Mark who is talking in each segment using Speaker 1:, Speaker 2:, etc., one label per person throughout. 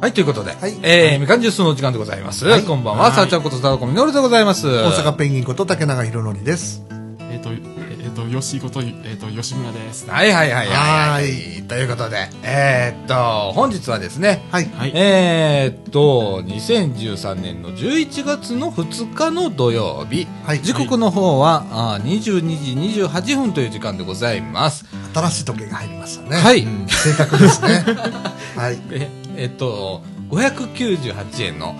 Speaker 1: はい、ということで、
Speaker 2: はい
Speaker 1: えー、みかんジュースのお時間でございます。
Speaker 2: はい
Speaker 1: こんばんは、さあちゃんことさだこみのるでございます。
Speaker 2: 大阪ペンギンこと竹永宏典です。
Speaker 3: えっ、と、えっ、と、よしこと、えっ、と、吉村です。
Speaker 1: はいはいはいはい。は
Speaker 2: はい
Speaker 1: ということで、えー、っと、本日はですね、
Speaker 2: はい。
Speaker 3: はい。
Speaker 1: えー、っと、2013年の11月の2日の土曜日、
Speaker 2: はい
Speaker 1: 時刻の方は、あー22時28分という時間でございます。
Speaker 2: 新しい時計が入りましたね。
Speaker 1: はい
Speaker 2: うん正確ですね。 はい。うん
Speaker 1: ええっと、598円の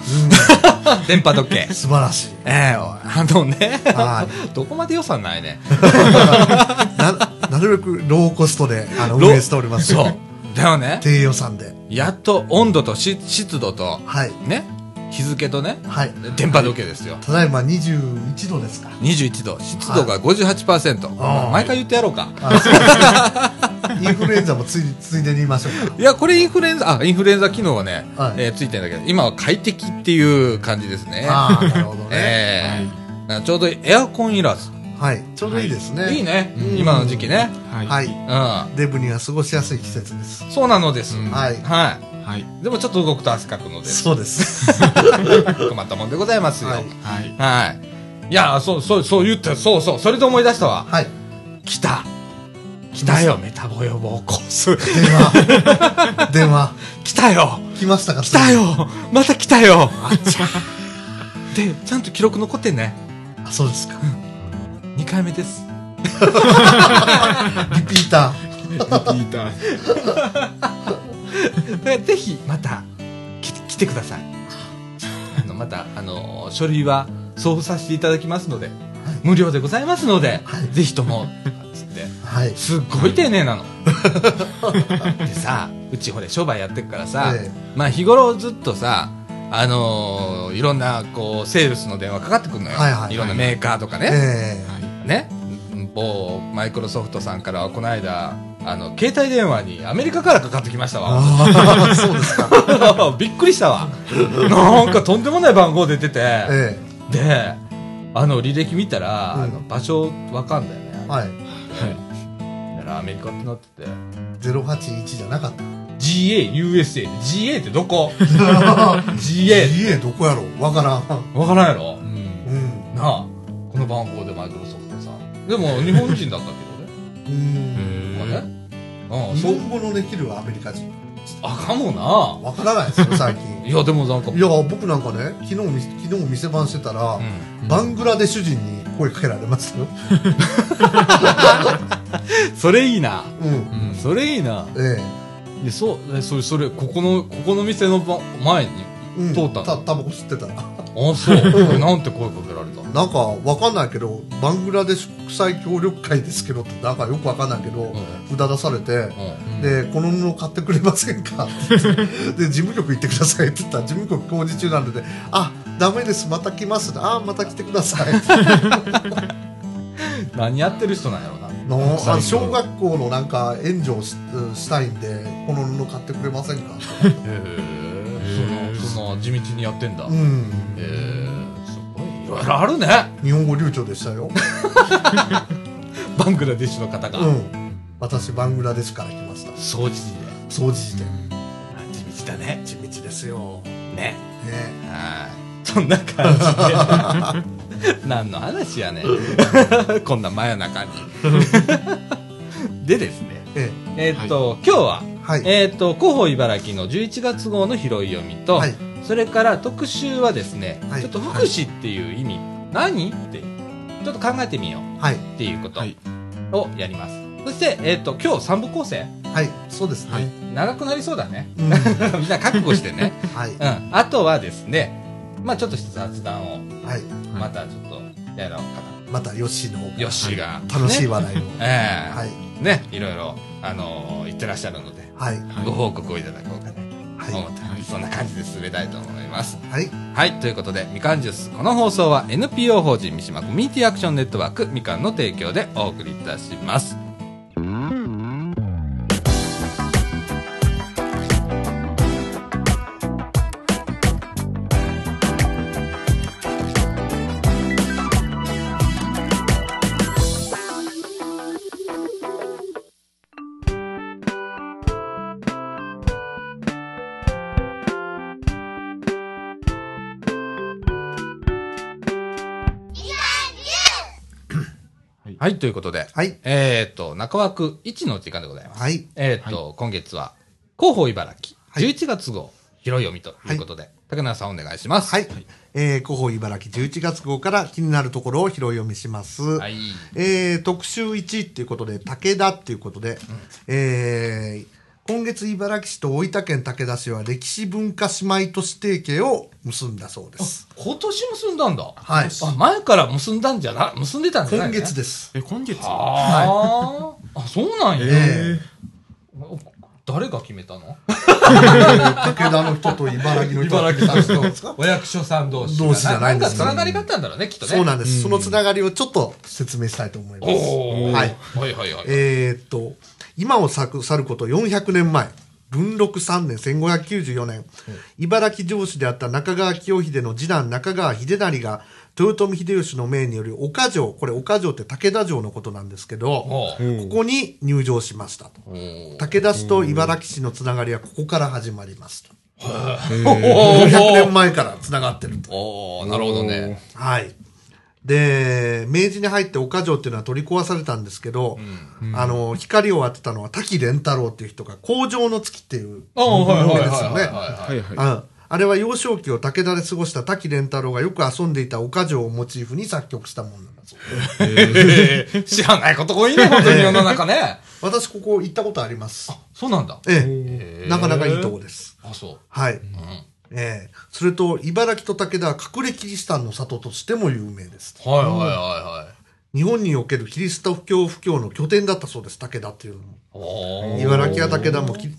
Speaker 1: 電波時 計。
Speaker 2: 素晴ら しい。
Speaker 1: えー、あのね、
Speaker 2: は
Speaker 1: どこまで予算ないね。
Speaker 2: ななるべくローコストであの
Speaker 1: ロ
Speaker 2: 運営しております。
Speaker 1: そう。だよね。
Speaker 2: 低予算で。
Speaker 1: やっと温度とし湿度と、
Speaker 2: はい。
Speaker 1: ね、日付とね、
Speaker 2: はい。
Speaker 1: 電波時計ですよ。
Speaker 2: ただいま21度 ですか。
Speaker 1: 21度、湿度が58%。
Speaker 2: あー
Speaker 1: 毎回言ってやろうか。
Speaker 2: あそうですねインフルエンザもついついでに言いましょうか。
Speaker 1: いや、これインフルエンザ、あ、インフルエンザ機能はね、
Speaker 2: はい
Speaker 1: えーついてんだけど、今は快適っていう感じですね。
Speaker 2: ああ、なるほどね。
Speaker 1: えーなちょうどエアコンいらず。
Speaker 2: はい。ちょうどいいですね。
Speaker 1: いいね、
Speaker 2: うん
Speaker 1: 今の時期ね。
Speaker 3: はい。
Speaker 2: は
Speaker 3: はい。
Speaker 2: い。
Speaker 1: う
Speaker 2: デブには過ごしやすい季節です。
Speaker 1: ん。そうなのです。
Speaker 3: うん
Speaker 2: はい。
Speaker 1: は
Speaker 3: はい。
Speaker 1: い。でもちょっと動くと汗かくので、
Speaker 2: そうです。
Speaker 1: 困ったもんでございますよ。
Speaker 2: はい。
Speaker 3: はい。
Speaker 1: はい。いや、そう、そう、そう言った、そうそう、それで思い出したわ。
Speaker 2: はい。
Speaker 1: 来た。来たよ、メタボ予防コース。
Speaker 2: 電話。 電話。
Speaker 1: 来たよ
Speaker 2: 来ましたか
Speaker 1: 来たよまた来たよ で、ちゃんと記録残ってんね。
Speaker 2: あそうですか。
Speaker 1: 2回目です。
Speaker 2: リピーター。
Speaker 3: リピーター。
Speaker 1: でぜひ、また、来て、来てください。あの、また、あの、書類は送付させていただきますので、無料でございますので、ぜひとも、つって。
Speaker 2: はい。
Speaker 1: すっごい丁寧なの。 でさ、うちほれ商売やってるからさ、
Speaker 2: え
Speaker 1: まあ日頃ずっとさ、あのーいろんなこうセールスの電話かかってくるのよ、
Speaker 2: はいいはいはい
Speaker 1: ろんなメーカーとかね、
Speaker 2: え
Speaker 1: ね某マイクロソフトさんからはこの間あの携帯電話にアメリカからかかってきましたわ
Speaker 2: ああ、そうですか。
Speaker 1: びっくりしたわなんかとんでもない番号出てて、
Speaker 2: え
Speaker 1: であの履歴見たら、
Speaker 2: うん
Speaker 1: あの場所わかんだよ
Speaker 2: え
Speaker 1: ね
Speaker 2: はい。
Speaker 3: は
Speaker 1: だからアメリカってなってて
Speaker 2: 081じゃなかった。
Speaker 1: GAUSA GA ってどこ GA
Speaker 2: 家どこやろうわからん。
Speaker 1: わからんやろ、
Speaker 2: うん。
Speaker 1: なあこの番号でマイクロソフトさんでも日本人だったけどね
Speaker 2: うん。
Speaker 1: こ
Speaker 3: い。
Speaker 1: れねうん
Speaker 2: 日
Speaker 1: そう
Speaker 2: 本語のできるアメリカ人。
Speaker 1: あかもな
Speaker 2: わからないです よ、最近。
Speaker 1: いやでもなんか
Speaker 2: いや、僕なんかね、昨日み、昨日店番してたら、
Speaker 1: う
Speaker 2: バングラデシュ人に声かけられましたよ。
Speaker 1: ん、 それいいな、
Speaker 2: うん。
Speaker 3: うん。
Speaker 1: それいいな
Speaker 2: え
Speaker 1: でそうえそれそれここのここの店のば前に
Speaker 2: えうん。
Speaker 1: 通ったの
Speaker 2: た、タバコ吸ってたら。な
Speaker 1: あそうなんて声かけられたの
Speaker 2: んか、わかんないけど、バングラデシュ国際協力会ですけどって、なんかよくわかんないけど、うだだされて、
Speaker 1: う
Speaker 2: で、この布を買ってくれませんかって言ってで、事務局行ってくださいって言ったら、事務局工事中なんで、ね、あ、ダメです、また来ます。あ、また来てください。
Speaker 1: ん、何やってる人なんやろうな
Speaker 2: の
Speaker 3: 最
Speaker 2: あ
Speaker 3: 高
Speaker 2: 小学校のなんか援助をししたいんで、この布買ってくれませんか
Speaker 1: へえそのその地道にやってんだ、
Speaker 2: うん。
Speaker 1: えー、すごいいろいろあるね
Speaker 2: 日本語流暢でしたよ。
Speaker 1: バングラデシュの方が、
Speaker 2: うん。私、バングラデシュから来ました。
Speaker 1: 掃除
Speaker 2: 掃除時点。
Speaker 1: で地道だね
Speaker 2: 地道ですよ。
Speaker 1: ね
Speaker 2: ね。
Speaker 1: はいそんな感じで 何の話やね んこんな真夜中にでですね
Speaker 2: え
Speaker 1: えーっと、今日は
Speaker 2: え、はい。
Speaker 1: えーっと広報茨城の11月号の拾い読みと、
Speaker 2: はい。
Speaker 1: それから特集はですね、
Speaker 2: はい
Speaker 1: ちょっと福祉っていう意味、何ってちょっと考えてみよう
Speaker 2: はい。
Speaker 1: っていうこと
Speaker 3: はい
Speaker 1: をやります、そして、えー、と今日三部構成
Speaker 2: はい。そうですね。
Speaker 3: はい
Speaker 1: 長くなりそうだね
Speaker 2: うん。は
Speaker 1: みんな覚悟してね、
Speaker 2: い。
Speaker 1: うん、あとはですねまあちょっとした雑談を
Speaker 2: はい。
Speaker 1: またちょっとやろうか
Speaker 2: また、ヨッシーの方
Speaker 1: な、よしが、ね、
Speaker 2: 楽しい
Speaker 1: わ
Speaker 2: 話題を。
Speaker 1: ええ
Speaker 2: はい。
Speaker 1: ねいろいろ、あのー言ってらっしゃるので
Speaker 2: はい。
Speaker 3: はい
Speaker 1: ご報告をいただこうかなと
Speaker 2: はい。
Speaker 1: 思って、
Speaker 3: はい
Speaker 1: そんな感じで進めたいと思います
Speaker 2: はい。
Speaker 1: はい、ということで、みかんジュース、この放送は NPO 法人三島コミュニティアクションネットワークみかんの提供でお送りいたします。
Speaker 2: はい。
Speaker 1: はい、ということで、
Speaker 2: はい。
Speaker 1: えっ、と、中枠1の時間でございます。
Speaker 2: はい。
Speaker 1: えっ、と、今月は、広報茨城、11月号、広読みということで、竹中さんお願いします。
Speaker 2: はい。えー、広報茨城11月号から気になるところを拾い読みします。
Speaker 1: はい。
Speaker 2: えー特集1っていうことで、武田っていうことで、えー今月茨城市と大分県武田市は歴史文化姉妹都市提携を結んだそうです。
Speaker 1: 今年結んだんだ。
Speaker 2: はい
Speaker 1: あ、前から結んだんじゃな、結んでたんじゃない、
Speaker 2: 今
Speaker 1: ね、
Speaker 2: 月
Speaker 1: で。
Speaker 2: です。
Speaker 3: え今月
Speaker 1: あー、あ、そうなんや。
Speaker 2: え
Speaker 1: お誰が決めた の
Speaker 2: ー武田の人と茨城の人
Speaker 1: 茨城
Speaker 2: の人ですか
Speaker 1: お役所さん同士が。
Speaker 2: 同士じゃないんです
Speaker 1: か。
Speaker 2: か
Speaker 1: んかつながりがあったんだろうね、きっとね。
Speaker 2: そうなん
Speaker 1: で
Speaker 2: です。そのつながりをちょっと説明したいと思います。
Speaker 1: おー
Speaker 2: はい。
Speaker 1: はいはいはい。
Speaker 2: えーっと、今を去ること400年前、文禄3年1594年、茨城城主であった中川清秀の次男中川秀成が、豊臣秀吉の命により岡城、これ岡城って武田城のことなんですけど、
Speaker 1: おー
Speaker 2: ここに入城しましたと。
Speaker 1: おー
Speaker 2: 武田市と茨城市のつながりはここから始まりますと。
Speaker 1: お
Speaker 2: 400
Speaker 1: ー
Speaker 2: 年前からつながってると。
Speaker 1: おーなるほどね。
Speaker 2: はい。で、明治に入って岡城っていうのは取り壊されたんですけど、あの、光を当てたのは滝蓮太郎っていう人が、工場の月っていう、
Speaker 1: あーはいはいはい
Speaker 2: ですよね
Speaker 1: はいは。
Speaker 3: はいいはい
Speaker 2: ああれは幼少期を武田で過ごした滝蓮太郎がよく遊んでいた岡城をモチーフに作曲したものなんだそうです。
Speaker 1: えー 知らないことが多いね、本当に世の中ね。
Speaker 2: 私、ここ行ったことあります。
Speaker 1: そうなんだ。
Speaker 2: ええ、なかなかいいとこです。
Speaker 1: あ、そう。
Speaker 2: はい。ええ、それと、茨城と武田は隠れキリシタンの里としても有名です。
Speaker 1: はいはいはいはい。
Speaker 2: 日本におけるキリスト教布教の拠点だったそうです、武田っていうのも。
Speaker 1: おー
Speaker 2: 茨城や武田もき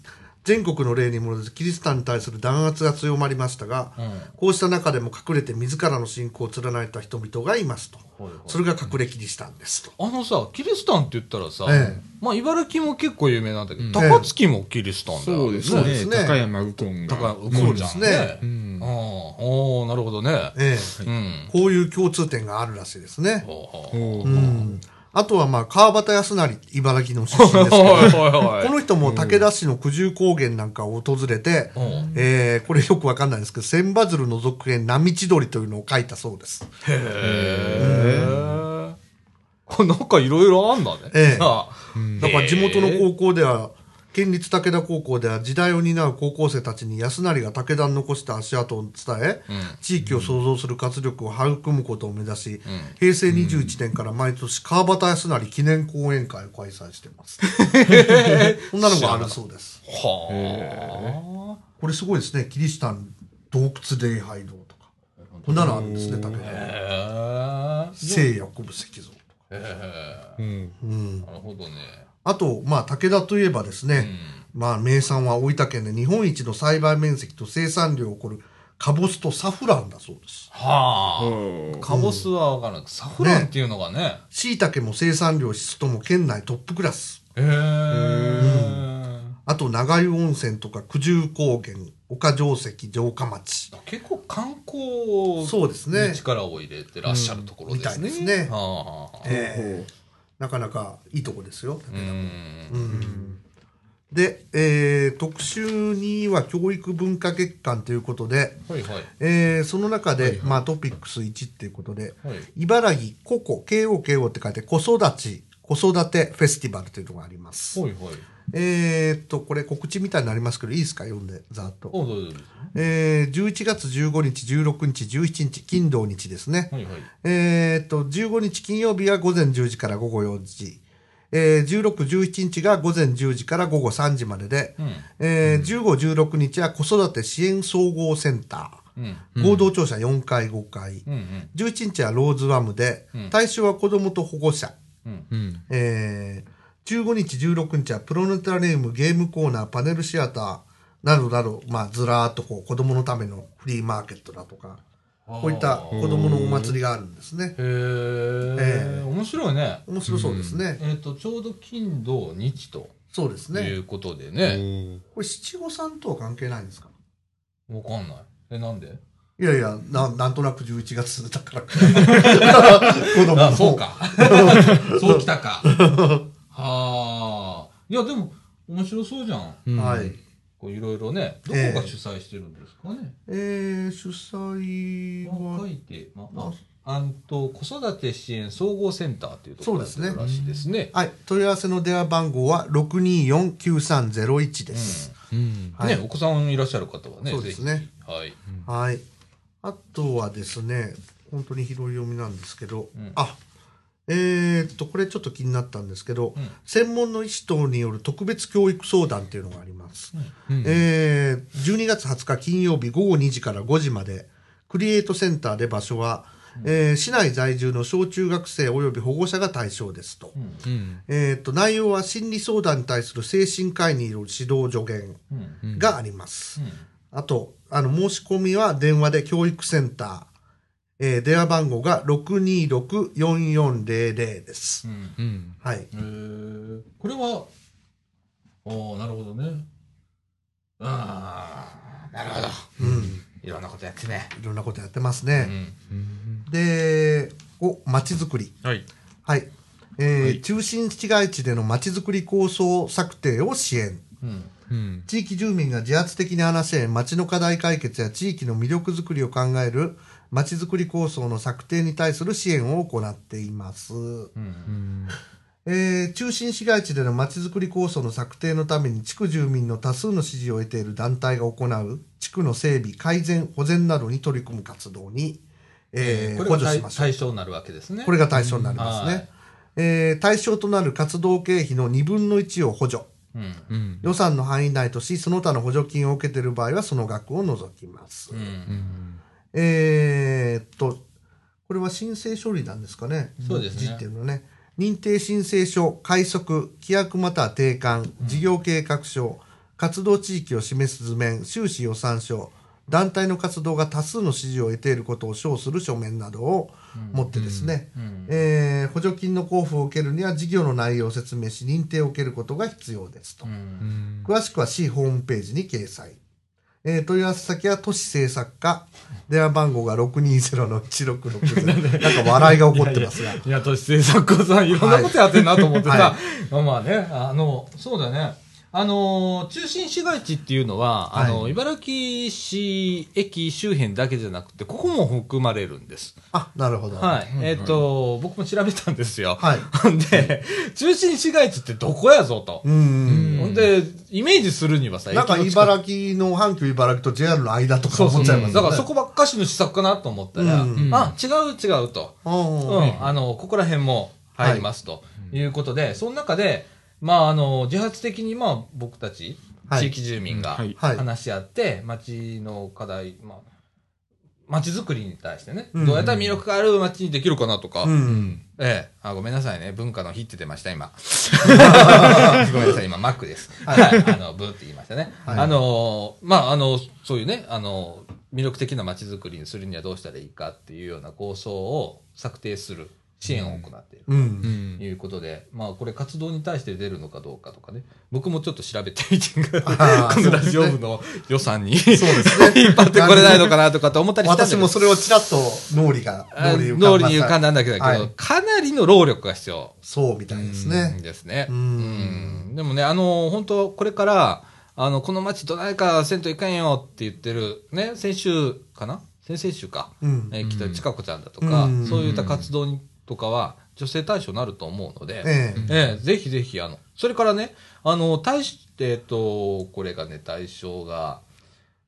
Speaker 2: 全国の例にもキリシタンに対する弾圧が強まりましたが、こうした中でも隠れて自らの信仰を貫いた人々がいますと、それが隠れキリシタンですと。
Speaker 1: あのさ、キリスタンって言ったらさ、
Speaker 2: ええ
Speaker 1: まあ茨城も結構有名なんだけど、
Speaker 3: ん
Speaker 1: 高槻もキリスタンだよ、
Speaker 3: そうです
Speaker 2: そうです
Speaker 3: ね
Speaker 2: ね
Speaker 3: 高山右近が
Speaker 1: 高槻
Speaker 2: そ
Speaker 1: も
Speaker 2: う
Speaker 1: じ
Speaker 2: で
Speaker 1: ゃん
Speaker 2: す
Speaker 1: ね
Speaker 2: ね。
Speaker 1: うん、おーなるほどね。
Speaker 2: ええ
Speaker 1: うん。
Speaker 2: こういう共通点があるらしいですね。
Speaker 1: ほうほう
Speaker 3: おー
Speaker 2: うんあとはまあ川端康成茨城の出
Speaker 1: お
Speaker 2: 身 ですけ
Speaker 1: い
Speaker 2: ど
Speaker 1: おいおい
Speaker 2: この人も武田市の九十高原なんかを訪れて、
Speaker 1: うん
Speaker 2: えーこれよくわかんないんですけど、千羽鶴の続編、波千鳥というのを書いたそうです。
Speaker 1: へーこれなんかいろいろあんだね。
Speaker 2: ええ
Speaker 1: なあ
Speaker 2: だから地元の高校では、県立武田高校では時代を担う高校生たちに安成が武田に残した足跡を伝え、地域を創造する活力を育むことを目指し、平成21年から毎年川端康成記念講演会を開催して ます。そんなのがあるそうです。
Speaker 1: は
Speaker 2: これすごいですね。キリシタン洞窟礼拝堂とか。こんなのあるんですね、武
Speaker 1: あ。
Speaker 2: 田。
Speaker 1: へ
Speaker 2: 聖ヤコブ石像とか。
Speaker 1: え。へ
Speaker 3: うん
Speaker 2: うん
Speaker 1: え。なるほどね。
Speaker 2: あと、まあ、武田といえばですね、まあ、名産は大分県で日本一の栽培面積と生産量を誇るカボスとサフランだそうです。
Speaker 1: は
Speaker 3: お
Speaker 1: あ。カボスはわからない。サフランっていうのがね。
Speaker 2: 椎茸も生産量質とも県内トップクラス。
Speaker 1: へえ。
Speaker 2: あと、長湯温泉とか九十高原、岡城石、城下町。
Speaker 1: 結構観光
Speaker 2: そうですね
Speaker 1: に力を入れてらっしゃるところですね。
Speaker 2: うんみたいですね
Speaker 1: はあ
Speaker 2: ええ
Speaker 3: ー
Speaker 2: なかなかいいとこですよ。
Speaker 1: うん
Speaker 2: うんで、えー特集2は教育文化月間ということで、
Speaker 1: はいはい。
Speaker 2: えーその中で、まあ、トピックス1っていうことで、
Speaker 1: はい
Speaker 2: 茨城ココ KOKO って書いて子育ち子育てフェスティバルというのがあります。
Speaker 1: はいはい。
Speaker 2: えーっとこれ告知みたいになりますけどいいですか読んでざーっと、
Speaker 1: おどうぞどうぞ
Speaker 2: えー11月15日16日17日金土日ですね、
Speaker 1: はいはい。
Speaker 2: えーっと15日金曜日は午前10時から午後4時、えー、1617日が午前10時から午後3時までで、
Speaker 1: うん
Speaker 2: えー1516日は子育て支援総合センター、
Speaker 1: うん
Speaker 2: 合同庁舎4回5回、
Speaker 1: うんうん
Speaker 2: 11日はローズワムで、対象は子どもと保護者、
Speaker 1: うん
Speaker 3: うん
Speaker 2: えー15日、16日はプロネタリウム、ゲームコーナー、パネルシアターなどなど、まあ、ずらーっとこう子どものためのフリーマーケットだとか、こういった子どものお祭りがあるんですね。
Speaker 1: へー
Speaker 2: ええ
Speaker 1: 面白いね。
Speaker 2: 面白そうですね。
Speaker 1: えっ、と、ちょうど金、土、日と
Speaker 2: そうです
Speaker 1: い
Speaker 2: ね。
Speaker 1: うことでね。
Speaker 2: これ七五三とは関係ないんですか
Speaker 1: わかんない。え、なんで
Speaker 2: いやいやな、なんとなく11月だから。 子供
Speaker 1: あ、
Speaker 2: の
Speaker 1: そう。か。そうきた か。はあ。いや、でも、面白そうじゃん。
Speaker 3: うん
Speaker 2: はい。
Speaker 1: こういろいろね。どこが主催してるんですかね。
Speaker 2: えー、主催は
Speaker 1: 書いて、まあ、ああんと子育て支援総合センターというところ
Speaker 2: そうで
Speaker 1: や
Speaker 2: すね
Speaker 1: ってるらしいですね。
Speaker 2: はい、問い合わせの電話番号は6249301です。
Speaker 3: うん。
Speaker 2: はい
Speaker 1: ね、お子さんいらっしゃる方はね、
Speaker 2: そうですね
Speaker 1: ぜひ。はい。
Speaker 2: はい。あとはですね、本当に拾い読みなんですけど、
Speaker 1: うん
Speaker 2: あ、えーっと、これちょっと気になったんですけど、
Speaker 1: うん
Speaker 2: 専門の医師等による特別教育相談っていうのがあります。
Speaker 1: うん
Speaker 2: えー12月20日金曜日午後2時から5時まで、クリエイトセンターで場所は、えー市内在住の小中学生及び保護者が対象ですと。
Speaker 3: うん。
Speaker 2: えー、と内容は心理相談に対する精神科医による指導助言
Speaker 1: うん
Speaker 2: があります。
Speaker 1: うん
Speaker 2: あとあの申し込みは電話で教育センター、えー電話番号が626-4400です。
Speaker 1: うん
Speaker 3: うん。
Speaker 2: はい、
Speaker 1: えーこれは、おーなるほどね。ああ、なるほど。
Speaker 2: うん、
Speaker 1: いろんなことやってね。
Speaker 2: いろんなことやってます
Speaker 1: う
Speaker 2: ね。
Speaker 1: ん。
Speaker 2: でおまちづくり、
Speaker 3: はい。
Speaker 2: はいえー中心市街地でのまちづくり構想策定を支援。
Speaker 1: うん。
Speaker 3: うん。
Speaker 2: 地域住民が自発的に話し合い、町の課題解決や地域の魅力づくりを考える、町づくり構想の策定に対する支援を行っています。
Speaker 1: うん。
Speaker 2: えー中心市街地での町づくり構想の策定のために地区住民の多数の支持を得ている団体が行う地区の整備、改善、保全などに取り組む活動に、えー
Speaker 1: これ
Speaker 2: 補
Speaker 1: が
Speaker 2: 助し
Speaker 1: 対
Speaker 2: ましょう
Speaker 1: 対象になるわけですね。
Speaker 2: これが対象になりますね。
Speaker 1: うんはい
Speaker 2: えー対象となる活動経費の2分の1を補助。
Speaker 1: うん。
Speaker 3: うん。
Speaker 2: 予算の範囲内とし、その他の補助金を受けている場合は、その額を除きます。
Speaker 1: うん。
Speaker 2: えーっと、これは申請書類なんですかね。
Speaker 1: そうですね
Speaker 2: 字っていうのはね。認定申請書、快速、規約または定款、事業計画書、活動地域を示す図面、収支予算書、団体の活動が多数の支持を得ていることを称する書面などを持ってですね、
Speaker 1: うん
Speaker 2: えー補助金の交付を受けるには事業の内容を説明し、認定を受けることが必要ですと
Speaker 1: う。。
Speaker 3: うんん。
Speaker 2: 詳しくは市ホームページに掲載。えー問い合わせ先は都市政策課。電話番号が620-1660。なんか笑いが起こってますが。
Speaker 1: いや、都市製作家さん、いろんなことやってんなと思って
Speaker 2: は
Speaker 1: さ、まあまあね、あの、そうだね。あのー中心市街地っていうのは、あの
Speaker 2: は
Speaker 1: 茨城市駅周辺だけじゃなくて、ここも含まれるんです。
Speaker 2: あ、なるほど。
Speaker 1: はい
Speaker 3: うん。
Speaker 1: えっ、と、僕も調べたんですよ。
Speaker 2: はい。
Speaker 1: ほんで、中心市街地ってどこやぞと
Speaker 2: う。ん。
Speaker 1: ほんで、イメージするにはさ、
Speaker 2: なんか
Speaker 1: 駅の近く
Speaker 2: 茨城の、阪急茨城と JR の間とか
Speaker 1: そうそ
Speaker 2: 思
Speaker 1: う
Speaker 2: っちゃいます
Speaker 1: だ
Speaker 2: よね。
Speaker 1: からそこばっかしの施策かなと思ったら、
Speaker 2: うん
Speaker 1: あ、違う違うと。
Speaker 2: うん。
Speaker 1: う
Speaker 2: うん
Speaker 1: ん、あの、ここら辺も入りますということで、その中で、まあ、あの、自発的に、まあ、僕たち、
Speaker 2: はい
Speaker 1: 地域住民が
Speaker 3: はい
Speaker 2: はい
Speaker 1: 話し合って、町の課題、まあ、町づくりに対してね、
Speaker 2: うん
Speaker 1: どうやったら魅力がある町にできるかなとか、
Speaker 2: う。
Speaker 3: うんん。
Speaker 1: ええ、あ、ごめんなさいね、文化の日って出ました、 今。ごめんなさい、今、マックです。はい、あの、ブーって言いましたね。
Speaker 2: はい
Speaker 1: あのー、まあ、あの、そういうね、あの、魅力的な街づくりにするにはどうしたらいいかっていうような構想を策定する支援を行っている。
Speaker 2: う。
Speaker 3: うん
Speaker 1: と
Speaker 3: ん。
Speaker 1: いうことで、まあ、これ活動に対して出るのかどうかとかね、僕もちょっと調べてみて、
Speaker 2: あー
Speaker 1: このラジオ部の予算に、 そうですね。引っ張ってこれないのかなとかと思ったりしたんだけ
Speaker 2: 私
Speaker 1: ど
Speaker 2: もそれをちらっと脳裏が、
Speaker 1: あ脳
Speaker 2: ました
Speaker 1: 裏に浮かんだんだけど、
Speaker 2: はい
Speaker 1: かなりの労力が必要
Speaker 2: そうみたいです
Speaker 1: うん
Speaker 2: ね。
Speaker 1: ですね。
Speaker 2: う
Speaker 1: うんんでもね、あの、本当これから、あの、この街どないかせんといかんよって言ってる、ね、先週かな先々週か。
Speaker 2: うん。
Speaker 1: えー、北千佳子ちゃんだとか、
Speaker 2: うん
Speaker 1: そういった活動にとかは、女性対象になると思うので、
Speaker 2: ええ。
Speaker 1: ええぜひぜひ、あの、それからね、あの、対して、えっと、これがね、対象が、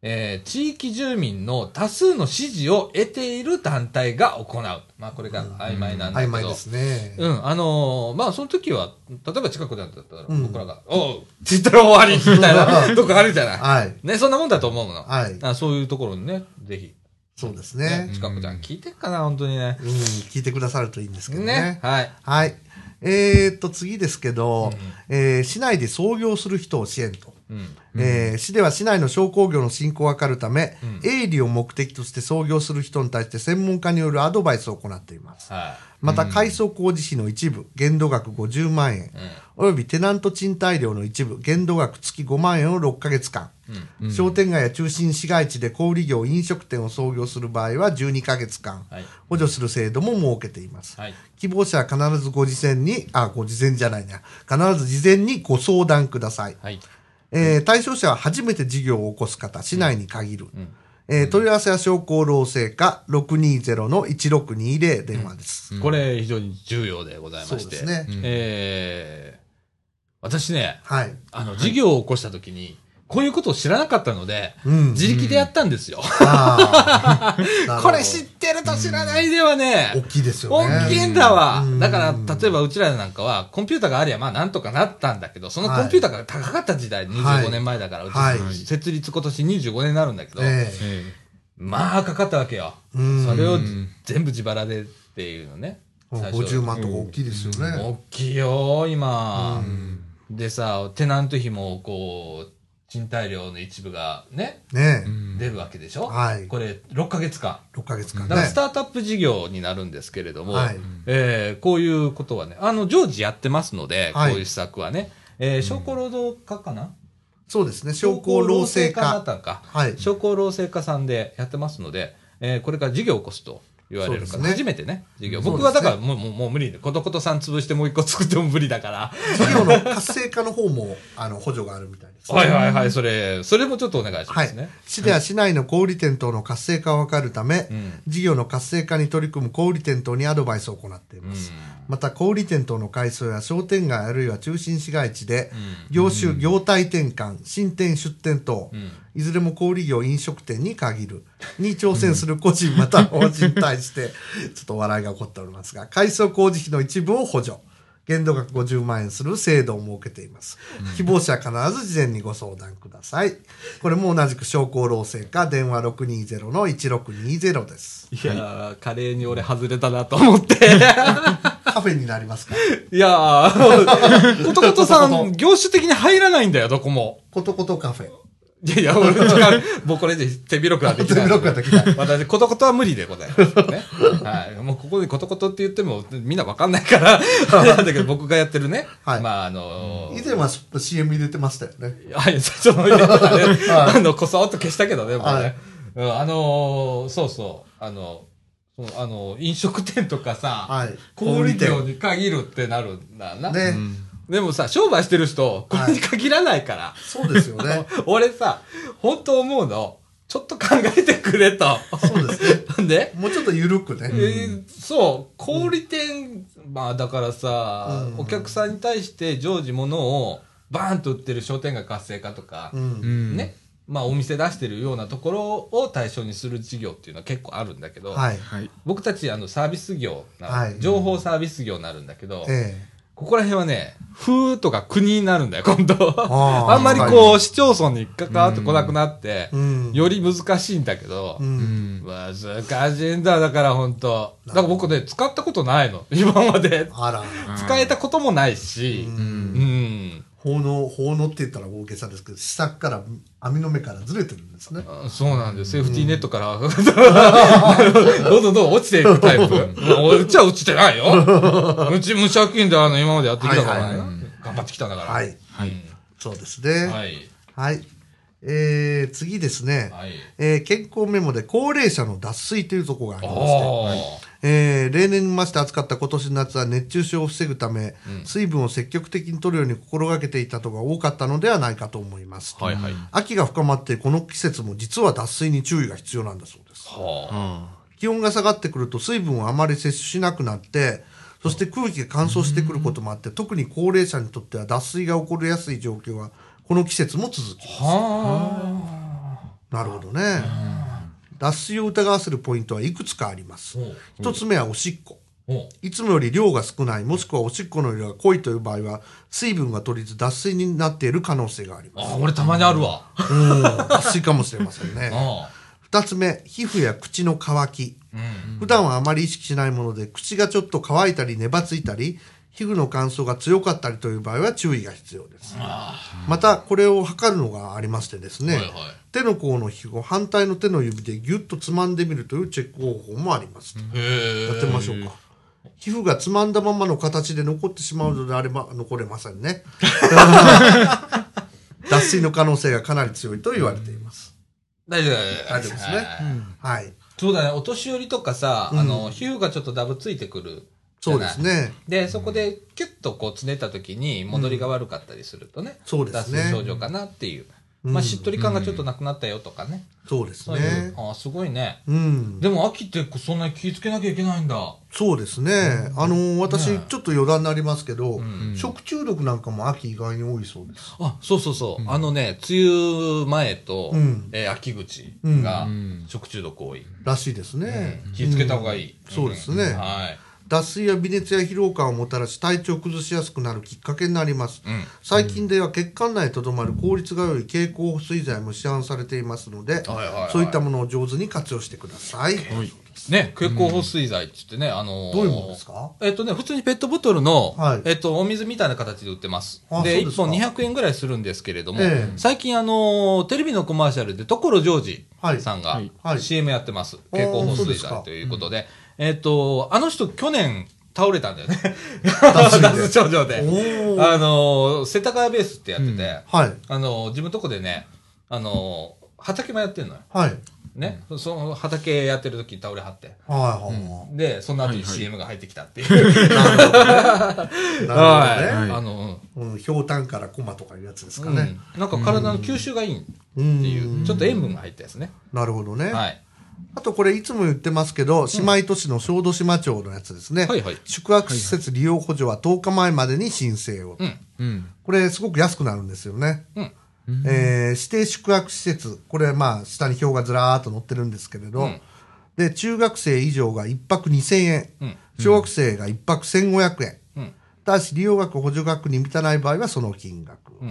Speaker 1: えー地域住民の多数の支持を得ている団体が行う。まあ、これが曖昧なんだけ
Speaker 2: 曖
Speaker 1: ど。
Speaker 2: 昧ですね。
Speaker 1: うん、あのーまあ、その時は、例えば近くだったら、
Speaker 2: うん
Speaker 1: 僕らが、おうって言ったら終わりみたいな、とこあるじゃない。
Speaker 2: はい。
Speaker 1: ね、そんなもんだと思うの。
Speaker 2: はい
Speaker 1: あそういうところにね、ぜひ。
Speaker 2: そうです
Speaker 1: ね
Speaker 2: ね。
Speaker 1: 近くちゃん聞いてっかな、本当にね。
Speaker 2: うん。聞いてくださるといいんですけど
Speaker 1: ね。はい。
Speaker 2: はい。えー、っと、次ですけど、えー市内で創業する人を支援と。
Speaker 1: うん。
Speaker 2: えー市では市内の商工業の振興を図るため、営利を目的として創業する人に対して専門家によるアドバイスを行っています。
Speaker 1: は
Speaker 2: また、改装工事費の一部、限度額50万円、およびテナント賃貸料の一部、限度額月5万円を6ヶ月間、商店街や中心市街地で小売業、飲食店を創業する場合は12ヶ月間、
Speaker 1: はい
Speaker 2: 補助する制度も設けています。
Speaker 1: はい
Speaker 2: 希望者は必ずご事前に、あ、ご事前じゃないな、必ず事前にご相談ください。
Speaker 1: い。はい。
Speaker 2: えー対象者は初めて事業を起こす方、市内に限る。えー問い合わせは商工労政課620-1620電話です。
Speaker 1: これ非常に重要でございまして。
Speaker 2: そうですね
Speaker 1: うんえー私ね、
Speaker 2: はい。
Speaker 1: あの、事業を起こした時に、こういうことを知らなかったので、
Speaker 2: うん。
Speaker 1: 自力でやったんですよ。
Speaker 2: あ ー
Speaker 1: これ知ってると知らないではね、
Speaker 2: 大きいですよね。
Speaker 1: 大きいんだわ
Speaker 2: うん。
Speaker 1: だから、例えばうちらなんかは、コンピューターがありゃ、まあなんとかなったんだけど、そのコンピューターが高かった時代、
Speaker 2: はい
Speaker 1: 25年前だから、うち
Speaker 2: はい
Speaker 1: 設立今年25年になるんだけど、
Speaker 2: ええ
Speaker 3: え
Speaker 1: まあかかったわけよ。
Speaker 2: うん
Speaker 1: それを全部自腹でっていうのね。最初
Speaker 2: 50万とか大きいですよね。
Speaker 1: 大きいよ、今。でさ、テナント費も、こう、賃貸料の一部がね、
Speaker 2: ね
Speaker 3: えうん
Speaker 1: 出るわけでしょ
Speaker 2: はい
Speaker 1: これ、6ヶ月間。
Speaker 2: え、6ヶ月間
Speaker 1: だから
Speaker 2: ね
Speaker 1: ス。タートアップ事業になるんですけれども、
Speaker 2: はい
Speaker 1: えーこういうことはね、あの、常時やってますので、
Speaker 2: はい
Speaker 1: こういう施策はね、えー、商工労働課かな
Speaker 2: そうですね、商工労政
Speaker 1: 商工労だっ
Speaker 2: 課。
Speaker 1: たのか。
Speaker 2: はい。
Speaker 1: 商工労政課さんでやってますので、えーこれから事業を起こすと言われるか
Speaker 2: そう
Speaker 1: ら、
Speaker 2: で
Speaker 1: 初
Speaker 2: すね
Speaker 1: めてね、事業。
Speaker 2: そうですね
Speaker 1: 僕はだからもう、もう、もう無理で、ことことさん潰してもう一個作っても無理だ から。
Speaker 2: 事業の活性化の方も、あの、補助があるみたいです。
Speaker 1: はいはいはい、それ、それもちょっとお願いしま
Speaker 2: はい
Speaker 1: すね。。
Speaker 2: 市では市内の小売店等の活性化を図るため、
Speaker 1: うん
Speaker 2: 事業の活性化に取り組む小売店等にアドバイスを行っています。また、小売店等の改装や商店街あるいは中心市街地で、業種、業態転換、新店、出店等、いずれも小売業、飲食店に限る、に挑戦する個人または法人に対して、 ちょっと笑いが起こっておりますが、改装工事費の一部を補助。限度額50万円する制度を設けています。希望者は必ず事前にご相談ください。これも同じく商工労政課電話620-1620です。
Speaker 1: いやー、カレーに俺外れたなと思 って。
Speaker 2: カフェになりますか
Speaker 1: いやー、ことことさ
Speaker 2: ことこ
Speaker 1: ん、業種的に入らないんだよ、どこも。
Speaker 2: ことことカフェ。
Speaker 1: いやいや、俺、もうこれで手広くはできない。
Speaker 2: 手広くはできない
Speaker 1: 私、ことことは無理でございます、 ね。はい。もうここでことことって言っても、みんなわかんないから、あれなんだけど、僕がやってるね。
Speaker 2: はい
Speaker 1: まあ、あのー
Speaker 2: 以前は CM 入れてましたよね。
Speaker 1: はい、その、ね、あの、こそっと消したけどね、もう
Speaker 2: は
Speaker 1: ね
Speaker 2: い。
Speaker 1: うんあのーそうそう、あの、そのあの、飲食店とかさ、
Speaker 2: はい
Speaker 1: 小売店に限るってなるんだな。
Speaker 2: ね、
Speaker 1: でもさ、商売してる人、これに限らないから、
Speaker 2: そうですよ ね。
Speaker 1: 俺さ、本当思うの、ちょっと考えてくれと。
Speaker 2: そうですね。
Speaker 1: なんで、
Speaker 2: もうちょっと緩くね。
Speaker 1: えーそう、小売店、まあだからさ、
Speaker 2: うん
Speaker 1: お客さんに対して常時物をバーンと売ってる商店街活性化とか、
Speaker 2: うん
Speaker 3: うん
Speaker 1: ね、まあお店出してるようなところを対象にする事業っていうのは結構あるんだけど、
Speaker 2: はい。
Speaker 3: はい
Speaker 1: 僕たちあのサービス業な、
Speaker 2: はい
Speaker 1: 情報サービス業になるんだけど、
Speaker 2: え
Speaker 1: ここら辺はね、風とか国になるんだよ、今度。
Speaker 2: あー
Speaker 1: あんまりこう、市町村に関わってこなくなって
Speaker 2: う、ん
Speaker 1: より難しいんだけど
Speaker 2: え。う、。
Speaker 3: うんん
Speaker 1: 難しいんだ、だから本当だから僕ね、使ったことないの、今まで。
Speaker 2: あら。
Speaker 1: 使えたこともないし、
Speaker 2: う。
Speaker 1: うんん。
Speaker 2: 奉納、奉納って言ったら大げさですけど、施策から、網の目からずれてるんですね。
Speaker 1: あそうなんです。セーフティーネットから、 どんどんどんどん落ちていくタイプ。まあうちは落ちてないよ。うち無借金であの、今までやってきたから
Speaker 2: はい
Speaker 1: ね
Speaker 2: はい。
Speaker 1: 頑張ってきたんだから。
Speaker 2: はい。
Speaker 3: はい
Speaker 2: そうですね。は。
Speaker 1: はいい。
Speaker 2: えー、次ですね。
Speaker 1: はい。
Speaker 2: えー健康メモで高齢者の脱水というところがありまして、
Speaker 1: おー。
Speaker 2: えー例年に増して暑かった今年の夏は熱中症を防ぐため、水分を積極的に取るように心がけていた人が多かったのではないかと思います。
Speaker 1: はいはい。
Speaker 2: 秋が深まってこの季節も実は脱水に注意が必要なんだそうです。
Speaker 1: は
Speaker 3: あ
Speaker 2: 気温が下がってくると水分をあまり摂取しなくなってそして空気が乾燥してくることもあって特に高齢者にとっては脱水が起こりやすい状況はこの季節も続き
Speaker 1: あ。は
Speaker 2: なるほどね脱水を疑わせるポイントはいくつかあります
Speaker 1: おう
Speaker 2: 一つ目はおしっこ
Speaker 1: あ。おう
Speaker 2: いつもより量が少ないもしくはおしっこの量が濃いという場合は水分が取りず脱水になっている可能性があります
Speaker 1: あ、俺たまにあるわ。
Speaker 2: うん脱水かもしれませんね
Speaker 1: あ
Speaker 2: 二つ目皮膚や口の乾き
Speaker 1: あ。うん。
Speaker 2: 普段はあまり意識しないもので口がちょっと乾いたり粘ついたり皮膚の乾燥が強かったりという場合は注意が必要です
Speaker 1: あ
Speaker 2: またこれを測るのがありましてです
Speaker 1: あ。
Speaker 2: ね、
Speaker 1: はいはい。
Speaker 2: 手の甲の皮膚を反対の手の指でギュッとつまんでみるというチェック方法もあります、
Speaker 1: へえ。
Speaker 2: やってみましょうか皮膚がつまんだままの形で残ってしまうのであれば残れませんね 脱水の可能性がかなり強いと言われています、
Speaker 1: 大丈夫大
Speaker 2: 大丈夫ですねはい
Speaker 1: そうだね、お年寄りとかさ、あの、皮膚がちょっとだぶついてくる。
Speaker 2: そうです。ね
Speaker 1: で、そこで、キュッとこう、つねった時に、戻りが悪かったりするとね。
Speaker 2: そうですね
Speaker 1: 脱水症状かなっていう。まあ、しっとり感がちょっとなくなったよとかね。
Speaker 2: そうです
Speaker 1: そういう
Speaker 2: ね。。
Speaker 1: ああ、すごいね。
Speaker 2: うん。
Speaker 1: でも、秋ってそんなに気ぃつけなきゃいけないんだ。
Speaker 2: そうですね。あのー私、
Speaker 1: ね
Speaker 2: ちょっと余談になりますけど、
Speaker 1: ん
Speaker 2: 食中毒なんかも秋意外に多いそうです。
Speaker 1: あ、そうそうそう。あのね、梅雨前と、
Speaker 2: うん
Speaker 1: えー秋口が食中毒多い。
Speaker 2: らしいですね。
Speaker 1: 気ぃつけた方がいい。
Speaker 2: うんそうですね
Speaker 1: んはい。
Speaker 2: 脱水や微熱や疲労感をもたらし体調を崩しやすくなるきっかけになります、
Speaker 1: うん
Speaker 2: 最近では血管内にとどまる効率が良い経口補水剤も市販されていますので、
Speaker 1: はいはいはい
Speaker 2: そういったものを上手に活用してください、
Speaker 3: はい。
Speaker 1: ね、蛍光補水剤って言ってね、あのー
Speaker 2: どういうものですか
Speaker 1: えっとね、普通にペットボトルの、
Speaker 2: はい
Speaker 1: えっと、お水みたいな形で売ってます
Speaker 2: あ。
Speaker 1: で、
Speaker 2: そうで
Speaker 1: 1
Speaker 2: すか
Speaker 1: 本200円ぐらいするんですけれども、
Speaker 2: ええ
Speaker 1: 最近あのーテレビのコマーシャルで、所ジョージさんが、
Speaker 3: はい
Speaker 2: はい
Speaker 1: CM やってます。
Speaker 2: あー
Speaker 1: 蛍光補
Speaker 2: そう
Speaker 1: 水
Speaker 2: です
Speaker 1: 剤
Speaker 2: か
Speaker 1: ということで、えっと、あの人去年倒れたん だよね。
Speaker 2: 水 で
Speaker 1: 脱水症状で。
Speaker 2: おー
Speaker 1: あのー世田谷ベースってやってて、
Speaker 2: はい
Speaker 1: あのー自分のとこでね、あのー畑もやってんのよ。
Speaker 2: はいはい
Speaker 1: ね、その畑やってる時に倒れはって。
Speaker 2: はい、
Speaker 1: で、その後
Speaker 3: は
Speaker 1: に
Speaker 3: いはい
Speaker 1: CM が入ってきたっていう。
Speaker 2: なるほどね、
Speaker 1: はい
Speaker 3: はい
Speaker 1: あの、
Speaker 2: うん、ひょうたんからコマとかいうやつです
Speaker 1: う
Speaker 2: か
Speaker 1: ん
Speaker 2: ね、
Speaker 1: なんか体の吸収がいいって
Speaker 2: うん
Speaker 1: いう、ちょっと塩分が入ったやつね。
Speaker 2: なるほどね、
Speaker 1: はい。
Speaker 2: あとこれいつも言ってますけど、姉妹都市の小豆島町のやつですね、
Speaker 1: はいはい
Speaker 2: 宿泊施設利用補助は10日前までに申請を、
Speaker 1: うん。
Speaker 4: うん。
Speaker 2: これすごく安くなるんですよね。
Speaker 1: うん。
Speaker 2: えー指定宿泊施設、これまあ下に表がずらーっと載ってるんですけれど、
Speaker 1: うん
Speaker 2: で、中学生以上が1泊2000円、
Speaker 1: うん
Speaker 2: 小学生が1泊1500円、
Speaker 1: うん。
Speaker 2: ただし利用額補助額に満たない場合はその金額。
Speaker 1: う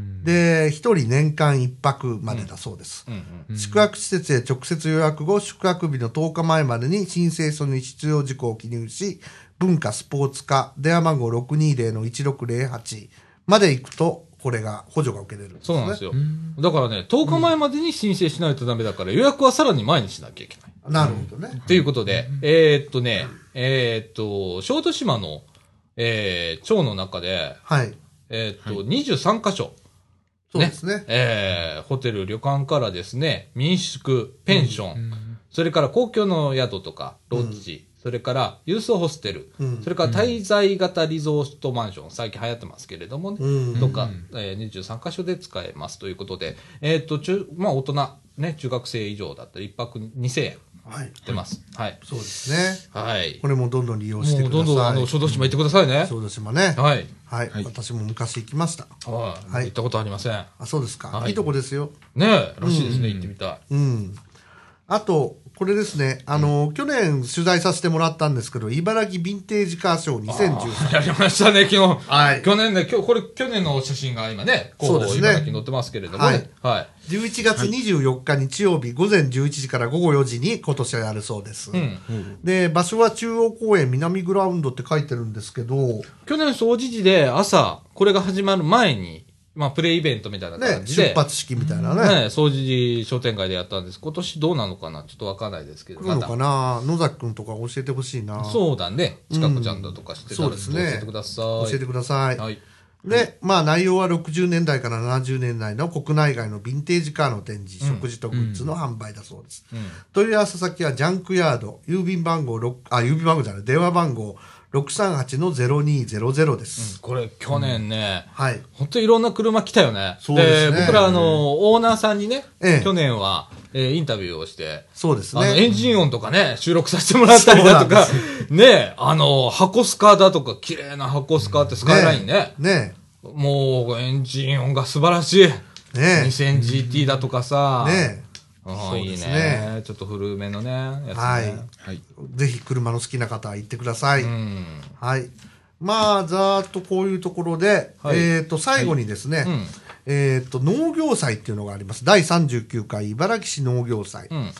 Speaker 1: ん。
Speaker 2: で、1人年間1泊までだそうです。
Speaker 1: うん。
Speaker 2: 宿泊施設へ直接予約後、宿泊日の10日前までに申請書に必要事項を記入し、文化スポーツ課、電話番号620-1608まで行くと、これが補助が受けれるんです
Speaker 1: そうなん
Speaker 2: ね
Speaker 1: です。よ。だからね、10日前までに申請しないとダメだから、予約はさらに前にしなきゃいけない。
Speaker 2: なるほどね。
Speaker 1: ということで、えーっとね、えーっと、小豆島の、えー町の中で、
Speaker 2: はい。
Speaker 1: えーっと、23カ所。
Speaker 2: そうですね。
Speaker 1: えーホテル、旅館からですね、民宿、ペンション、それから公共の宿とか、ロッジ、それから郵送ホステル、
Speaker 2: うん
Speaker 1: それから滞在型リゾートマンション、最近流行ってますけれどもね、
Speaker 2: うん
Speaker 1: とか、えー23カ所で使えますということで、えーっと、中、まあ大人、ね、中学生以上だったら一泊2000円
Speaker 2: はい。
Speaker 1: 出ます。はい。
Speaker 2: そうですね。
Speaker 1: はい
Speaker 2: こ。れもどんどん利用してく
Speaker 1: もう
Speaker 2: ださい。
Speaker 1: どんどん、あの、小豆島行ってくださいね。
Speaker 2: 小豆島ね。
Speaker 1: はい。
Speaker 2: はい。私も昔行きました。
Speaker 1: はい。
Speaker 2: はい
Speaker 1: 行ったことありません。
Speaker 2: あ、そうですか。
Speaker 1: はい
Speaker 2: い、いとこですよ。
Speaker 1: ねえ、らしいですね、行ってみたい。
Speaker 2: うん。あと、これですね。あの、去年取材させてもらったんですけど、茨城ヴィンテージカーショー2013。
Speaker 1: やりましたね、昨日。
Speaker 2: はい
Speaker 1: 去年ね、今日、これ、去年の写真が今ね、こ
Speaker 2: そうで
Speaker 1: う、
Speaker 2: すね
Speaker 1: 茨城に載ってますけれどもね。はい。
Speaker 2: 11月24日日曜日午前11時から午後4時に今年はやるそうです。
Speaker 1: うん。
Speaker 2: で、場所は中央公園南グラウンドって書いてるんですけど、
Speaker 1: 去年、掃除時で朝、これが始まる前に、まあ、プレイイベントみたいな
Speaker 2: ね
Speaker 1: 感、じで、
Speaker 2: 出発式みたいなね。
Speaker 1: ね、掃除時商店街でやったんです。今年どうなのかなちょっとわかんないですけど、
Speaker 2: 来る
Speaker 1: ま
Speaker 2: のか
Speaker 1: だ。
Speaker 2: な野崎くんとか教えてほしいな。
Speaker 1: そうだね。ちかこちゃんだとかしてたら、
Speaker 2: うんそ
Speaker 1: 教
Speaker 2: うですね
Speaker 1: えてください。
Speaker 2: 教えてください。
Speaker 1: はい。
Speaker 2: で、まあ内容は60年代から70年代の国内外のヴィンテージカーの展示、食事とグッズの販売だそうです。問い合わせ先はジャンクヤード、郵便番号6、あ、郵便番号じゃない、電話番号638-0200です。
Speaker 1: これ、去年ね、
Speaker 2: はい。
Speaker 1: 本当にいろんな車来たよね。
Speaker 2: そうですね
Speaker 1: 僕ら、あの、オーナーさんにね、
Speaker 2: ええ
Speaker 1: 去年は、えーインタビューをして、
Speaker 2: そうです
Speaker 1: あの、エ
Speaker 2: ね。
Speaker 1: ンジン音とかね、収録させてもらったりだとか
Speaker 2: そう、
Speaker 1: ね、あの、箱スカだとか、綺麗な箱スカってスカイラインね。
Speaker 2: ね
Speaker 1: もう、エンジン音が素晴らしい。
Speaker 2: え。ね
Speaker 1: 2000GT だとかさ。
Speaker 2: え。ね
Speaker 1: うん
Speaker 2: そう
Speaker 1: いい
Speaker 2: ですね
Speaker 1: ね。ちょっと古めのね、やつね。
Speaker 2: え。はい。
Speaker 4: はい。
Speaker 2: ぜひ車の好きな方は行ってください。
Speaker 1: うん。
Speaker 2: はい。まあ、ざーっとこういうところで、
Speaker 1: はい
Speaker 2: えっ、と、最後にですね、
Speaker 1: ん
Speaker 2: えっ、と、農業祭っていうのがあります。第39回茨城市農業祭。
Speaker 1: うん。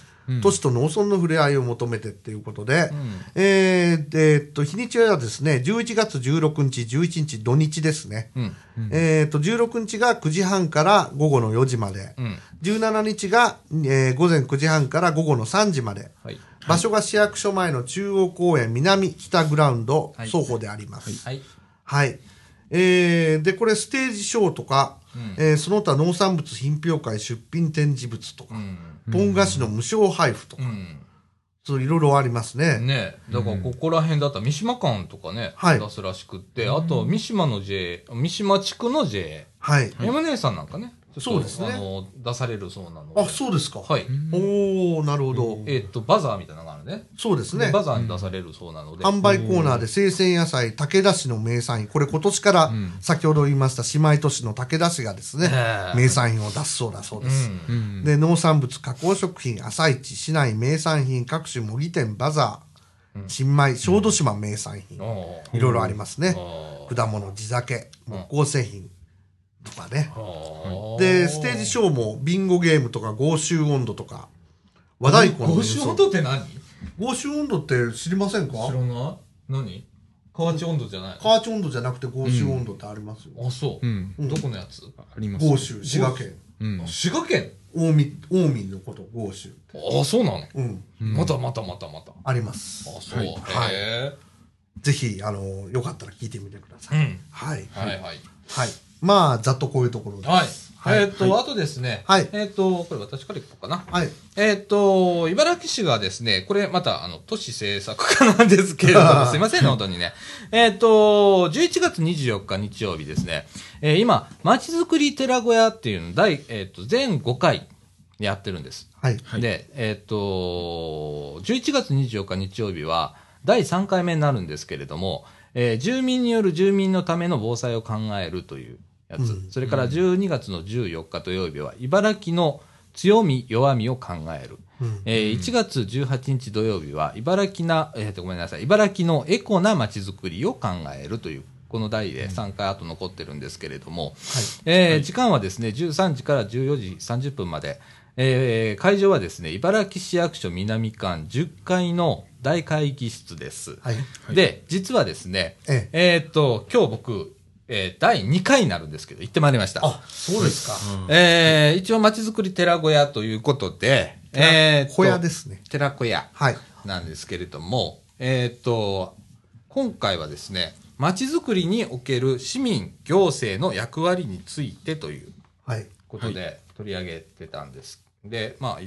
Speaker 2: 都市と農村の触れ合いを求めてっていうことで、えーでえっと、日にちはですね、11月16日、11日、土日ですね。
Speaker 1: うん。
Speaker 2: えっと、16日が9時半から午後の4時まで。
Speaker 1: うん。
Speaker 2: 17日が、えー午前9時半から午後の3時まで。
Speaker 1: はい。
Speaker 2: 場所が市役所前の中央公園南北グラウンド
Speaker 1: はい
Speaker 2: 双方であります。
Speaker 1: はい。
Speaker 2: はい。えーで、これステージショーとか、えーその他農産物品評会出品展示物とか、
Speaker 1: うん。
Speaker 2: ポン菓子の無償配布とか、
Speaker 1: う
Speaker 2: そういろいろあります
Speaker 1: ん。
Speaker 2: ね。
Speaker 1: ねだから、ここら辺だったら、三島館とかね、
Speaker 2: はい
Speaker 1: 出すらしくって、あと、三島の J、三島地区の J、
Speaker 2: はい。
Speaker 1: 山根さんなんかね、ちょっと
Speaker 2: そうですね
Speaker 1: あの出されるそうなので
Speaker 2: あ、そうですか。
Speaker 1: はい。
Speaker 2: おおなるほど。
Speaker 1: えっと、バザーみたいなのがあるね。
Speaker 2: そうですね。
Speaker 1: バザーに出されるそうなので。
Speaker 2: 販売コーナーで生鮮野菜、武田市の名産品、これ今年から
Speaker 1: ん
Speaker 2: 先ほど言いました姉妹都市の武田市がですね、
Speaker 1: へえ
Speaker 2: 名産品を出すそうだそう
Speaker 1: う
Speaker 2: です。
Speaker 1: ん
Speaker 3: うん
Speaker 2: で、農産物、加工食品、朝市、市内名産品、各種模擬店、バザー、新米、小豆島名産品、
Speaker 1: おー
Speaker 2: いろいろありますね。
Speaker 1: おー
Speaker 2: 果物、地酒、木工製品とかね。
Speaker 1: おー
Speaker 2: で、ステージショーもビンゴゲームとか、豪州温度とか、和太鼓の
Speaker 1: 五
Speaker 2: 演
Speaker 1: 州
Speaker 2: 奏
Speaker 1: 温度って何知
Speaker 2: 豪州温度って知りませんから
Speaker 1: ない何河内温度じゃない
Speaker 2: カーチ温度じゃなくて豪州温度ってありますよ。
Speaker 1: あ、そう。
Speaker 3: うん
Speaker 1: どこのやつ
Speaker 3: あります
Speaker 2: 豪州、滋賀県。
Speaker 3: うん
Speaker 1: 滋賀県
Speaker 2: 近江、近江のこと、豪州。
Speaker 1: あ、そうなの
Speaker 2: うん。
Speaker 1: またまたまたまた。
Speaker 2: あります。
Speaker 1: あ、そう。
Speaker 3: はい
Speaker 2: はい
Speaker 1: へ
Speaker 2: ぜひ、あの、よかったら聞いてみてくだ
Speaker 1: ーう
Speaker 2: さい。
Speaker 1: ん。
Speaker 2: はい。
Speaker 1: はいはい。
Speaker 2: はい。まあ、ざっとこういうところです。
Speaker 1: はい。
Speaker 2: はい
Speaker 1: えーっと、あとですね。
Speaker 2: はい
Speaker 1: えーっと、これ私からいこうかな。
Speaker 2: はい。
Speaker 1: えーっと、茨城市がですね、これまた、あの、都市政策課なんですけれど も、すいませんね、本当にね。えーっと、11月24日日曜日ですね、えー今、まちづくり寺小屋っていうの、第、えーっと、全5回やってるんです。
Speaker 2: はい。
Speaker 3: はい
Speaker 1: で、えーっと、11月24日日曜日は、第3回目になるんですけれども、えー住民による住民のための防災を考えるというやつ、
Speaker 2: うん
Speaker 1: それから12月の14日土曜日は、茨城の強み、弱みを考える。
Speaker 2: うん。
Speaker 1: えー1月18日土曜日は、茨城な、えーと、ごめんなさい、茨城のエコなまちづくりを考えるという、この題で3回後残ってるんですけれども、えー時間はですね、13時から14時30分まで、えー会場はですね、茨城市役所南館10階の大会議室です。
Speaker 2: はい。はい。
Speaker 3: はい
Speaker 1: で、実はですね、
Speaker 2: ええ。
Speaker 1: えーっと、今日僕、えー第2回になるんですけど、行ってまいりました。
Speaker 2: あ、そうですか。
Speaker 1: えー一応、まちづくり寺小屋ということで、えーっと
Speaker 2: 小屋ですね。
Speaker 1: 寺子屋
Speaker 2: はい。
Speaker 1: なんですけれども、えーっと、今回はですね、まちづくりにおける市民、行政の役割についてという
Speaker 2: はい。
Speaker 1: ことで取り上げてたんです。で、まあ、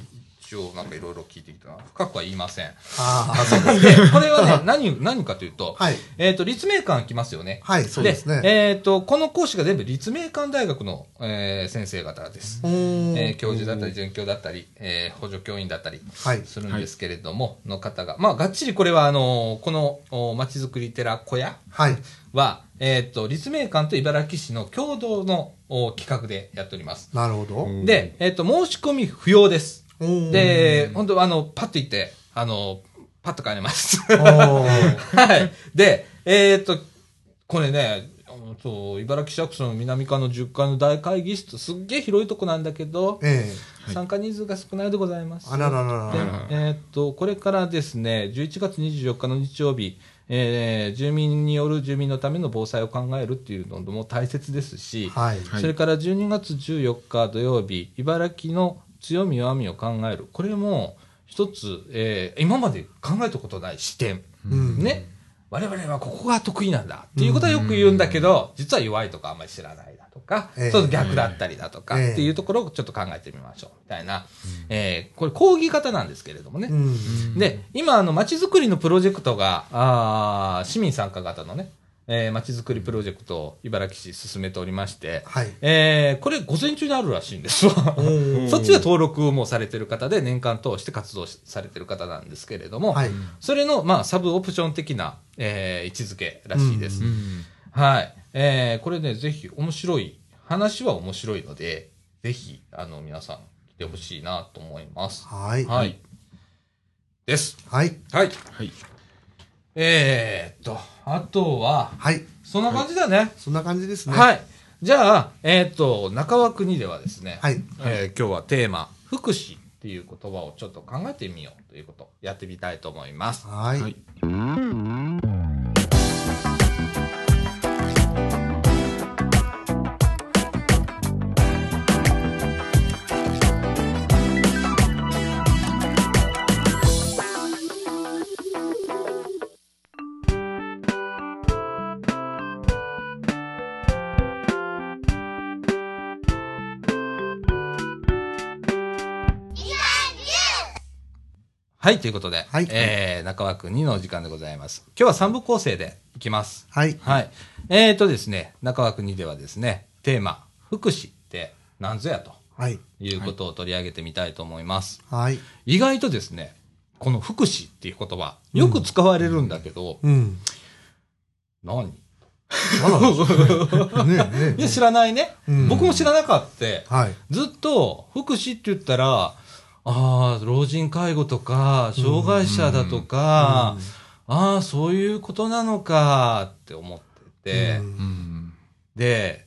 Speaker 1: 一応なんかいろいろ聞いてきたな。深くは言いません。
Speaker 2: ああ、
Speaker 1: で、これはね、何、何かというと、
Speaker 2: はい
Speaker 1: えーっと、立命館来ますよね。
Speaker 2: はい、そうですね。
Speaker 1: えーっと、この講師が全部立命館大学の、えー先生方です。
Speaker 2: うーん
Speaker 1: えー教授だったり、准教だったり、えー補助教員だったり
Speaker 2: はい。
Speaker 1: するんですけれども、の方が、まあ、がっちりこれは、あのーこのおまちづくり寺小屋
Speaker 2: はい。
Speaker 1: は、えーっと、立命館と茨城市の共同のお企画でやっております。
Speaker 2: なるほど。
Speaker 1: で、えーっと、申し込み不要です。
Speaker 2: おー、
Speaker 1: で、本当あの、パッと行って、あの、パッと帰れ ます。
Speaker 2: おー
Speaker 1: はい。で、えーっと、これね、あのそう、茨城市役所の南館の10階の大会議室、すっげえ広いとこなんだけど、
Speaker 2: ええ。
Speaker 1: 参加人数が少ないでございます。
Speaker 2: あららら
Speaker 1: で
Speaker 2: ら。
Speaker 1: えーっと、これからですね、11月24日の日曜日、えー住民による住民のための防災を考えるっていうのも大切ですし、
Speaker 2: はい。
Speaker 3: はい
Speaker 1: それから12月14日土曜日、茨城の強み弱みを考える。これも一つ、えー今まで考えたことない視点。
Speaker 2: うん
Speaker 1: ね。我々はここが得意なんだっていうことはよく言うんだけど、実は弱いとかあんまり知らないだとか、
Speaker 2: ええ
Speaker 1: そう逆だったりだとか
Speaker 2: ええ
Speaker 1: っていうところをちょっと考えてみましょうみたいな、えーこれ講義型なんですけれどもね、
Speaker 2: うん。
Speaker 1: で、今、あの、まちづくりのプロジェクトが、あー市民参加型のね、えー、まちづくりプロジェクトを茨城市進めておりまして、
Speaker 2: はい
Speaker 1: えーこれ午前中にあるらしいんですわ。 そっちは登録をもうされてる方で、年間通して活動しされてる方なんですけれども、
Speaker 2: はい
Speaker 1: それの、まあ、サブオプション的な、えー位置づけらしいです。
Speaker 3: うん
Speaker 1: はい。えーこれね、ぜひ面白い、話は面白いので、ぜひ、あの、皆さん来てほしいなと思います。
Speaker 2: はい。
Speaker 1: は。
Speaker 2: はい
Speaker 1: です。
Speaker 2: い。
Speaker 1: はい。
Speaker 3: はい
Speaker 1: えー、っと、あとは、
Speaker 2: はい。
Speaker 1: そんな感じだね。
Speaker 2: そんな感じですね。
Speaker 1: はい。じゃあ、えー、っと、中和国ではですね、
Speaker 2: はい。
Speaker 1: えー今日はテーマ、福祉っていう言葉をちょっと考えてみようということ、やってみたいと思います。
Speaker 2: はい。
Speaker 3: はい
Speaker 1: はい、ということで、
Speaker 2: はい
Speaker 1: えー中和国のお時間でございます。今日は3部構成でいきます。
Speaker 2: はい。
Speaker 1: はい。えー、とですね、中川国ではですね、テーマ、福祉って、なんぞやと
Speaker 2: はい。
Speaker 1: いうことを取り上げてみたいと思います。
Speaker 2: はい。
Speaker 1: 意外とですね、この福祉っていう言葉、よく使われるんだけど、
Speaker 2: うん。
Speaker 1: 何
Speaker 2: あら ですね。ねえねえ
Speaker 1: いや、知らないね。
Speaker 2: うん
Speaker 1: 僕も知らなかった。
Speaker 2: はい。
Speaker 1: ずっと福祉って言ったら、ああ、老人介護とか、障害者だとか、ああ、そういうことなのかって思ってて、
Speaker 2: うん
Speaker 3: うん
Speaker 1: で、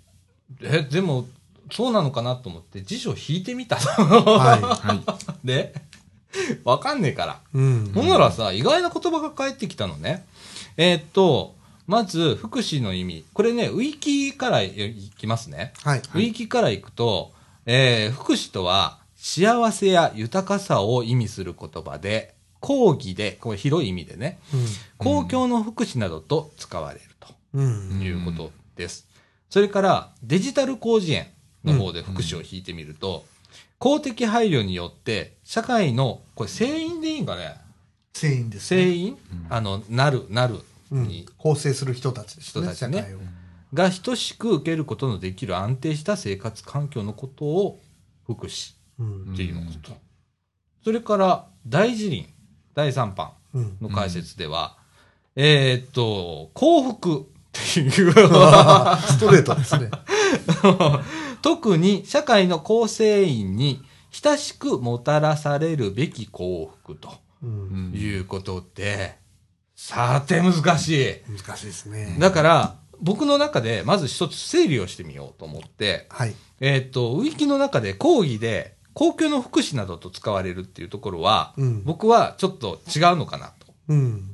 Speaker 1: え、でも、そうなのかなと思って辞書引いてみた。
Speaker 2: は
Speaker 3: は い
Speaker 1: で、わかんねえから。
Speaker 2: い。うん。
Speaker 1: ほんならさ、意外な言葉が返ってきたのね。えーっと、まず、福祉の意味。これね、ウィキからいきますね。
Speaker 2: はい。
Speaker 1: ウィキからいくと、えー福祉とは、幸せや豊かさを意味する言葉で、公義で、これ広い意味でね、公共の福祉などと使われる
Speaker 2: うん。うん
Speaker 1: ということです。それから、デジタル工事園の方で福祉を引いてみると、公的配慮によって、社会の、これ、成員でいいんかね
Speaker 2: 繊維ですね。
Speaker 1: 成員、あの、なる、なる
Speaker 2: うん
Speaker 1: に、
Speaker 2: 構成する人たちです
Speaker 1: 人
Speaker 2: ね。
Speaker 1: たちね
Speaker 2: 社会を
Speaker 1: が等しく受けることのできる安定した生活環境のことを福祉
Speaker 2: うん。
Speaker 1: っていうこと。それから、大辞林、第3版
Speaker 2: うん。
Speaker 1: の解説では、えーっと、幸福っていう、
Speaker 2: ストレートですね。
Speaker 1: 特に社会の構成員に親しくもたらされるべき幸福と
Speaker 2: うん。
Speaker 1: いうことで、さて難しい。
Speaker 2: 難しいですね。
Speaker 1: だから、僕の中で、まず一つ整理をしてみようと思って、
Speaker 2: はい。
Speaker 1: えーっ、と、ウィキの中で講義で、公共の福祉などと使われるっていうところは、
Speaker 2: うん
Speaker 1: 僕はちょっと違うのかなと。
Speaker 2: うん。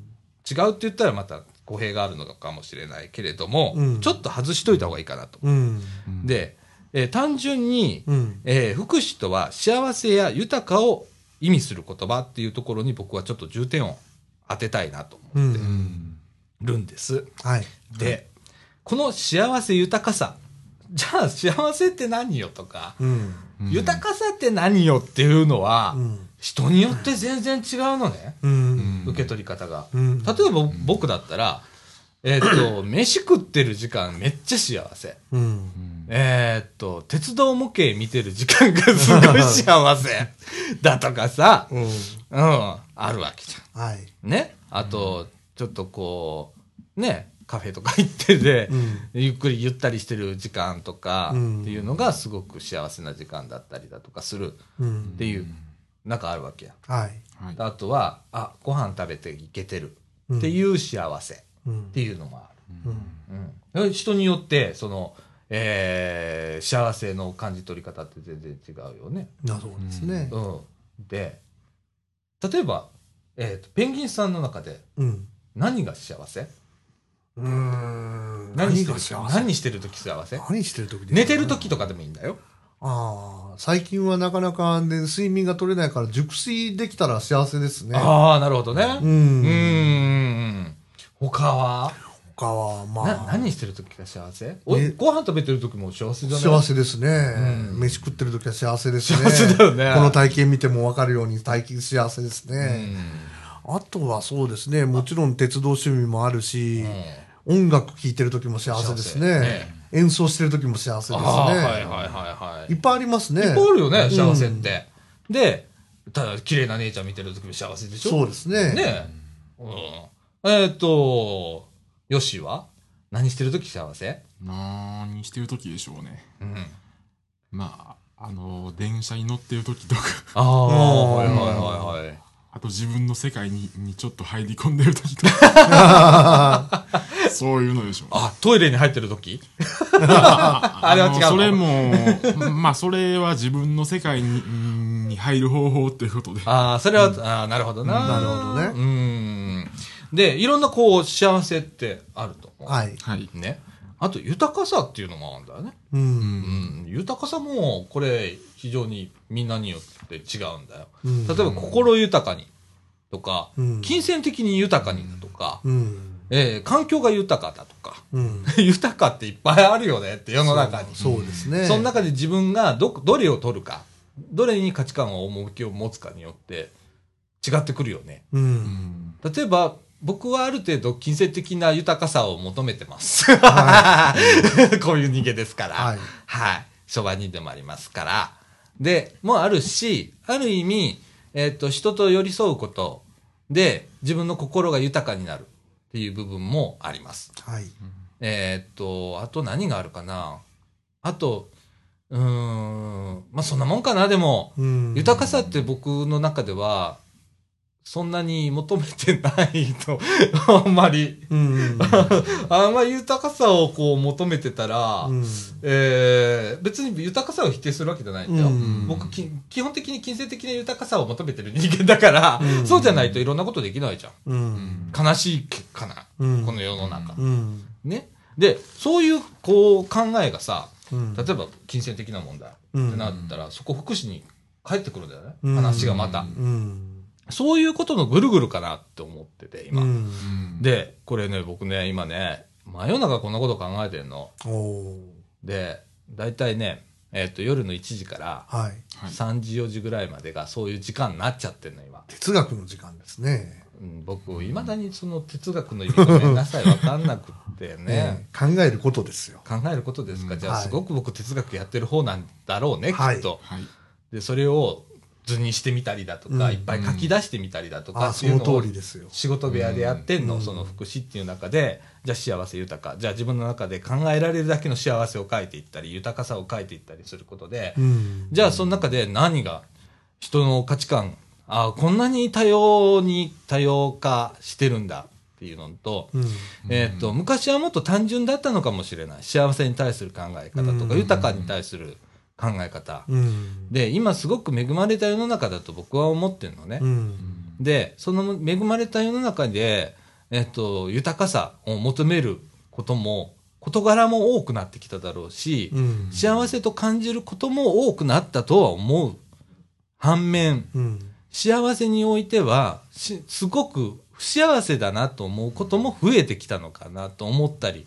Speaker 1: 違うって言ったらまた語弊があるのかもしれないけれども、
Speaker 2: うん
Speaker 1: ちょっと外しといた方がいいかなと。
Speaker 2: うん。
Speaker 1: で、えー単純に、
Speaker 2: うん。
Speaker 1: えー福祉とは幸せや豊かを意味する言葉っていうところに僕はちょっと重点を当てたいなと
Speaker 2: う
Speaker 1: 思
Speaker 2: ん。
Speaker 1: るんです。
Speaker 2: はい。
Speaker 1: で、この幸せ豊かさ、じゃあ幸せって何よとか、
Speaker 2: うん。
Speaker 1: 豊かさって何よっていうのは、
Speaker 2: うん。
Speaker 1: 人によって全然違うのね、
Speaker 2: うん。
Speaker 1: 受け取り方が。
Speaker 2: うん。
Speaker 1: 例えば僕だったら、えー っと、飯食ってる時間めっちゃ幸せ。
Speaker 2: うん。
Speaker 1: えーっと、鉄道模型見てる時間がすごい幸せ だとかさ、
Speaker 2: うん。
Speaker 1: うん、あるわけじ
Speaker 2: はい。
Speaker 1: ゃん。ね。あと、ちょっとこう、ね、カフェとか行ってて、
Speaker 2: うん。
Speaker 1: ゆっくりゆったりしてる時間とかっていうのがすごく幸せな時間だったりだとかする
Speaker 2: う
Speaker 1: っ
Speaker 2: ん。
Speaker 1: ていう、なんかあるわけや。
Speaker 2: はい。
Speaker 3: はい
Speaker 1: あとは、あ、ご飯食べていけてる
Speaker 2: うん
Speaker 1: っていう幸せっ
Speaker 2: うん
Speaker 1: て。いうのもあ
Speaker 2: うん。
Speaker 1: る。うん人によって、その、えー幸せの感じ取り方って全然違うよね。
Speaker 2: なそうですね。
Speaker 1: うん。で、例えば、えーと、ペンギンさんの中で
Speaker 2: うん。
Speaker 1: 何が幸せ
Speaker 2: うん。
Speaker 1: 何
Speaker 2: 何
Speaker 1: してる
Speaker 2: が幸せ
Speaker 1: 何してる時幸せ
Speaker 2: 何してる時ですかね
Speaker 1: 寝てる時とかでもいいんだよ。
Speaker 2: ああ、最近はなかなか、ね、睡眠が取れないから熟睡できたら幸せですね。
Speaker 1: ああ、なるほどね。
Speaker 2: う。
Speaker 1: うんん。他は、
Speaker 2: 他は、ま
Speaker 1: な
Speaker 2: あ、
Speaker 1: 何してる時が幸せお
Speaker 2: ね
Speaker 1: ご飯食べてる時も幸せじゃない
Speaker 2: 幸せですね、
Speaker 1: うん
Speaker 2: 飯食ってる時は幸せです
Speaker 1: 幸
Speaker 2: ね。
Speaker 1: せだよね
Speaker 2: この体験見ても分かるように体験幸せです
Speaker 1: う
Speaker 2: ね、
Speaker 1: ん
Speaker 2: あとはそうですね、もちろん鉄道趣味もあるし、音楽聴いてる時も幸せですね。
Speaker 1: 幸せね
Speaker 2: 演奏してる時も幸せですね。
Speaker 1: ああ、はいはいはいはい。
Speaker 2: いっぱいありますね。
Speaker 1: いっぱいあるよね、
Speaker 2: ん
Speaker 1: 幸せって。で、ただ、綺麗な姉ちゃん見てる時も幸せでしょ
Speaker 2: そうですね。
Speaker 1: ねうん。えーっと、ヨシは何してる時幸せ
Speaker 3: 何してる時でしょうね
Speaker 1: うん。あ
Speaker 3: まああの電車に乗ってる時とか
Speaker 1: あ、
Speaker 2: うん
Speaker 1: はいはいはいはい。
Speaker 3: あと自分の世界ににちょっと入り込んでる時とか そういうのでしょう
Speaker 1: あ、トイレに入ってる時あれは違うの
Speaker 3: のそれもまあそれは自分の世界にうんに入る方法っていうことで
Speaker 1: ああ、それは、ああ、なるほどな。
Speaker 2: なるほどね
Speaker 1: うん。で、いろんなこう、幸せってあると思う。
Speaker 2: はい。
Speaker 3: はい
Speaker 1: ね。あと、豊かさっていうのもあるんだよね。
Speaker 2: う。
Speaker 3: うんん
Speaker 1: うん。豊かさも、これ、非常にみんなによって違うんだよ。
Speaker 2: うん
Speaker 1: 例えば、心豊かにとか、
Speaker 2: うん
Speaker 1: 金銭的に豊かにだとか、
Speaker 2: うん。
Speaker 1: えー環境が豊かだとか、
Speaker 2: うん。
Speaker 1: 豊かっていっぱいあるよねって、世の中に。
Speaker 2: そうそうですね。
Speaker 1: その中で自分がど、どれを取るか、どれに価値観を趣を持つかによって違ってくるよね。
Speaker 2: う。
Speaker 3: うんん
Speaker 1: 例えば、僕はある程度金銭的 な豊かさを求めてます。こういう人間ですから。
Speaker 2: はい。
Speaker 1: はい。諸場にでもありますから。で、もあるし、ある意味、えっと、人と寄り添うことで、自分の心が豊かになるっていう部分もあります。
Speaker 2: はい。
Speaker 1: えーっと、あと何があるかな。あと、うーん、まあそんなもんかな、でも。
Speaker 2: うん。
Speaker 1: 豊かさって僕の中では、そんなに求めてないと、 あんまり。
Speaker 2: うんうん。
Speaker 1: あんまり豊かさをこう求めてたら、
Speaker 2: うん
Speaker 1: えー別に豊かさを否定するわけじゃ ないんだよ。
Speaker 2: うん
Speaker 1: 僕き、基本的に金銭的な豊かさを求めてる人間だから、
Speaker 2: うん
Speaker 1: そうじゃないといろんなことできないじゃん。
Speaker 2: うん。
Speaker 1: 悲しい結果な、
Speaker 2: うん
Speaker 1: この世の中。
Speaker 2: うん。
Speaker 1: ね。で、そういう、こう、考えがさ、
Speaker 2: うん
Speaker 1: 例えば、金銭的な問題ってなったら、そこ福祉に帰ってくるんだよね。
Speaker 2: うん
Speaker 1: 話がまた。
Speaker 2: うん。
Speaker 1: そういうことのぐるぐるかなって思ってて、
Speaker 2: う
Speaker 1: 今。
Speaker 2: ん。
Speaker 3: うん
Speaker 1: で、これね、僕ね、今ね、真夜中こんなこと考えてんの。
Speaker 2: おー
Speaker 1: で、大体ね、えっ、と、夜の1時から
Speaker 2: はい。
Speaker 3: はい
Speaker 1: 3時、4時ぐらいまでがそういう時間になっちゃってんの、今。
Speaker 2: 哲学の時間ですね。
Speaker 1: うん、僕、いまだにその哲学の意味がごめんなさい、わかんなくってね。
Speaker 2: ええ考えることですよ。
Speaker 1: 考えることですか、
Speaker 3: うん
Speaker 1: じゃあ
Speaker 2: はい
Speaker 1: すごく僕哲学やってる方なんだろうね、
Speaker 2: はい
Speaker 1: きっと
Speaker 3: はい。
Speaker 1: でそれを図にしてみたりだとか、
Speaker 2: うん
Speaker 1: いっぱい書き出してみたりだとか
Speaker 2: あ、
Speaker 1: って
Speaker 2: そ
Speaker 1: いう
Speaker 2: の
Speaker 1: のを
Speaker 2: 通りですよ。
Speaker 1: 仕事部屋でやってんの、
Speaker 2: うん
Speaker 1: その福祉っていう中でじゃあ幸せ豊かじゃあ自分の中で考えられるだけの幸せを書いていったり豊かさを書いていったりすることで、
Speaker 2: うん。
Speaker 1: じゃあその中で何が人の価値観あこんなに多様に多様化してるんだっていうのと、
Speaker 2: うん。
Speaker 1: えーっと昔はもっと単純だったのかもしれない幸せに対する考え方とか
Speaker 2: うん
Speaker 1: 豊かに対する考え方
Speaker 2: うん。
Speaker 1: で今すごく恵まれた世の中だと僕は思ってるのね
Speaker 2: う。
Speaker 3: うんん
Speaker 1: でその恵まれた世の中で、えーっと豊かさを求めることも事柄も多くなってきただろうし
Speaker 2: うん。
Speaker 1: 幸せと感じることも多くなったとは思う反面
Speaker 2: うん。
Speaker 1: 幸せにおいてはしすごく不幸せだなと思うことも増えてきたのかなと思ったり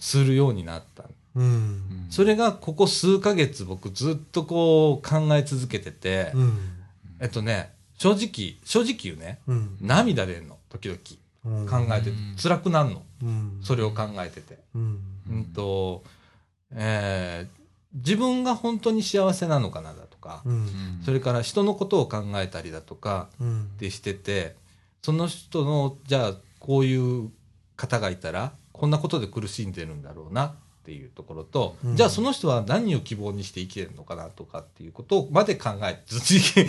Speaker 1: するようになった
Speaker 2: うん。
Speaker 1: それがここ数ヶ月僕ずっとこう考え続けてて、
Speaker 2: うん。
Speaker 1: えっとね正直正直言うね
Speaker 2: うん。
Speaker 1: 涙出んの時々
Speaker 2: うん
Speaker 1: 考えてて
Speaker 3: うん
Speaker 1: 辛くなるの
Speaker 2: うん。
Speaker 1: それを考えてて
Speaker 2: うん。
Speaker 1: うんとえー自分が本当に幸せなのかなだとか
Speaker 2: うん。
Speaker 1: それから人のことを考えたりだとか
Speaker 2: うん
Speaker 1: っ。てしててその人のじゃあこういう方がいたらこんなことで苦しんでるんだろうなっていうところと、
Speaker 2: うん
Speaker 1: じゃあその人は何を希望にして生きてるのかなとかっていうことをまで考えずつ書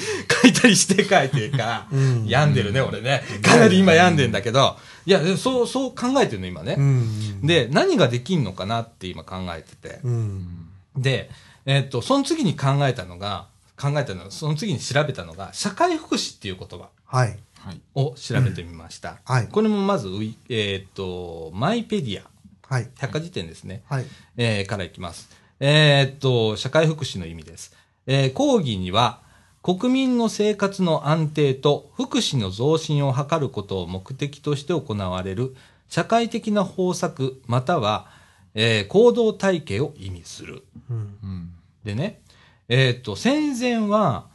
Speaker 1: い たりして書いてるから、
Speaker 2: うん
Speaker 1: 病んでるね俺ねかなり今病んでんだけどいやでもそうそう考えてるの今ね、
Speaker 2: うん。
Speaker 1: で何ができんのかなって今考えてて、
Speaker 2: うん。
Speaker 1: で、えっとその次に考えたのが考えたのその次に調べたのが社会福祉っていう言葉。
Speaker 2: はい。
Speaker 3: はい。
Speaker 1: を調べてみました。
Speaker 2: はい。
Speaker 1: これもまずウィ、えーっと、マイペディア、
Speaker 2: はい。
Speaker 1: 百科事典ですね、
Speaker 2: はい。
Speaker 1: えーからいきます。えーっと、社会福祉の意味です。えー講義には、国民の生活の安定と福祉の増進を図ることを目的として行われる社会的な方策または、えー行動体系を意味する。
Speaker 2: うん。
Speaker 3: うん
Speaker 1: でね、えーっと、戦前は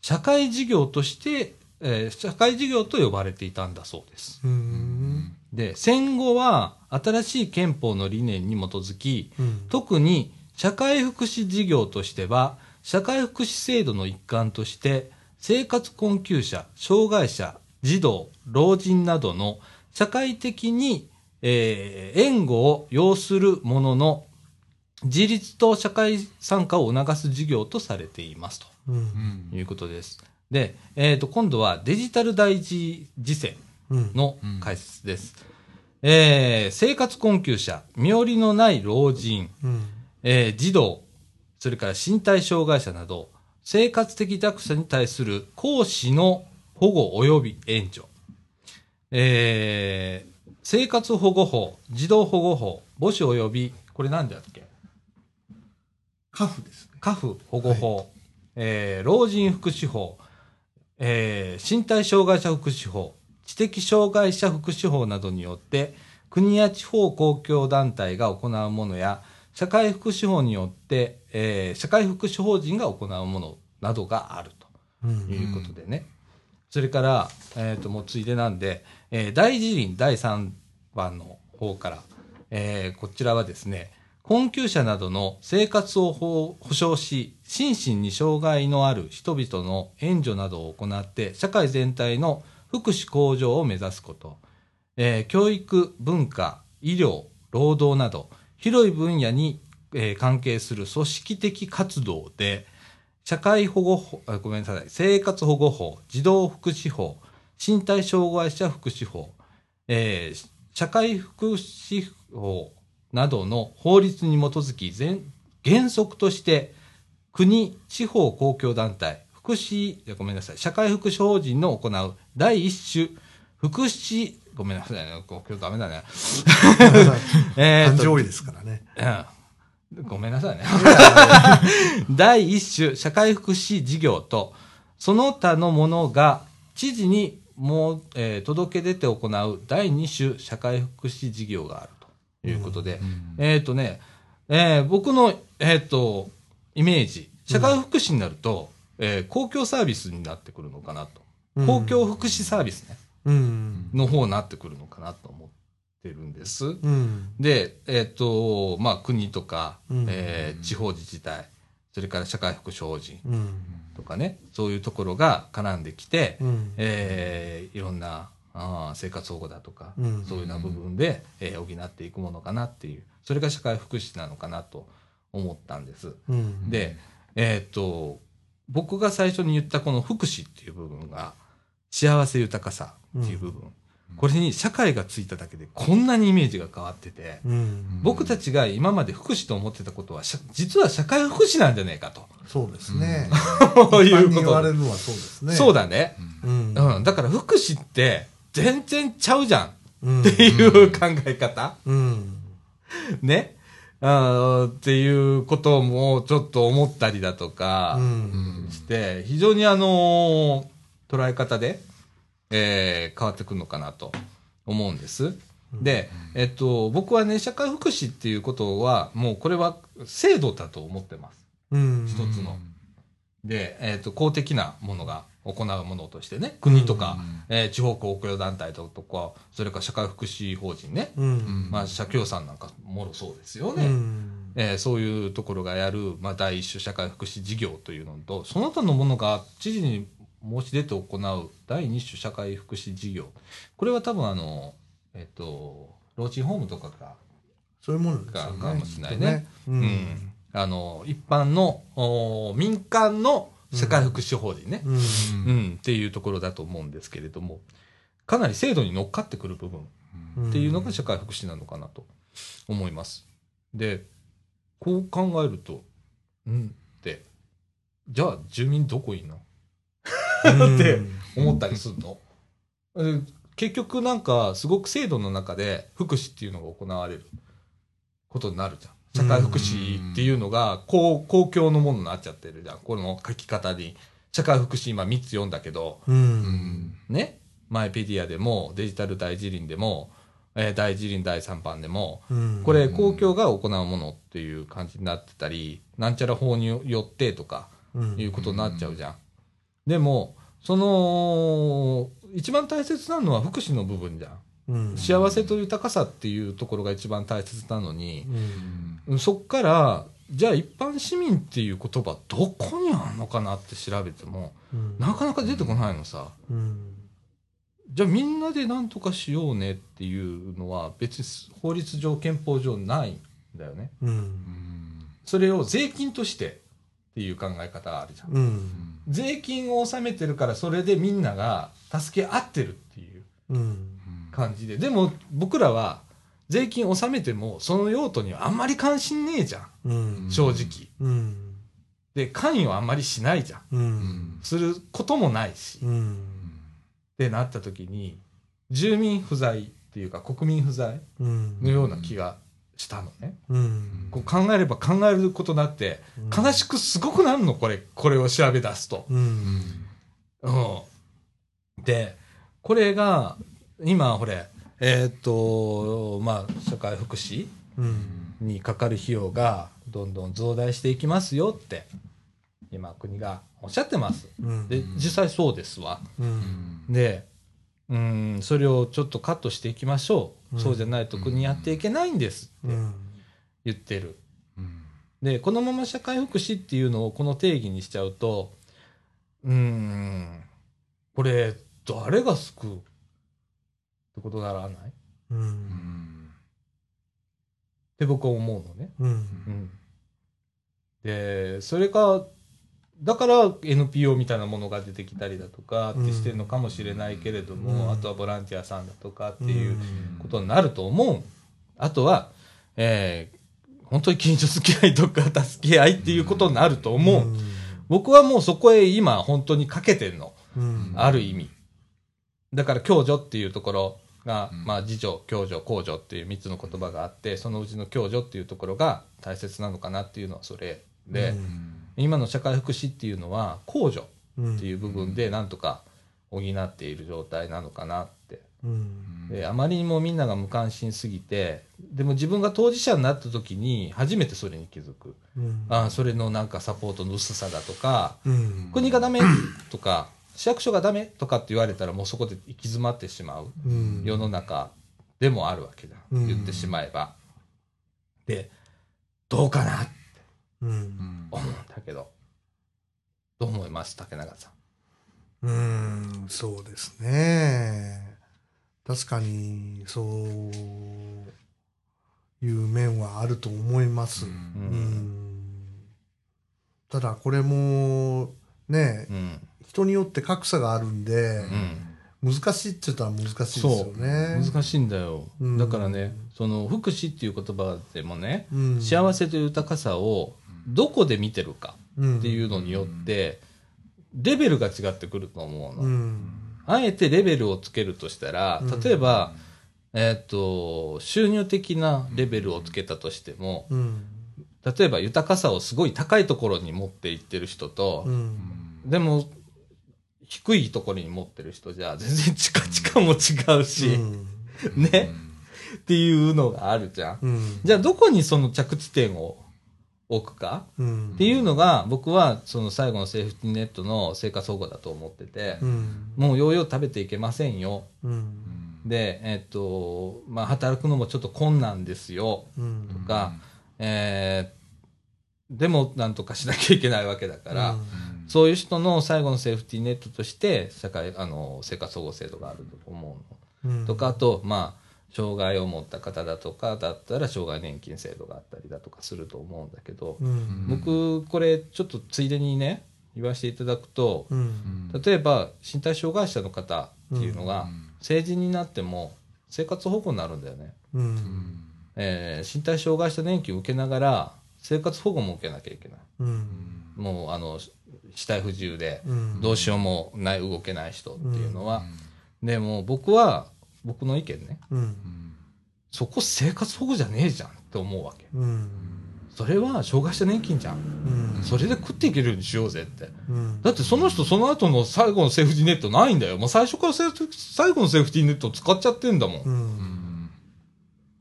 Speaker 1: 社会事業として、えー社会事業と呼ばれていたんだそうです。
Speaker 2: うん。
Speaker 1: で戦後は新しい憲法の理念に基づき
Speaker 2: うん。
Speaker 1: 特に社会福祉事業としては社会福祉制度の一環として生活困窮者障害者児童老人などの社会的に、えー援護を要するものの自立と社会参加を促す事業とされていますと
Speaker 2: う。
Speaker 3: うんん
Speaker 1: いうことです。で、えー、と今度はデジタル第一次世
Speaker 2: うん。
Speaker 1: の解説です。えー生活困窮者、身寄りのない老人、
Speaker 2: うん。
Speaker 1: えー児童、それから身体障害者など、生活的弱者に対する講師の保護及び援助、えー生活保護法、児童保護法、母子及び、これ何だっけ
Speaker 2: カフですね。
Speaker 1: 家父保護法、えー老人福祉法、えー身体障害者福祉法、知的障害者福祉法などによって、国や地方公共団体が行うものや、社会福祉法によって、えー社会福祉法人が行うものなどがあると。
Speaker 2: う
Speaker 1: と
Speaker 2: ん。
Speaker 1: いうことでね、それから、えー、ともうついでなんで、えー大辞林第3番の方から、えーこちらはですね困窮者などの生活を保保障し、心身に障害のある人々の援助などを行って、社会全体の福祉向上を目指すこと、えー教育、文化、医療、労働など、広い分野に、えー関係する組織的活動で、社会保護法、あごめんなさい、生活保護法、児童福祉法、身体障害者福祉法、えー社会福祉法などの法律に基づき全原則として国、地方公共団体、福祉、いやごめんなさい、社会福祉法人の行う第一種、福祉、ごめんなさいね、こう今日ダメだね。えー
Speaker 2: 感
Speaker 1: と
Speaker 2: 情多いですからね。
Speaker 1: うんごめんなさいね。第一種、社会福祉事業と、その他のものが知事にもう、えー届け出て行う第二種、社会福祉事業があるということで、えっ、とね、えー僕の、えっ、と、イメージ、社会福祉になると、えー公共サービスになってくるのかなと。
Speaker 2: うん
Speaker 1: 公共福祉サービスね、
Speaker 2: うん。
Speaker 1: の方になってくるのかなと思ってるんです。
Speaker 2: うん。
Speaker 1: で、えっ、と、まあ、国とか、
Speaker 2: うん
Speaker 1: えー地方自治体、それから社会福祉法人
Speaker 2: うん。
Speaker 1: とかね、そういうところが絡んできて、
Speaker 2: うん。
Speaker 1: えーいろんなあー生活保護だとか、
Speaker 2: うん
Speaker 1: そういうような部分で、えー補っていくものかなっていう、それが社会福祉なのかなと思ったんです。
Speaker 2: うん。
Speaker 1: で、えっ、と、僕が最初に言ったこの福祉っていう部分が、幸せ豊かさっていう部分。これに社会がついただけでこんなにイメージが変わってて、
Speaker 2: うん。
Speaker 1: 僕たちが今まで福祉と思ってたことは、しゃ実は社会福祉なんじゃねえかと。
Speaker 2: そうですね。
Speaker 1: こう
Speaker 2: 一
Speaker 1: い
Speaker 2: 般
Speaker 1: う
Speaker 2: に
Speaker 1: こ
Speaker 2: 言われ
Speaker 1: と。
Speaker 2: るのはそうですね。
Speaker 1: そう。だね。
Speaker 2: うん。
Speaker 1: うん。だから福祉って全然ちゃうじゃんっ
Speaker 2: うん
Speaker 1: ていう考え方、
Speaker 2: うん。
Speaker 1: ね。あーっていうこともちょっと思ったりだと
Speaker 2: う
Speaker 1: か
Speaker 2: ん。
Speaker 1: して、非常にあのー捉え方で、えー変わってくるのかなと思うんです。で、えっと、僕はね、社会福祉っていうことは、もうこれは制度だと思ってます。
Speaker 2: うん。
Speaker 1: 一つの。で、えっ、と、公的なものが行うものとしてね、国とか、えー地方公共団体とか、それから社会福祉法人ね、
Speaker 2: うん。
Speaker 1: まあ、社協さんなんかもろそうですよ
Speaker 2: う
Speaker 1: ね。
Speaker 2: ん。
Speaker 1: えーそういうところがやる、まあ、第一種社会福祉事業というのと、その他のものが知事に申し出て行う第二種社会福祉事業。これは多分あの、えっ、と、老人ホームとかが
Speaker 2: そういうものです
Speaker 1: か
Speaker 2: よね。
Speaker 1: かもしれない
Speaker 2: きっと
Speaker 1: ね。
Speaker 2: う。
Speaker 1: うんんあの一般のおー民間の社会福祉法人ね、
Speaker 2: うん。
Speaker 1: うんっていうところだと思うんですけれどもかなり制度に乗っかってくる部分
Speaker 2: ん
Speaker 1: っていうのが社会福祉なのかなと思います。でこう考えるとうんってじゃあ住民どこいいのって思ったりするの、え結局なんかすごく制度の中で福祉っていうのが行われることになるじゃん社会福祉っていうのが公公共のものになっちゃってるじゃんこの書き方に社会福祉今3つ読んだけど
Speaker 2: うん。
Speaker 1: ねマイペディアでもデジタル大辞林でも、えー大辞林第3版でも
Speaker 2: うん。
Speaker 1: これ公共が行うものっていう感じになってたりなんちゃら法によってとか
Speaker 2: うん、
Speaker 1: いうことになっちゃうじゃん。でも、その、一番大切なのは福祉の部分じゃん。
Speaker 2: うん。
Speaker 1: 幸せと豊かさっていうところが一番大切なのに
Speaker 2: う、ん。
Speaker 1: そっから、じゃあ一般市民っていう言葉どこにあんのかなって調べても、
Speaker 2: うん。
Speaker 1: なかなか出てこないのさ。
Speaker 2: うん。
Speaker 1: じゃあみんなで何とかしようねっていうのは別に法律上憲法上ないんだよね。
Speaker 2: うん。
Speaker 1: それを税金としてっていう考え方があるじゃん。
Speaker 2: うん。
Speaker 1: 税金を納めてるからそれでみんなが助け合ってるっていう
Speaker 2: うん。
Speaker 1: 感じででも僕らは税金納めてもその用途にはあんまり関心ねえじゃん
Speaker 2: うん。
Speaker 1: 正直、
Speaker 2: うん。
Speaker 1: で関与あんまりしないじゃん
Speaker 2: うん。
Speaker 1: することもないし、っ
Speaker 2: うん。
Speaker 1: てなった時に住民不在っていうか国民不在
Speaker 2: うん。
Speaker 1: のような気がしたのね、
Speaker 2: うん。
Speaker 1: こう考えれば考えることになって悲しくすごくなるのこれこれを調べ出すと、
Speaker 2: うん。
Speaker 1: うん、でこれが今これえーっとまあ社会福祉
Speaker 2: うん。
Speaker 1: にかかる費用がどんどん増大していきますよって今国がおっしゃってます
Speaker 2: うん。
Speaker 1: で実際そうですわ
Speaker 2: うん。
Speaker 1: でうんそれをちょっとカットしていきましょう、
Speaker 2: うん
Speaker 1: そうじゃないと国やっていけないんですって、
Speaker 2: うん。
Speaker 1: 言ってる。
Speaker 3: うん
Speaker 1: で、このまま社会福祉っていうのをこの定義にしちゃうと、うーん、これ、誰が救うってことにならないっ
Speaker 2: う
Speaker 3: うんん
Speaker 1: て僕は思うのね。
Speaker 2: うん
Speaker 1: うん。で、それが、だから NPO みたいなものが出てきたりだとかってしてるのかもしれないけれども、
Speaker 2: うん
Speaker 1: あとはボランティアさんだとかって
Speaker 2: うん
Speaker 1: いうことになると思う。あとは、えー本当に近所付き合いとか助け合いっていうことになると思う。
Speaker 2: ん
Speaker 1: 僕はもうそこへ今本当にかけてんの。
Speaker 2: うん
Speaker 1: ある意味。だから、共助っていうところが、
Speaker 3: うん
Speaker 1: まあ、自助、共助、公助っていう3つの言葉があって、そのうちの共助っていうところが大切なのかなっていうのはそれで、
Speaker 2: うん
Speaker 1: 今の社会福祉っていうのは、公助
Speaker 2: うん
Speaker 1: っていう部分でなんとか補っている状態なのかなって。
Speaker 2: うん
Speaker 1: であまりにもみんなが無関心すぎて、でも自分が当事者になった時に初めてそれに気づく。
Speaker 2: うん
Speaker 1: あーそれのなんかサポートの薄さだとか、
Speaker 2: うん
Speaker 1: 国がダメとか、市役所がダメとかって言われたらもうそこで行き詰まってしまう
Speaker 2: うん
Speaker 1: 世の中でもあるわけだ。
Speaker 2: うん
Speaker 1: 言ってしまえば。で、どうかなって
Speaker 2: うん
Speaker 3: うん
Speaker 1: 思うんだけど。どう思います竹永さん。
Speaker 2: うーん、そうですね。確かに、そういう面はあると思います。
Speaker 1: う。
Speaker 2: うんんただ、これも、ね、
Speaker 1: うん。
Speaker 2: 人によって格差があるんで、
Speaker 1: うん。
Speaker 2: 難しいって言ったら難しいですよね。
Speaker 1: 難しいんだよ。
Speaker 2: うん
Speaker 1: だからね、その福祉っていう言葉でもね、
Speaker 2: うん
Speaker 1: 幸せという豊かさをどこで見てるかっていうのによって、レベルが違ってくると思うの。
Speaker 2: うん。
Speaker 1: あえてレベルをつけるとしたら
Speaker 2: うん、
Speaker 1: 例えば、えーっと、収入的なレベルをつけたとしても、
Speaker 2: うん。
Speaker 1: 例えば豊かさをすごい高いところに持っていってる人と
Speaker 2: う、。
Speaker 3: うんん
Speaker 1: でも、低いところに持ってる人じゃ、全然チカチカも違うし、 ね、っていうのがあるじゃん。
Speaker 2: うん。
Speaker 1: じゃあ、どこにその着地点を置くか
Speaker 2: うん
Speaker 1: っていうのが、僕はその最後のセーフティーネットの生活保護だと思ってて
Speaker 2: う、ん。
Speaker 1: もうヨーヨー食べていけませんよ
Speaker 2: うん。
Speaker 1: で、えっと、まあ、働くのもちょっと困難ですよ。
Speaker 2: うん。
Speaker 1: とか、えーでも、なんとかしなきゃいけないわけだから、
Speaker 3: うん
Speaker 1: そういう人の最後のセーフティーネットとして、社会、あの、生活保護制度があると思う
Speaker 2: うん
Speaker 1: の。とか、あ、と、まあ、障害を持った方だとか、だったら、障害年金制度があったりだとかすると思うんだけど、
Speaker 2: うん。
Speaker 1: 僕、これ、ちょっとついでにね、言わせていただくと、
Speaker 2: うん。
Speaker 1: 例えば、身体障害者の方っていうのが、
Speaker 3: うん
Speaker 1: 成人になっても生活保護になるんだよね、
Speaker 2: うん。
Speaker 1: えー身体障害者年金受けながら生活保護も受けなきゃいけない
Speaker 2: うん。
Speaker 1: もうあのし死体不自由で
Speaker 2: うん。
Speaker 1: どうしようもない動けない人っていうのは、でも僕は僕の意見ね
Speaker 2: うん。
Speaker 1: そこ生活保護じゃねえじゃんって思うわけ
Speaker 2: うん。
Speaker 1: それは障害者年金じゃん
Speaker 2: うん。
Speaker 1: それで食っていけるようにしようぜって
Speaker 2: うん。
Speaker 1: だってその人その後の最後のセーフティーネットないんだよもう最初からセーフ最後のセーフティーネット使っちゃってんだもん、
Speaker 2: うん。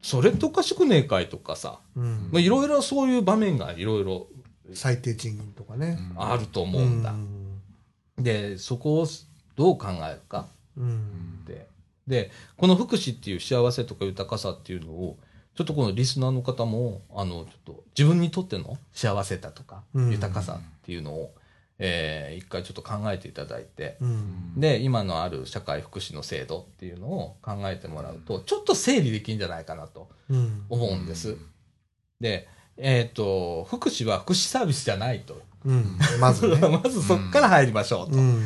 Speaker 1: それっておかしくねえかいとかさ
Speaker 2: うん。
Speaker 1: まあ、いろいろそういう場面がいろいろ
Speaker 2: 最低賃金とかね。
Speaker 1: あると思うんだ。
Speaker 2: ん。
Speaker 1: で、そこをどう考えるか
Speaker 2: うん。
Speaker 1: って。で、この福祉っていう幸せとか豊かさっていうのを、ちょっとこのリスナーの方も、あの、ちょっと自分にとっての幸せだとか、
Speaker 2: うん
Speaker 1: 豊かさっていうのを、えー一回ちょっと考えていただいて、
Speaker 2: うん。
Speaker 1: で、今のある社会福祉の制度っていうのを考えてもらうと、ちょっと整理できるんじゃないかなと
Speaker 2: うん。
Speaker 1: 思うんです。で、えっ、と、福祉は福祉サービスじゃないと。
Speaker 2: うん。まずね。
Speaker 1: まずそっから入りましょうと。
Speaker 2: うん。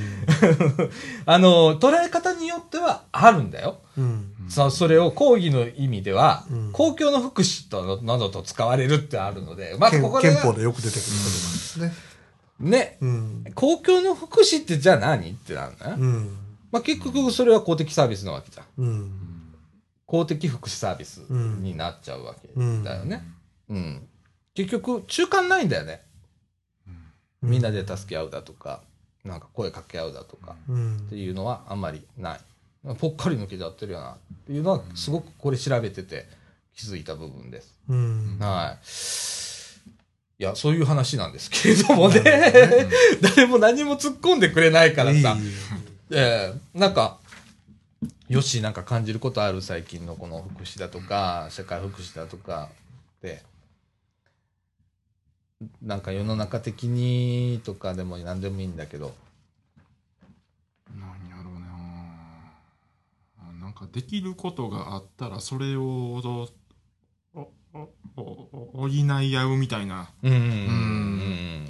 Speaker 1: あの、捉え方によってはあるんだよ。
Speaker 2: うん。
Speaker 1: さそれを講義の意味では、
Speaker 2: うん
Speaker 1: 公共の福祉となどと使われるってあるので、まず
Speaker 2: 憲
Speaker 1: ここで
Speaker 2: 憲
Speaker 1: は、
Speaker 2: 法でよく出てくる言葉ですね。
Speaker 1: ね、
Speaker 2: うん。
Speaker 1: 公共の福祉ってじゃあ何ってなるのね。
Speaker 2: うん。
Speaker 1: まあ、結局それは公的サービスなわけじゃん。
Speaker 2: うん。
Speaker 1: 公的福祉サービスになっちゃうわけだよね。うん。結局、中間ないんだよね。みんなで助け合うだとか、なんか声かけ合うだとか。
Speaker 2: うん
Speaker 1: って。いうのはあんまりない。ぽっかり抜けちゃってるよなっていうのはすごくこれ調べてて気づいた部分です。
Speaker 2: うん。
Speaker 1: はい。いや、そういう話なんですけれどもね。 誰も何も突っ込んでくれないから
Speaker 2: いい
Speaker 1: さ。ええなんか、よし、なんか感じることある最近のこの福祉だとか、社会福祉だとかって。なんか世の中的にとかでも何でもいいんだけど。
Speaker 3: 何やろうねあなんかできることがあったらそれをどうおおおお補い合うみたいな
Speaker 1: うんうんうんうん。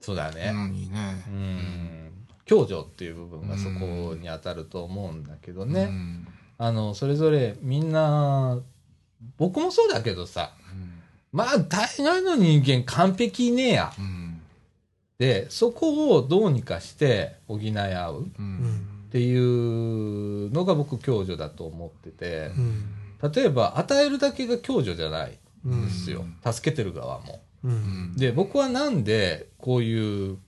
Speaker 1: そうだね。
Speaker 3: のにね
Speaker 1: う。ん。共助っていう部分がそこに当たると思うんだけどね。
Speaker 3: うん
Speaker 1: あの、それぞれみんな、僕もそうだけどさ、まあ大概の人間完璧ねえや。
Speaker 3: うん
Speaker 1: で、そこをどうにかして補い合う
Speaker 3: う
Speaker 2: うんん
Speaker 1: っていうのが僕共助だと思ってて、
Speaker 2: うん
Speaker 1: 例えば与えるだけが共助じゃない
Speaker 2: うんん
Speaker 1: ですよ。助けてる側も。
Speaker 2: う
Speaker 3: うんん
Speaker 1: で、僕はなんでこういう、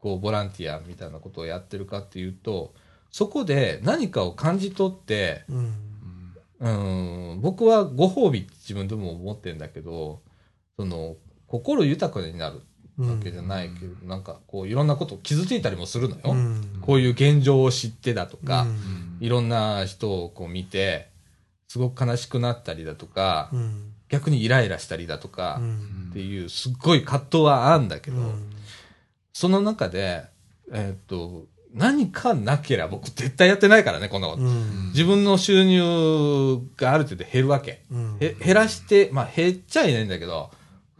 Speaker 1: こう、ボランティアみたいなことをやってるかっていうと、そこで何かを感じ取って、
Speaker 2: うん
Speaker 3: うん
Speaker 1: うん、僕はご褒美って自分でも思ってんだけど、その、心豊かになるわけじゃないけど、なんかこう、いろんなこと傷ついたりもするのよ。
Speaker 2: うん
Speaker 1: こういう現状を知ってだとか、
Speaker 2: うん
Speaker 1: いろんな人をこう見て、すごく悲しくなったりだとか、
Speaker 2: うん
Speaker 1: 逆にイライラしたりだとか
Speaker 2: う、ん
Speaker 1: っていう、すっごい葛藤はあるんだけど、
Speaker 2: うん
Speaker 1: その中で、えーっと、何かなければ僕絶対やってないからね、こんなこと。
Speaker 2: うん
Speaker 1: 自分の収入がある程度減るわけ。
Speaker 2: うん
Speaker 1: へ減らして、まあ減っちゃいないんだけど、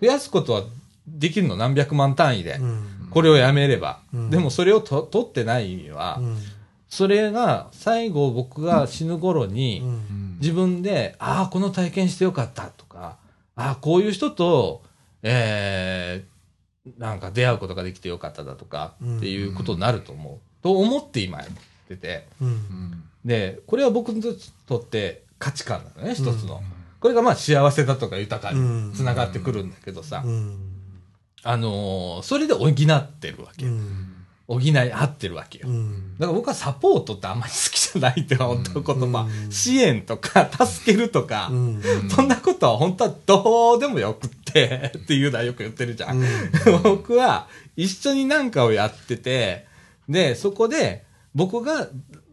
Speaker 1: 増やすことはできるの何百万単位で。
Speaker 2: うん
Speaker 1: これをやめれば。
Speaker 2: うん
Speaker 1: でもそれをと取ってない意味は、
Speaker 2: うん
Speaker 1: それが最後僕が死ぬ頃に、
Speaker 2: うん
Speaker 1: 自分で、ああ、この体験してよかったとか、ああ、こういう人と、えー、なんか出会うことができてよかっただとか、
Speaker 2: うん
Speaker 1: っていうことになると思う。と思って今やってて。
Speaker 2: うん
Speaker 3: うん
Speaker 1: で、これは僕にとって価値観なのね、一つの。これがまあ幸せだとか豊かに
Speaker 2: うん
Speaker 1: 繋がってくるんだけどさ、
Speaker 2: うん
Speaker 1: あのーそれで補ってるわけ。
Speaker 2: うん
Speaker 1: 補い合ってるわけよ。
Speaker 2: うん
Speaker 1: だから僕はサポートってあんまり好きじゃないって本当の言葉、
Speaker 2: うん
Speaker 1: 支援とか助けるとか、
Speaker 2: うん
Speaker 1: そんなことは本当はどうでもよくって、っていうのはよく言ってるじゃん。 僕は一緒に何かをやってて、で、そこで僕が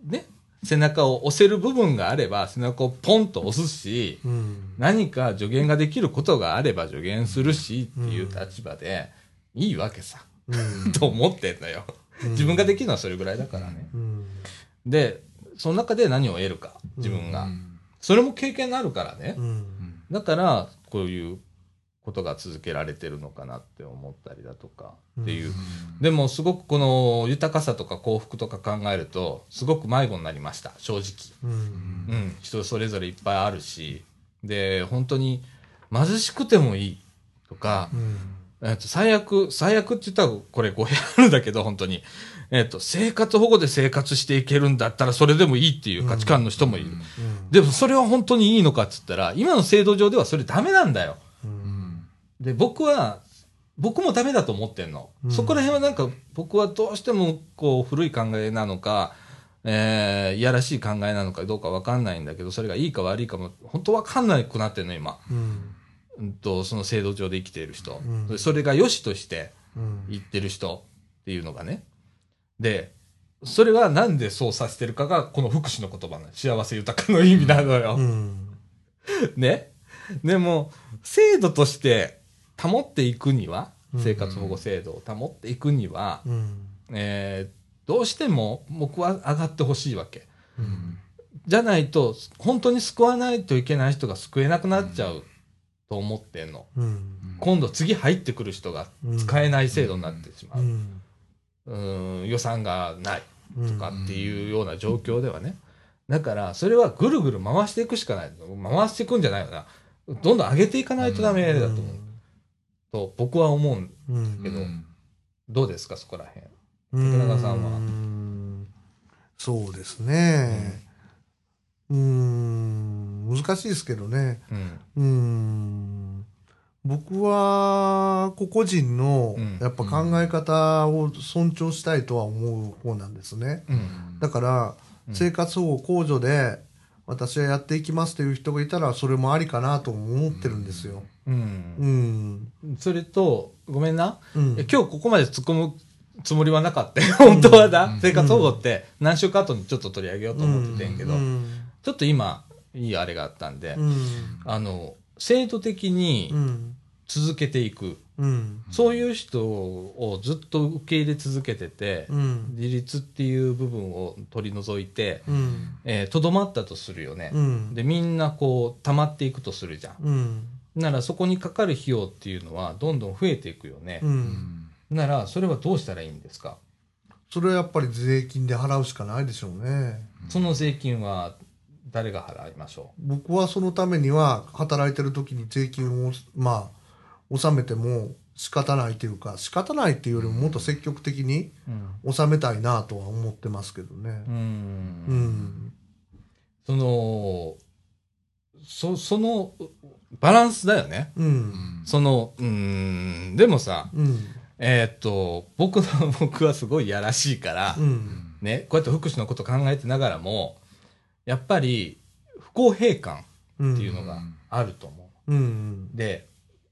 Speaker 1: ね、背中を押せる部分があれば、背中をポンと押すし、
Speaker 2: うん
Speaker 1: 何か助言ができることがあれば助言するしっていう立場で、いいわけさ、
Speaker 2: うん
Speaker 1: と思ってんだよ。自分ができるのはそれぐらいだからね。
Speaker 2: うん
Speaker 1: で、その中で何を得るか、自分が。それも経験になるからね。
Speaker 2: うん
Speaker 1: だから、こういうことが続けられてるのかなって思ったりだとかっていう。でも、すごくこの豊かさとか幸福とか考えると、すごく迷子になりました、正直。
Speaker 2: うん
Speaker 1: うん、人それぞれいっぱいあるし。で、本当に貧しくてもいいとか、えっと、最悪、最悪って言ったらこれ語弊あるんだけど、本当に。えっと、生活保護で生活していけるんだったらそれでもいいっていう価値観の人もいる。でもそれは本当にいいのかっつったら、今の制度上ではそれダメなんだよ。で、僕は、僕もダメだと思ってんの。
Speaker 2: うん
Speaker 1: そこら辺はなんか僕はどうしてもこう古い考えなのか、えー、いやらしい考えなのかどうかわかんないんだけど、それがいいか悪いかも、本当わかんなくなってんの、今。うんと、その制度上で生きている人。
Speaker 2: うん
Speaker 1: でそれが良しとして言ってる人っていうのがね。で、それはなんでそうさせてるかが、この福祉の言葉の幸せ豊かの意味なのよ。ね。でも、制度として保っていくには、
Speaker 2: うん
Speaker 1: 生活保護制度を保っていくには、えーどうしても僕は上がってほしいわけ。じゃないと、本当に救わないといけない人が救えなくなっちゃうと思ってんの。今度次入ってくる人が使えない制度になってしまう。うん、予算がないとかっていうような状況ではね。だから、それはぐるぐる回していくしかない。回していくんじゃないよな。どんどん上げていかないとダメだと思う。と僕は思う。けどどうですか、そこら辺。
Speaker 2: そうですね。うん、難しいですけどね。
Speaker 1: うん。
Speaker 2: うん。僕は、個々人の、やっぱ考え方を尊重したいとは思う方なんですね。
Speaker 1: うん。
Speaker 2: だから、
Speaker 1: うん
Speaker 2: 生活保護控除で私はやっていきますという人がいたらそれもありかなとも思ってるんですよ。
Speaker 1: うん。
Speaker 2: うん。
Speaker 1: それと、ごめんな。
Speaker 2: うん。
Speaker 1: え今日ここまで突っ込むつもりはなかったよ。本当はな
Speaker 3: う。ん
Speaker 1: 生活保護って何週か後にちょっと取り上げようと思っててんけど
Speaker 2: う、ん。
Speaker 1: ちょっと今、いいあれがあったんで
Speaker 2: う、ん。
Speaker 1: あの、制度的に
Speaker 2: うん。
Speaker 1: 続けていく。
Speaker 2: うん
Speaker 1: そういう人をずっと受け入れ続けてて、
Speaker 2: うん
Speaker 1: 自立っていう部分を取り除いて、
Speaker 2: うん
Speaker 1: えーとどまったとするよね。
Speaker 2: うん
Speaker 1: でみんなこう溜まっていくとするじゃん。
Speaker 2: うん
Speaker 1: ならそこにかかる費用っていうのはどんどん増えていくよね
Speaker 2: う。
Speaker 3: うんん
Speaker 1: ならそれはどうしたらいいんですか
Speaker 2: それはやっぱり税金で払うしかないでしょうね
Speaker 1: その税金は誰が払いましょ
Speaker 2: 僕はそのためには働いてる時に税金をまあ納めても仕方ないというか仕方ないっていうよりももっと積極的に
Speaker 1: ううん
Speaker 2: 納めたいなとは思ってますけどねうん、
Speaker 1: そのそそのバランスだよね。
Speaker 2: う
Speaker 3: うんん
Speaker 1: そのうーんでもさ
Speaker 2: うん
Speaker 1: えーっと僕の僕はす ごいやらしいから、
Speaker 2: うん
Speaker 1: ねこうやって福祉のこと考えてながらもやっぱり不公平感
Speaker 2: うん
Speaker 1: っていうのがあると思
Speaker 2: うん
Speaker 1: う。で、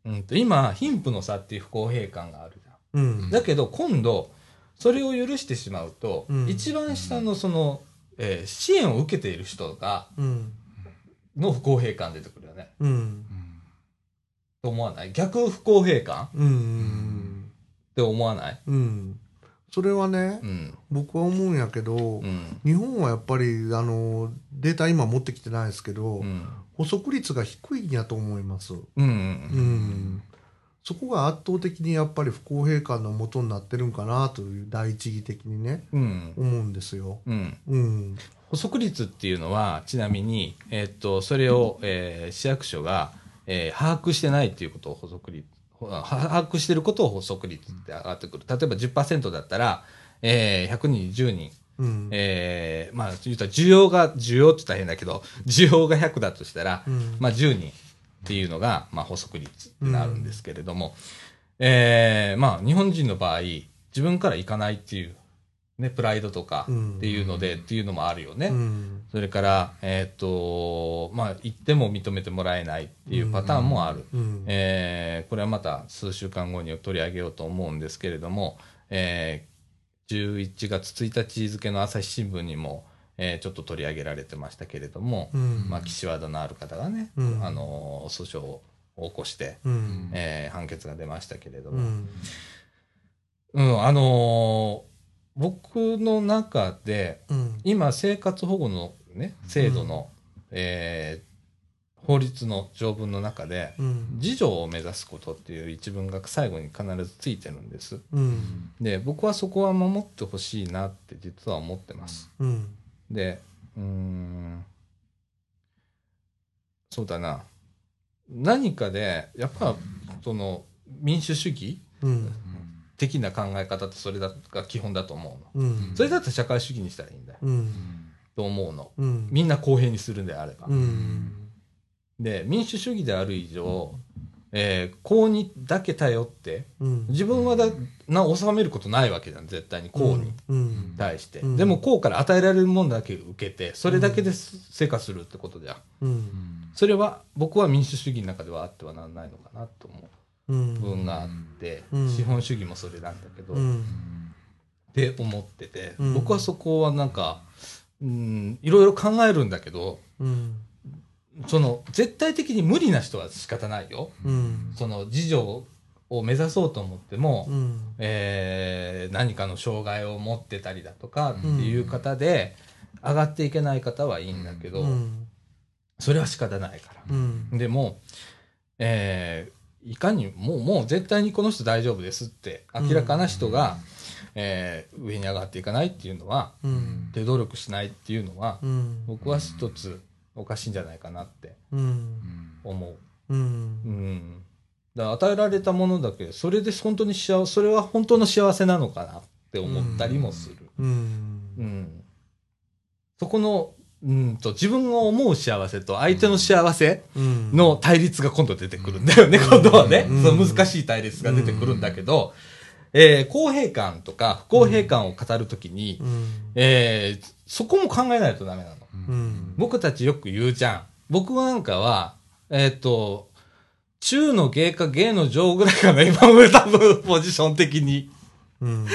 Speaker 1: うん、と今貧富の差っていう不公平感があるじゃん。
Speaker 2: うん
Speaker 1: だけど今度それを許してしまうと、
Speaker 2: うん
Speaker 1: 一番下のその、えー支援を受けている人が
Speaker 2: うん
Speaker 1: の不公平感出てくるよね。
Speaker 2: うん
Speaker 3: うん
Speaker 1: と思わない逆不公平感っ
Speaker 2: うん
Speaker 1: て思わない
Speaker 2: うんそれはね
Speaker 1: うん。
Speaker 2: 僕は思うんやけど
Speaker 1: うん。
Speaker 2: 日本はやっぱりあのデータ今持ってきてないですけど
Speaker 1: うん。
Speaker 2: 補足率が低いんやと思います
Speaker 1: うん。う
Speaker 2: うんんそこが圧倒的にやっぱり不公平感のもとになってるんかなという第一義的にね
Speaker 1: うん。
Speaker 2: 思うんですよ
Speaker 1: うん。
Speaker 2: うん
Speaker 1: 補足率っていうのは、ちなみに、えーっと、それを、えー市役所が、えー把握してないっていうことを補足率、ほは把握してることを補足率って上がってくる。例えば10%だったら、えー100人に10人、
Speaker 2: うん
Speaker 1: えーまあ、言うたら需要が、需要って言ったら変だけど、需要が100だとしたら、
Speaker 2: うん
Speaker 1: まあ、10人っていうのが、まあ、補足率になるんですけれども、えーまあ、日本人の場合、自分から行かないっていう、ね、プライドとか
Speaker 2: うん
Speaker 1: っていうので、っていうのもあるよね。
Speaker 2: うん
Speaker 1: それから、えっ、と、まあ、行っても認めてもらえないっていうパターンもある。
Speaker 2: うん
Speaker 1: えーこれはまた数週間後に取り上げようと思うんですけれども、えー11月1日付の朝日新聞にも、えーちょっと取り上げられてましたけれども、
Speaker 2: うん
Speaker 1: まあ、岸和田のある方がね、
Speaker 2: うん
Speaker 1: あのー訴訟を起こして、
Speaker 2: うん
Speaker 1: えー判決が出ましたけれど
Speaker 2: う
Speaker 1: も、
Speaker 2: ん
Speaker 1: うんあのー僕の中で
Speaker 2: うん
Speaker 1: 今生活保護の、ね、制度の、えー法律の条文の中で、
Speaker 2: うん
Speaker 1: 自助を目指すことっていう一文が最後に必ずついてるんです。
Speaker 2: うん
Speaker 1: で、僕はそこは守ってほしいなって実は思ってます。
Speaker 2: うん
Speaker 1: で、うーん、そうだな。何かで、やっぱ、その、民主主義
Speaker 2: うん
Speaker 1: 的な考え方ってそれだが基本だと思うの。
Speaker 2: うん
Speaker 1: それだったら社会主義にしたらいいんだよ。
Speaker 2: うん
Speaker 1: と思うの。
Speaker 2: うん
Speaker 1: みんな公平にするんであれば
Speaker 2: う。ん
Speaker 1: で、民主主義である以上、えー公にだけ頼って、
Speaker 2: うん
Speaker 1: 自分はだな収めることないわけじゃん絶対に公に
Speaker 2: うん
Speaker 1: 対して、
Speaker 2: うん
Speaker 1: でも公から与えられるものだけ受けてそれだけです成果するってことじゃん
Speaker 2: うん
Speaker 1: それは僕は民主主義の中ではあってはならないのかなと思
Speaker 2: う
Speaker 1: うん部分があって、
Speaker 2: うん
Speaker 1: 資本主義もそれなんだけど、
Speaker 2: う
Speaker 1: っ
Speaker 2: ん
Speaker 1: て思ってて、
Speaker 2: うん
Speaker 1: 僕はそこはなんかうんいろいろ考えるんだけど
Speaker 2: うん
Speaker 1: その絶対的に無理な人は仕方ないよ
Speaker 2: うん
Speaker 1: その自助を目指そうと思っても、
Speaker 2: うん
Speaker 1: えー何かの障害を持ってたりだとかっていう方で、上がっていけない方はいいんだけど、
Speaker 2: うん
Speaker 1: それは仕方ないから。
Speaker 2: うん
Speaker 1: でも、えーいかにもう、もう絶対にこの人大丈夫ですって、明らかな人が、えー上に上がっていかないっていうのは、
Speaker 2: うん
Speaker 1: で、努力しないっていうのは、
Speaker 2: うん
Speaker 1: 僕は一つおかしいんじゃないかなって
Speaker 2: うん
Speaker 1: 思う。
Speaker 2: うん
Speaker 1: うん。だから与えられたものだけ、それで本当に幸せ、それは本当の幸せなのかなって思ったりもする。
Speaker 2: うん
Speaker 1: うんそこの、うんと、自分が思う幸せと相手の幸せ
Speaker 2: うん
Speaker 1: の対立が今度出てくるんだよね、今度はね。
Speaker 2: うん
Speaker 1: その難しい対立が出てくるんだけど、えー公平感とか不公平感を語るときに、
Speaker 2: うん
Speaker 1: えーそこも考えないとダメなの。
Speaker 2: うん
Speaker 1: 僕たちよく言うじゃん。僕なんかは、えっ、と、中の芸か芸の上ぐらいかな、今俺多分ポジション的に。
Speaker 2: うん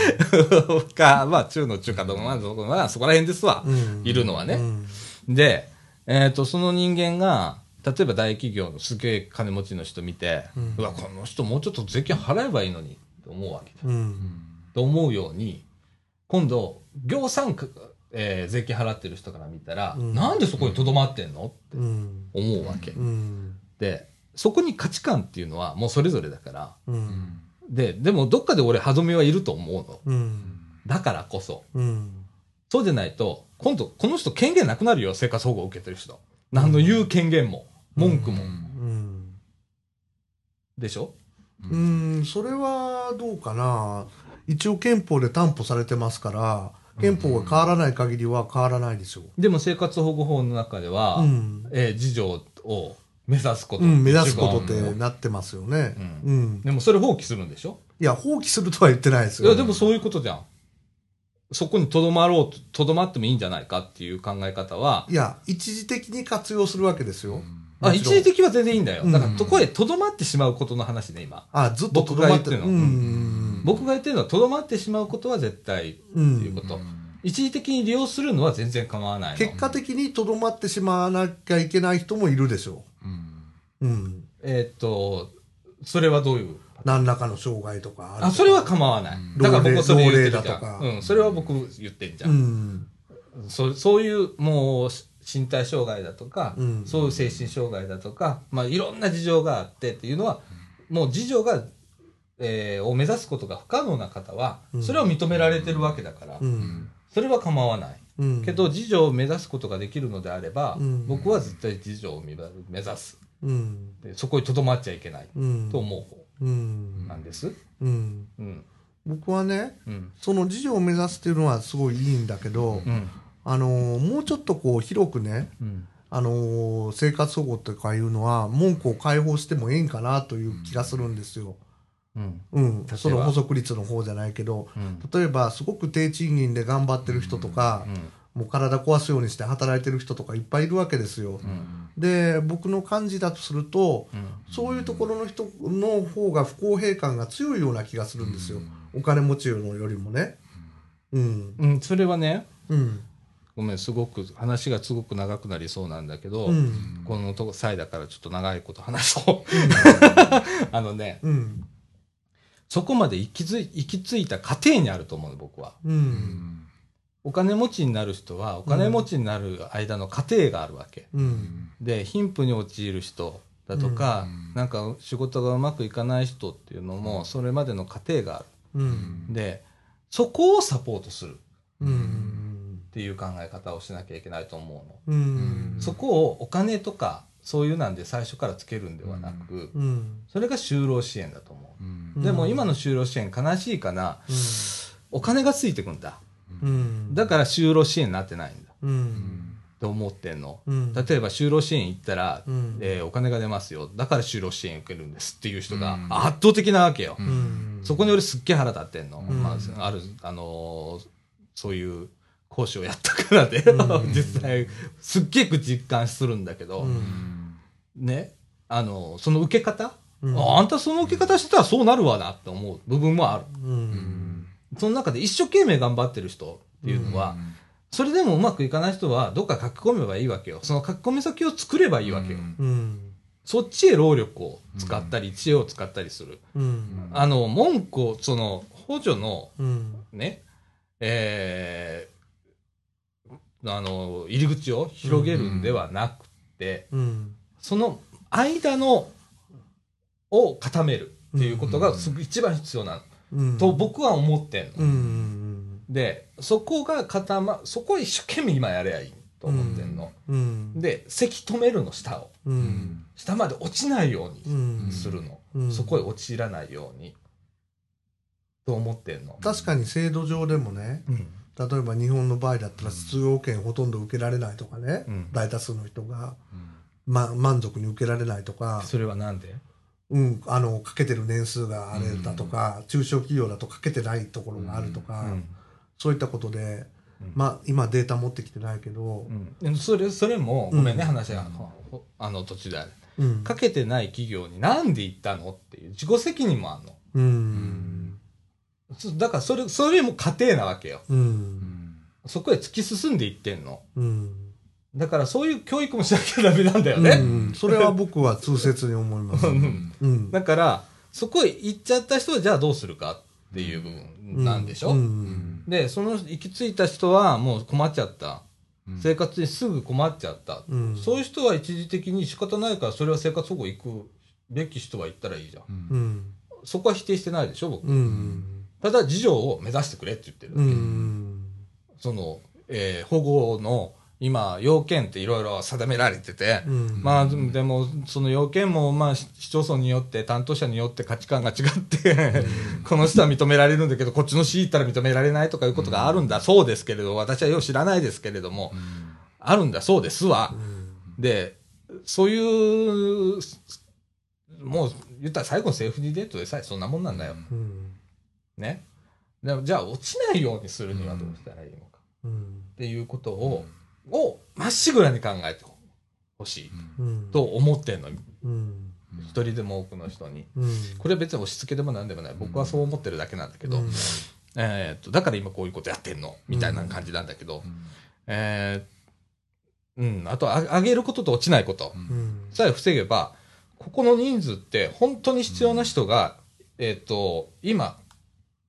Speaker 1: か、まあ中の中かどうか、まあそこまあそこら辺ですわ。
Speaker 2: うん
Speaker 1: いるのはね
Speaker 2: うん
Speaker 1: で、えっ、と、その人間が、例えば大企業のすげえ金持ちの人見て、うわ、この人もうちょっと税金払えばいいのに、と思うわけだ。
Speaker 2: うん。
Speaker 1: と思うように、今度、業産か、えー税金払ってる人から見たら、
Speaker 2: うん
Speaker 1: なんでそこに留まってんのって
Speaker 2: うん。
Speaker 1: 思うわけ。
Speaker 2: うん。
Speaker 1: で、そこに価値観っていうのはもうそれぞれだから、
Speaker 2: う。
Speaker 3: うんん
Speaker 1: で、でもどっかで俺歯止めはいると思うの。
Speaker 2: うん。
Speaker 1: だからこそ。
Speaker 2: うん。
Speaker 1: そうじゃないと、今度、この人権限なくなるよ、生活保護を受けてる人。何の言う権限も、文句も。
Speaker 2: うん。
Speaker 1: でしょ
Speaker 2: うーん、それはどうかな。一応憲法で担保されてますから、憲法が変わらない限りは変わらないでしょう。
Speaker 1: でも生活保護法の中では、
Speaker 2: うん。
Speaker 1: えー、自助を目指すこと。
Speaker 2: うん、目指すことっ
Speaker 1: 一
Speaker 2: て
Speaker 1: 番
Speaker 2: なってますよね。
Speaker 1: う
Speaker 2: うん。
Speaker 1: でもそれ放棄するんでしょ
Speaker 2: いや、放棄するとは言ってないです
Speaker 1: いや、
Speaker 2: よ。
Speaker 1: でもそういうことじゃん。そこにとどまろうと、とどまってもいいんじゃないかっていう考え方は、
Speaker 2: いや、一時的に活用するわけですよ。
Speaker 1: あ、
Speaker 2: もち
Speaker 1: 一
Speaker 2: ろ
Speaker 1: 時
Speaker 2: ん
Speaker 1: 的は全然いいんだよ。
Speaker 2: うん
Speaker 1: だから、とこへとどまってしまうことの話ね、今。
Speaker 2: あ、ずっととどまって
Speaker 1: 僕が言ってる
Speaker 2: る。
Speaker 1: の
Speaker 2: うんうん。
Speaker 1: 僕が言ってるのは、とどまってしまうことは絶対って
Speaker 2: う
Speaker 1: いうんこ。と。一時的に利用するのは全然構わないの
Speaker 2: 結。果的にとどまってしまわなきゃいけない人もいるでしょう。うん。
Speaker 1: えーっと、それはどういう
Speaker 2: 何らかの障害とかる
Speaker 1: あ、それは構わない。
Speaker 2: ん
Speaker 1: だから僕はそれ言ってる
Speaker 2: 老齢
Speaker 1: じゃ
Speaker 2: だとか
Speaker 1: ん。うん、それは僕言ってんじゃ。
Speaker 2: うんん。
Speaker 1: そそういう、もう、し身体障害だとか、
Speaker 2: うん
Speaker 1: そういう精神障害だとか、まあ、いろんな事情があってっていうのは、もう事情が、えーを目指すことが不可能な方は、
Speaker 2: うん
Speaker 1: それは認められてるわけだから、
Speaker 2: うん。
Speaker 1: それは構わない。
Speaker 2: うん。
Speaker 1: けど、事情を目指すことができるのであれば、
Speaker 2: うん
Speaker 1: 僕は絶対事情を目指目指す。
Speaker 2: うん。
Speaker 1: でそこにとどまっちゃいけない。
Speaker 2: うん。
Speaker 1: と思う方
Speaker 2: うん。
Speaker 1: なんです。
Speaker 2: うん。
Speaker 1: うん。
Speaker 2: 僕はね、
Speaker 1: うん。
Speaker 2: その事情を目指すっていうのはすごいいいんだけど、
Speaker 1: うん。
Speaker 2: あのーもうちょっとこう広くね、
Speaker 1: うん。
Speaker 2: あのー生活保護とかいうのは文句を解放してもええんかなという気がするんですよ。
Speaker 1: うん。
Speaker 2: うん
Speaker 1: 例え、ば
Speaker 2: その補足率の方じゃないけど、
Speaker 1: うん
Speaker 2: 例えばすごく低賃金で頑張ってる人とか、もう体壊すようにして働いてる人とかいっぱいいるわけですよ。で僕の感じだとすると、そういうところの人の方が不公平感が強いような気がするんですよ、お金持ちのよりもね。うん、
Speaker 1: うん、それはね、
Speaker 2: うん、
Speaker 1: ごめん、すごく、話がすごく長くなりそうなんだけど、
Speaker 2: うん、
Speaker 1: このとこ際だからちょっと長いこと話そう。 あのね、
Speaker 2: うん、
Speaker 1: そこまで行き着い行き着いた過程にあると思うの、僕は。
Speaker 2: うん、
Speaker 1: お金持ちになる人は、お金持ちになる間の過程があるわけ。
Speaker 2: うん、
Speaker 1: で、貧富に陥る人だとか、なんか仕事がうまくいかない人っていうのも、それまでの過程があ
Speaker 2: うん、
Speaker 1: る。で、そこをサポートする。
Speaker 2: うん、
Speaker 1: っていう考え方をしなきゃいけないと思うの。
Speaker 2: うん、
Speaker 1: そこをお金とかそういうなんで最初からつけるんではなく、
Speaker 2: うん、
Speaker 1: それが就労支援だと思う。
Speaker 2: うん
Speaker 1: でも今の就労支援悲しいかな、お金がついてくんだ。
Speaker 2: うん、
Speaker 1: だから就労支援になってないんだ。
Speaker 2: うん、
Speaker 1: と思ってんの。
Speaker 2: うん、
Speaker 1: 例えば就労支援行ったら、
Speaker 2: うん
Speaker 1: えーお金が出ますよ。だから就労支援受けるんですっていう人が
Speaker 3: うん
Speaker 1: 圧倒的なわけよ。
Speaker 2: うん、
Speaker 1: そこに俺すっげえ腹立ってんの。
Speaker 2: うん
Speaker 1: まあ、ある、あのーそういう講師をやったからで、
Speaker 2: う ん
Speaker 1: 実際、すっげえ実感するんだけど、
Speaker 2: うん、
Speaker 1: ね、あのーその受け方、
Speaker 2: うん
Speaker 1: ああんたその受け方してたらそうなるわなって思う部分もある。
Speaker 2: うん、
Speaker 1: その中で一生懸命頑張ってる人っていうのは、それでもうまくいかない人はどっか書き込めばいいわけよ。その書き込み先を作ればいいわけよ。
Speaker 2: うん、
Speaker 1: そっちへ労力を使ったり、知恵を使ったりする。
Speaker 2: うん、
Speaker 1: あの、文句を、その、補助の
Speaker 2: うん、
Speaker 1: ね、えーあの、入り口を広げるんではなくて、
Speaker 2: うん、
Speaker 1: その間の、を固めるっていうことがすぐ一番必要なの、
Speaker 2: うん、
Speaker 1: と僕は思ってんの。
Speaker 2: うん、
Speaker 1: で、そこが固ま、そこを一生懸命今やればいいと思ってんの。
Speaker 2: うん、
Speaker 1: で、咳止めるの下を。
Speaker 2: うん、
Speaker 1: 下まで落ちないよう
Speaker 2: うん
Speaker 1: に、するの。
Speaker 2: うん、
Speaker 1: そこへ陥らないように。と思ってんの。
Speaker 2: 確かに制度上でもね、
Speaker 1: うん。
Speaker 2: 例えば日本の場合だったら失業権ほとんど受けられないとかね、
Speaker 1: うん
Speaker 2: 大多数の人が、ま、満足に受けられないとか、
Speaker 1: それはなんで
Speaker 2: うん、あのかけてる年数があれだとか、中小企業だとかけてないところがあるとか、
Speaker 1: うん
Speaker 2: そういったことで、
Speaker 1: うん
Speaker 2: まあ今データ持ってきてないけど、
Speaker 1: うん、それそれもごめんね、
Speaker 2: うん
Speaker 1: 話がほあの途中である
Speaker 2: うん
Speaker 1: かけてない企業になんで行ったのっていう自己責任もあるの
Speaker 2: うん
Speaker 1: そだからそれそれも過程なわけよ
Speaker 2: うん
Speaker 1: そこへ突き進んでいってんの
Speaker 2: うん
Speaker 1: だからそういう教育もしなきゃダメなんだよ
Speaker 2: うんう
Speaker 1: ね。
Speaker 2: ん、それは僕は痛切に思います。
Speaker 3: うん
Speaker 2: うん、
Speaker 1: だから、そこへ行っちゃった人はじゃあどうするかっていう部分なんでしょ、
Speaker 2: うん
Speaker 3: うん
Speaker 1: で、その行き着いた人はもう困っちゃった。
Speaker 3: うん
Speaker 1: 生活にすぐ困っちゃった。
Speaker 2: うん
Speaker 1: そういう人は一時的に仕方ないからそれは生活保護行くべき人は行ったらいいじゃん。
Speaker 3: うん
Speaker 2: うん
Speaker 1: そこは否定してないでしょ僕。
Speaker 2: うん
Speaker 1: ただ事情を目指してくれって言ってる。
Speaker 2: うん
Speaker 1: その、えー保護の今要件っていろいろ定められてて、
Speaker 2: うん
Speaker 1: まあでもその要件もまあ市市町村によって担当者によって価値観が違って、 この人は認められるんだけどこっちの市行ったら認められないとかいうことがあるんだそうですけれど私はよう知らないですけれども、あるんだそうですわ。でそういうもう言ったら最後のセーフティーデートでさえそんなもんなんだよ。
Speaker 2: うん
Speaker 1: ね。でもじゃあ落ちないようにするにはどうしたらいいのか。
Speaker 2: うん
Speaker 1: っていうことを、をまっしぐらに考えてほしい
Speaker 2: うん
Speaker 1: と思ってんの、一
Speaker 2: うん
Speaker 1: 人でも多くの人に。
Speaker 2: うん
Speaker 1: これは別に押し付けでも何でもない。僕はそう思ってるだけなんだけど、
Speaker 2: うん
Speaker 1: えーっと、だから今こういうことやってんの、みたいな感じなんだけど、えーうん、あとあ、上げることと落ちないこと
Speaker 2: うん
Speaker 1: さえ防げば、ここの人数って本当に必要な人が、えーっと、今、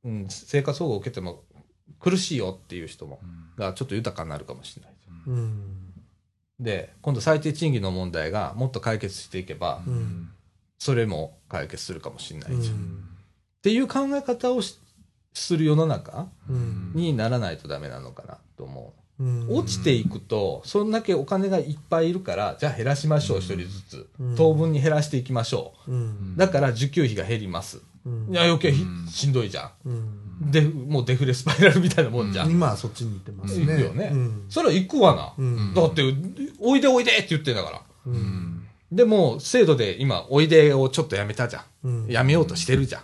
Speaker 1: うん、生活保護を受けても苦しいよっていう人も、がちょっと豊かになるかもしれない。
Speaker 2: うん
Speaker 1: で今度最低賃金の問題がもっと解決していけば、
Speaker 2: うん
Speaker 1: それも解決するかもしれな
Speaker 2: う
Speaker 1: いじゃん、っ
Speaker 2: ん
Speaker 1: ていう考え方をしする世の中
Speaker 2: うん
Speaker 1: にならないとダメなのかなと思
Speaker 2: うん
Speaker 1: う落ちていくとそんだけお金がいっぱいいるからじゃあ減らしましょう一人ずつ、
Speaker 2: うん
Speaker 1: 当分に減らしていきましょ
Speaker 2: うん
Speaker 1: うだから受給費が減ります
Speaker 2: うん
Speaker 1: いや余計ひ
Speaker 3: うん
Speaker 1: しんどいじゃ
Speaker 2: うん
Speaker 1: んでもうデフレスパイラルみたいなもんじゃん、
Speaker 2: 今はそっちに行ってますね
Speaker 1: 行くよね
Speaker 2: うん
Speaker 1: それは行くわな、
Speaker 2: うん
Speaker 1: だっておいでおいでって言ってんだから
Speaker 2: うん
Speaker 1: でも、制度で今、おいでをちょっとやめたじゃ
Speaker 2: う
Speaker 1: ん。
Speaker 2: ん
Speaker 1: やめようとしてるじゃん。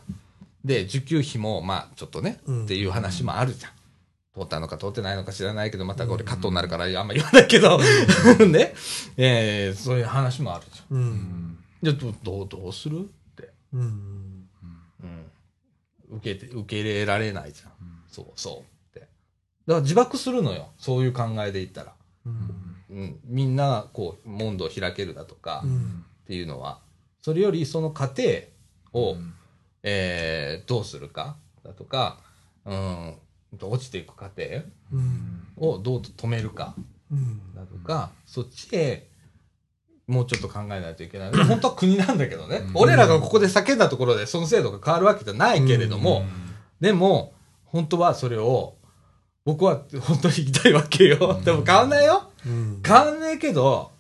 Speaker 1: で、受給費も、まあ、ちょっとね、
Speaker 2: うん
Speaker 1: っていう話もあるじゃん。通ったのか通ってないのか知らないけど、またこれカットになるから、あんま言わないけど、 ね。えーそういう話もあるじゃ
Speaker 2: うん
Speaker 1: ん。じゃあ、どどう、どうするって。
Speaker 2: うん
Speaker 1: 受けて、受け入れられないじゃん。そう、そう。って。だから自爆するのよ。そういう考えでいったら。うん。みんなが、こう、問答を開けるだとか。
Speaker 2: うん
Speaker 1: っていうのは、それよりその過程を、えーどうするかだとか、うん、落ちていく過程
Speaker 2: うん
Speaker 1: をどう止めるか
Speaker 2: うん
Speaker 1: だとか、そっちへもうちょっと考えないといけない。本当は国なんだけどね。
Speaker 3: うん
Speaker 1: 俺らがここで叫んだところでその制度が変わるわけじゃないけれども、でも、本当はそれを、僕は本当に言いたいわけよ。でも変わんないよ。
Speaker 2: うん
Speaker 1: 変わんねえけど、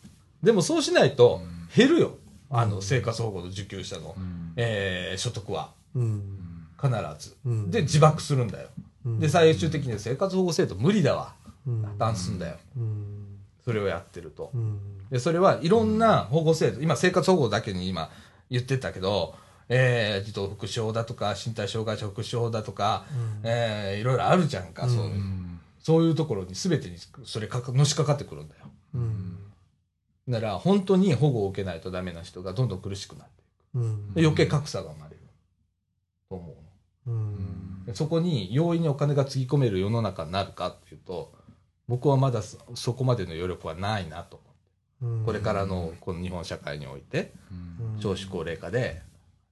Speaker 1: でもそうしないと減るよ。あの、生活保護の受給者の、えー所得は。
Speaker 2: うん
Speaker 1: 必ず。
Speaker 2: うん
Speaker 1: で、自爆するんだよ。
Speaker 2: うん
Speaker 1: で、最終的には生活保護制度無理だわ。
Speaker 2: うん
Speaker 1: 破綻すんだよ。
Speaker 2: うん
Speaker 1: それをやってると
Speaker 2: う。ん
Speaker 1: で、それはいろんな保護制度、今生活保護だけに今言ってたけど、えー児童福祉法だとか、身体障害者福祉法だとか、えーいろいろあるじゃんか、そういう。そういうところに全てにそれかかのしかかってくるんだよ。
Speaker 2: うん
Speaker 1: なら本当に保護を受けないとダメな人がどんどん苦しくなって
Speaker 2: うん
Speaker 1: で余計格差が生まれると思う
Speaker 2: うん
Speaker 1: でそこに容易にお金がつぎ込める世の中になるかっていうと僕はまだそそこまでの余力はないなとこれからのこの日本社会において少子高齢化で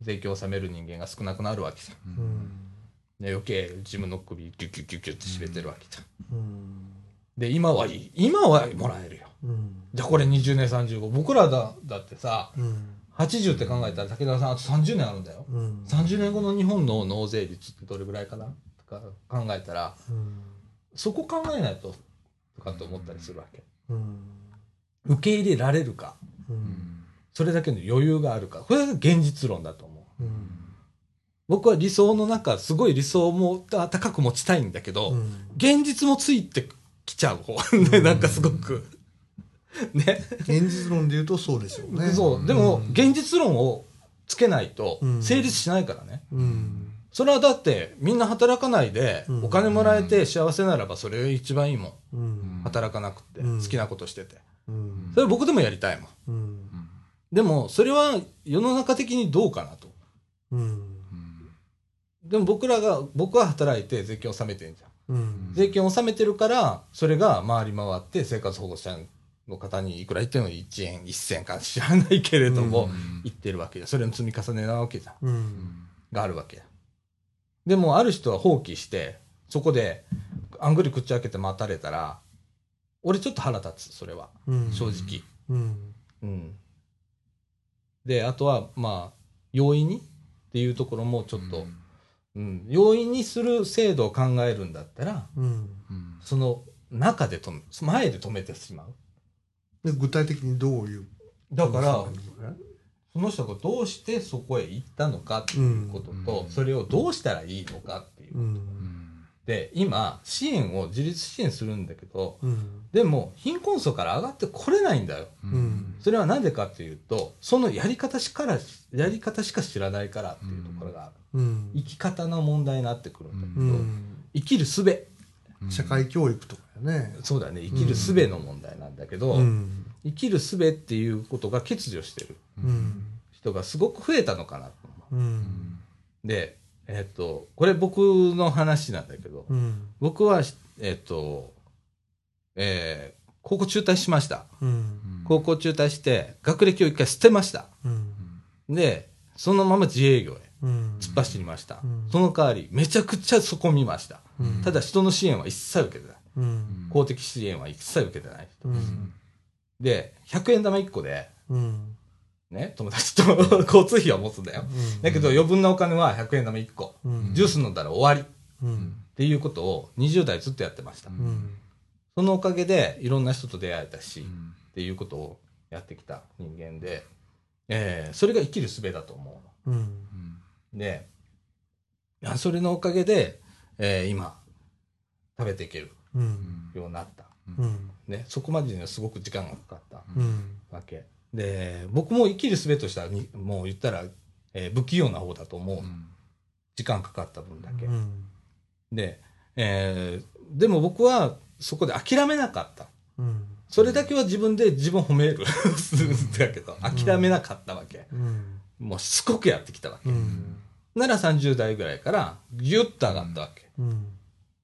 Speaker 1: 税金を納める人間が少なくなるわけじゃん
Speaker 2: うん
Speaker 1: で余計自分の首ギュッギュッギュッギュッって締めてるわけじゃん
Speaker 2: うん
Speaker 1: で今はいい今はもらえるよ
Speaker 2: うん
Speaker 1: じゃあこれ20年35僕らだだってさ
Speaker 2: うん
Speaker 1: 80って考えたら武田さんあと30年あるんだよ
Speaker 2: うん
Speaker 1: 30年後の日本の納税率ってどれぐらいかなとか考えたら
Speaker 2: うん
Speaker 1: そこ考えないととかと思ったりするわけ
Speaker 2: うん
Speaker 1: 受け入れられるか
Speaker 2: うん
Speaker 1: それだけの余裕があるかこれが現実論だと思う
Speaker 2: うん
Speaker 1: 僕は理想の中すごい理想もあ高く持ちたいんだけど、
Speaker 2: うん
Speaker 1: 現実もついてきちゃう方 ねなんかすごくね
Speaker 2: 現実論で言うとそうでしょうね。
Speaker 1: そうでも現実論をつけないと
Speaker 2: うん
Speaker 1: 成立しないからね、
Speaker 2: うん。
Speaker 1: それはだってみんな働かないで
Speaker 2: うん
Speaker 1: お金もらえて幸せならばそれが一番いいもん
Speaker 2: うん。
Speaker 1: 働かなくて、
Speaker 2: うん
Speaker 1: 好きなことしてて
Speaker 2: うん。
Speaker 1: それ僕でもやりたいもん
Speaker 2: うん。
Speaker 1: でもそれは世の中的にどうかなと
Speaker 2: うん。
Speaker 1: でも僕らが僕は働いて税金を納めてんじゃん
Speaker 2: うん。
Speaker 1: 税金を納めてるからそれが回り回って生活保護者の方にいくら言っても1円、1銭か知らないけれども、
Speaker 3: うん
Speaker 1: 言ってるわけじゃん。それの積み重ねなわけじゃん。
Speaker 2: う。
Speaker 3: うんん
Speaker 1: があるわけや。でも、ある人は放棄して、そこで、あんぐり口開けて待たれたら、俺ちょっと腹立つ、それは。
Speaker 2: うん。
Speaker 1: 正直。
Speaker 2: うん。
Speaker 1: うん。で、あとは、まあ、容易にっていうところもちょっと、うん、容易にする制度を考えるんだったら、
Speaker 2: うん。
Speaker 3: うん
Speaker 1: その中で止め、前で止めてしまう。
Speaker 2: で、具体的にどういう。
Speaker 1: だから、
Speaker 2: ら、
Speaker 1: その人がどうしてそこへ行ったのかっていうことと、
Speaker 3: うん
Speaker 1: それをどうしたらいいのかっていうう。
Speaker 2: ん。
Speaker 1: で、今、支援を自立支援するんだけど、
Speaker 2: うん。
Speaker 1: でも、貧困層から上がってこれないんだよ。
Speaker 3: う
Speaker 2: うん
Speaker 1: それはなぜかっていうと、そのやり方しから、やり方しか知らないからっていうところがある。
Speaker 2: うん。
Speaker 1: 生き方の問題になってくるんだけ
Speaker 2: う
Speaker 1: ど、
Speaker 2: ん。
Speaker 1: 生きる術
Speaker 2: 社会教育とかよね。
Speaker 1: そうだね、生きる術の問題なんだけど、
Speaker 2: うん。
Speaker 1: 生きる術っていうことが欠如してる
Speaker 2: うん。
Speaker 1: 人がすごく増えたのかなと思う。
Speaker 2: うん。
Speaker 1: で、えっ、と、これ僕の話なんだけど、
Speaker 2: うん。
Speaker 1: 僕は、えっ、と、えー高校中退しました。
Speaker 2: うん。
Speaker 1: 高校中退して、学歴を一回捨てました。
Speaker 2: うん。
Speaker 1: で、そのまま自営業へ
Speaker 2: うん。
Speaker 1: 突っ走りました。
Speaker 2: うん
Speaker 1: その代わり、めちゃくちゃそこ見ました。
Speaker 2: うん
Speaker 1: ただ、人の支援は一切受けてない。
Speaker 2: うん。
Speaker 1: 公的支援は一切受けてない。
Speaker 2: うん。
Speaker 1: で、100円玉1個で、
Speaker 2: うん。
Speaker 1: ね、友達と 交通費は持つんだよ。だけど余分なお金は100円玉1個。
Speaker 2: うん。
Speaker 1: ジュース飲んだら終わりっ
Speaker 2: うん。
Speaker 1: ていうことを20代ずっとやってました。
Speaker 3: うん
Speaker 2: うん。
Speaker 1: そのおかげでいろんな人と出会えたし、っていうことをやってきた人間で、えーそれが生きる術だと思
Speaker 2: うん。
Speaker 1: うの。で、いやそれのおかげで、えー今、食べていける
Speaker 2: うん。
Speaker 1: ようになった。
Speaker 2: うん。
Speaker 1: ね、そこまでにはすごく時間がかかった。
Speaker 2: うん。
Speaker 1: わけで僕も生きる術としてはにもう言ったら、えー不器用な方だと思う、時間かかった分だけ、
Speaker 2: うん。
Speaker 1: で、えーでも僕はそこで諦めなかった
Speaker 2: うん。
Speaker 1: それだけは自分で自分を褒めるするんだけど諦めなかったわけ、
Speaker 2: うん。
Speaker 1: もうしつこくやってきたわけ、
Speaker 2: うん。
Speaker 1: なら30代ぐらいからギュッと上がったわけ、
Speaker 2: うん。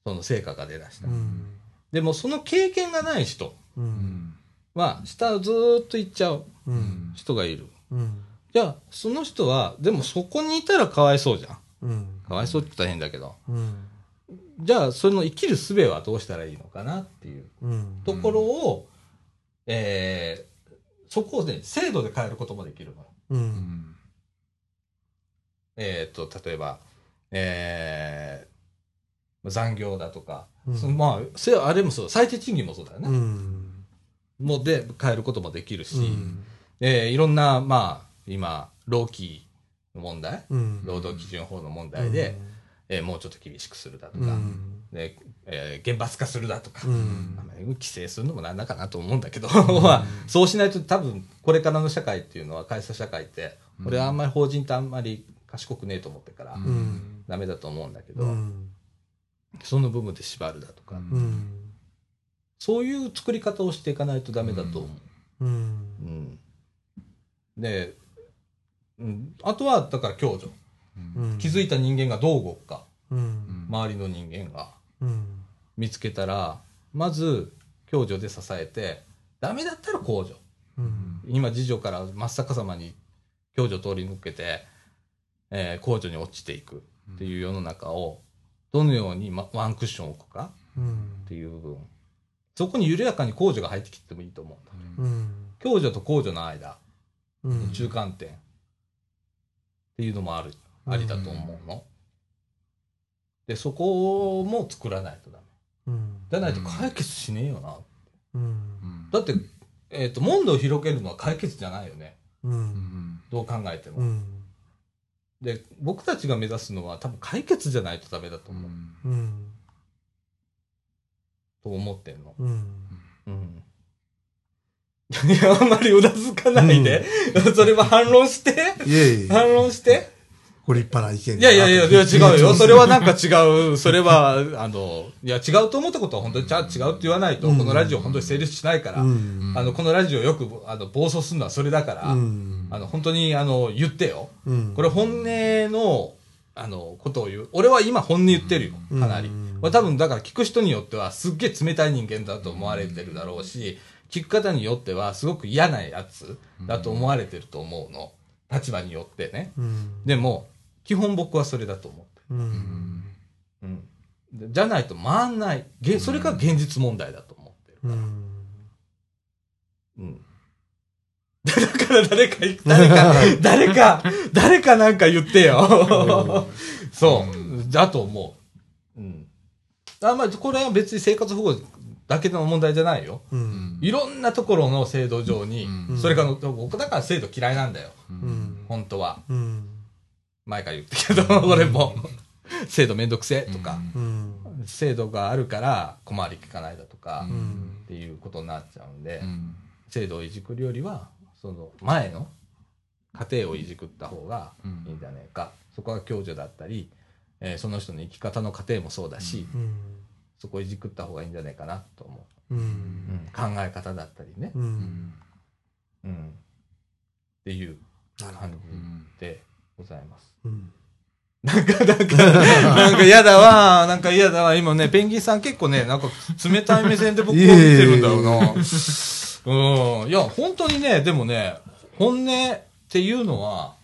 Speaker 1: その成果が出だした、
Speaker 2: うん。
Speaker 1: でもその経験がない人
Speaker 2: うん。
Speaker 1: は下をずーっと行っちゃう
Speaker 2: うん。
Speaker 1: 人がいる
Speaker 2: うん。
Speaker 1: じゃあその人はでもそこにいたらかわいそうじゃん
Speaker 2: うん。
Speaker 1: かわいそうって言ったら変だけど。
Speaker 2: うん。
Speaker 1: じゃあ、その生きる術はどうしたらいいのかなっていう
Speaker 2: うん。
Speaker 1: ところを、えーそこをね、制度で変えることもできるのよ。
Speaker 2: うん。
Speaker 1: えっ、と、例えば、えー残業だとか、
Speaker 2: うん
Speaker 1: そのまあ、せあれもそう、最低賃金もそうだよ
Speaker 2: う
Speaker 1: ね。
Speaker 2: ん。
Speaker 1: もうで、変えることもできるし、
Speaker 2: うん。
Speaker 1: えーいろんな、まあ、今、労基の問題、
Speaker 2: うん。
Speaker 1: 労働基準法の問題で、えーもうちょっと厳しくするだと
Speaker 2: う
Speaker 1: か、
Speaker 2: ん。
Speaker 1: でえー厳罰化するだとか、
Speaker 2: うん。
Speaker 1: まあ規制するのもなんだかなと思うんだけど、 まあ、そうしないと多分これからの社会っていうのは会社社会って
Speaker 3: うん
Speaker 1: 俺はあんまり法人ってあんまり賢くねえと思ってから、
Speaker 2: うん。
Speaker 1: ダメだと思うんだけど、
Speaker 2: うん。
Speaker 1: その部分で縛るだとか、
Speaker 3: うん
Speaker 2: うん。
Speaker 1: そういう作り方をしていかないとダメだと思
Speaker 2: う
Speaker 1: う。。
Speaker 2: ん
Speaker 1: うんで、うん、あとはだから共助気づいた人間がどう動くか
Speaker 2: うん。
Speaker 1: 周りの人間が
Speaker 2: うん。
Speaker 1: 見つけたらまず共助で支えてダメだったら公助。
Speaker 2: うん。
Speaker 1: 今次女から真っ逆さまに共助を通り抜けて、えー、公助に落ちていくっていう世の中をどのように、ま、ワンクッション置くか
Speaker 2: うん
Speaker 1: って。いう部分そこに緩やかに公助が入ってきてもいいと思う
Speaker 2: うん。
Speaker 1: 共助と公助の間
Speaker 2: うん。
Speaker 1: 中間点っていうのもある
Speaker 2: うん
Speaker 1: ありだと思うの、でそこも作らないとダメ
Speaker 2: うん。
Speaker 1: じゃないと解決しねえよな
Speaker 2: うん。
Speaker 1: だって、えー、と問答を広げるのは解決じゃないよね
Speaker 2: うん。
Speaker 1: どう考えても
Speaker 2: う、ん。
Speaker 1: で僕たちが目指すのは多分解決じゃないとダメだと思う、
Speaker 2: うん。
Speaker 1: と思ってんの、
Speaker 2: うん。
Speaker 1: うん、 いやあんまりうなずかないで、 それは反論して
Speaker 2: いえいえ、
Speaker 1: 反論して
Speaker 2: ご立派な意見
Speaker 1: いやいやいやい や違うよそれはなんか違う それはあのいや違うと思ったことは本当にちゃん違うって言わないと、
Speaker 2: うん
Speaker 1: このラジオ本当に成立しないから、
Speaker 2: うん。
Speaker 1: あのこのラジオよくあの暴走するのはそれだから、
Speaker 2: うん。
Speaker 1: あの本当にあの言ってよ
Speaker 2: うん。
Speaker 1: これ本音の、あの、ことを言う。俺は今本音言ってるよ。かなり
Speaker 2: うん。
Speaker 1: まあ多分だから聞く人によってはすっげえ冷たい人間だと思われてるだろうし、聞く方によってはすごく嫌なやつだと思われてると思うの。立場によってね。
Speaker 2: うん
Speaker 1: でも、基本僕はそれだと思って
Speaker 2: う
Speaker 3: うんん
Speaker 1: る。うん。でじゃないと回んない。げそれが現実問題だと思ってる。
Speaker 2: うん
Speaker 1: うん。 だから誰か、誰 か、誰か、誰かなんか言ってよ。そう。だと思う。うん。あまあ、これは別に生活保護だけの問題じゃないよ。
Speaker 2: う
Speaker 3: うんん
Speaker 1: いろんなところの制度上に、
Speaker 3: うん
Speaker 1: それから僕だから制度嫌いなんだよ。
Speaker 3: う
Speaker 2: うんん
Speaker 1: 本当は。
Speaker 2: うん
Speaker 1: 前から言ったけど、 俺も。制度めんどくせえとか、
Speaker 2: うん
Speaker 1: 制度があるから小回り聞かないだとか、
Speaker 3: う
Speaker 1: っ
Speaker 3: ん
Speaker 1: ていうことになっちゃうんで、
Speaker 3: うん
Speaker 1: 制度をいじくるよりは、その前の家庭をいじくった方がいいんじゃないか。そこが共助だったり、えーその人の生き方の過程もそうだし、
Speaker 2: うん
Speaker 1: そこいじくった方がいいんじゃないかなと思
Speaker 2: うん
Speaker 1: う。考え方だったりね。
Speaker 2: う
Speaker 3: うんん
Speaker 1: うん。っていう
Speaker 2: なるほど
Speaker 1: 感じでございます。
Speaker 2: うん
Speaker 1: なんか、なんか、 なんか嫌だわ。なんか嫌だわ。今ね、ペンギンさん結構ね、なんか冷たい目線で僕を見てるんだろうな。うん。いや、本当にね、でもね、本音っていうのは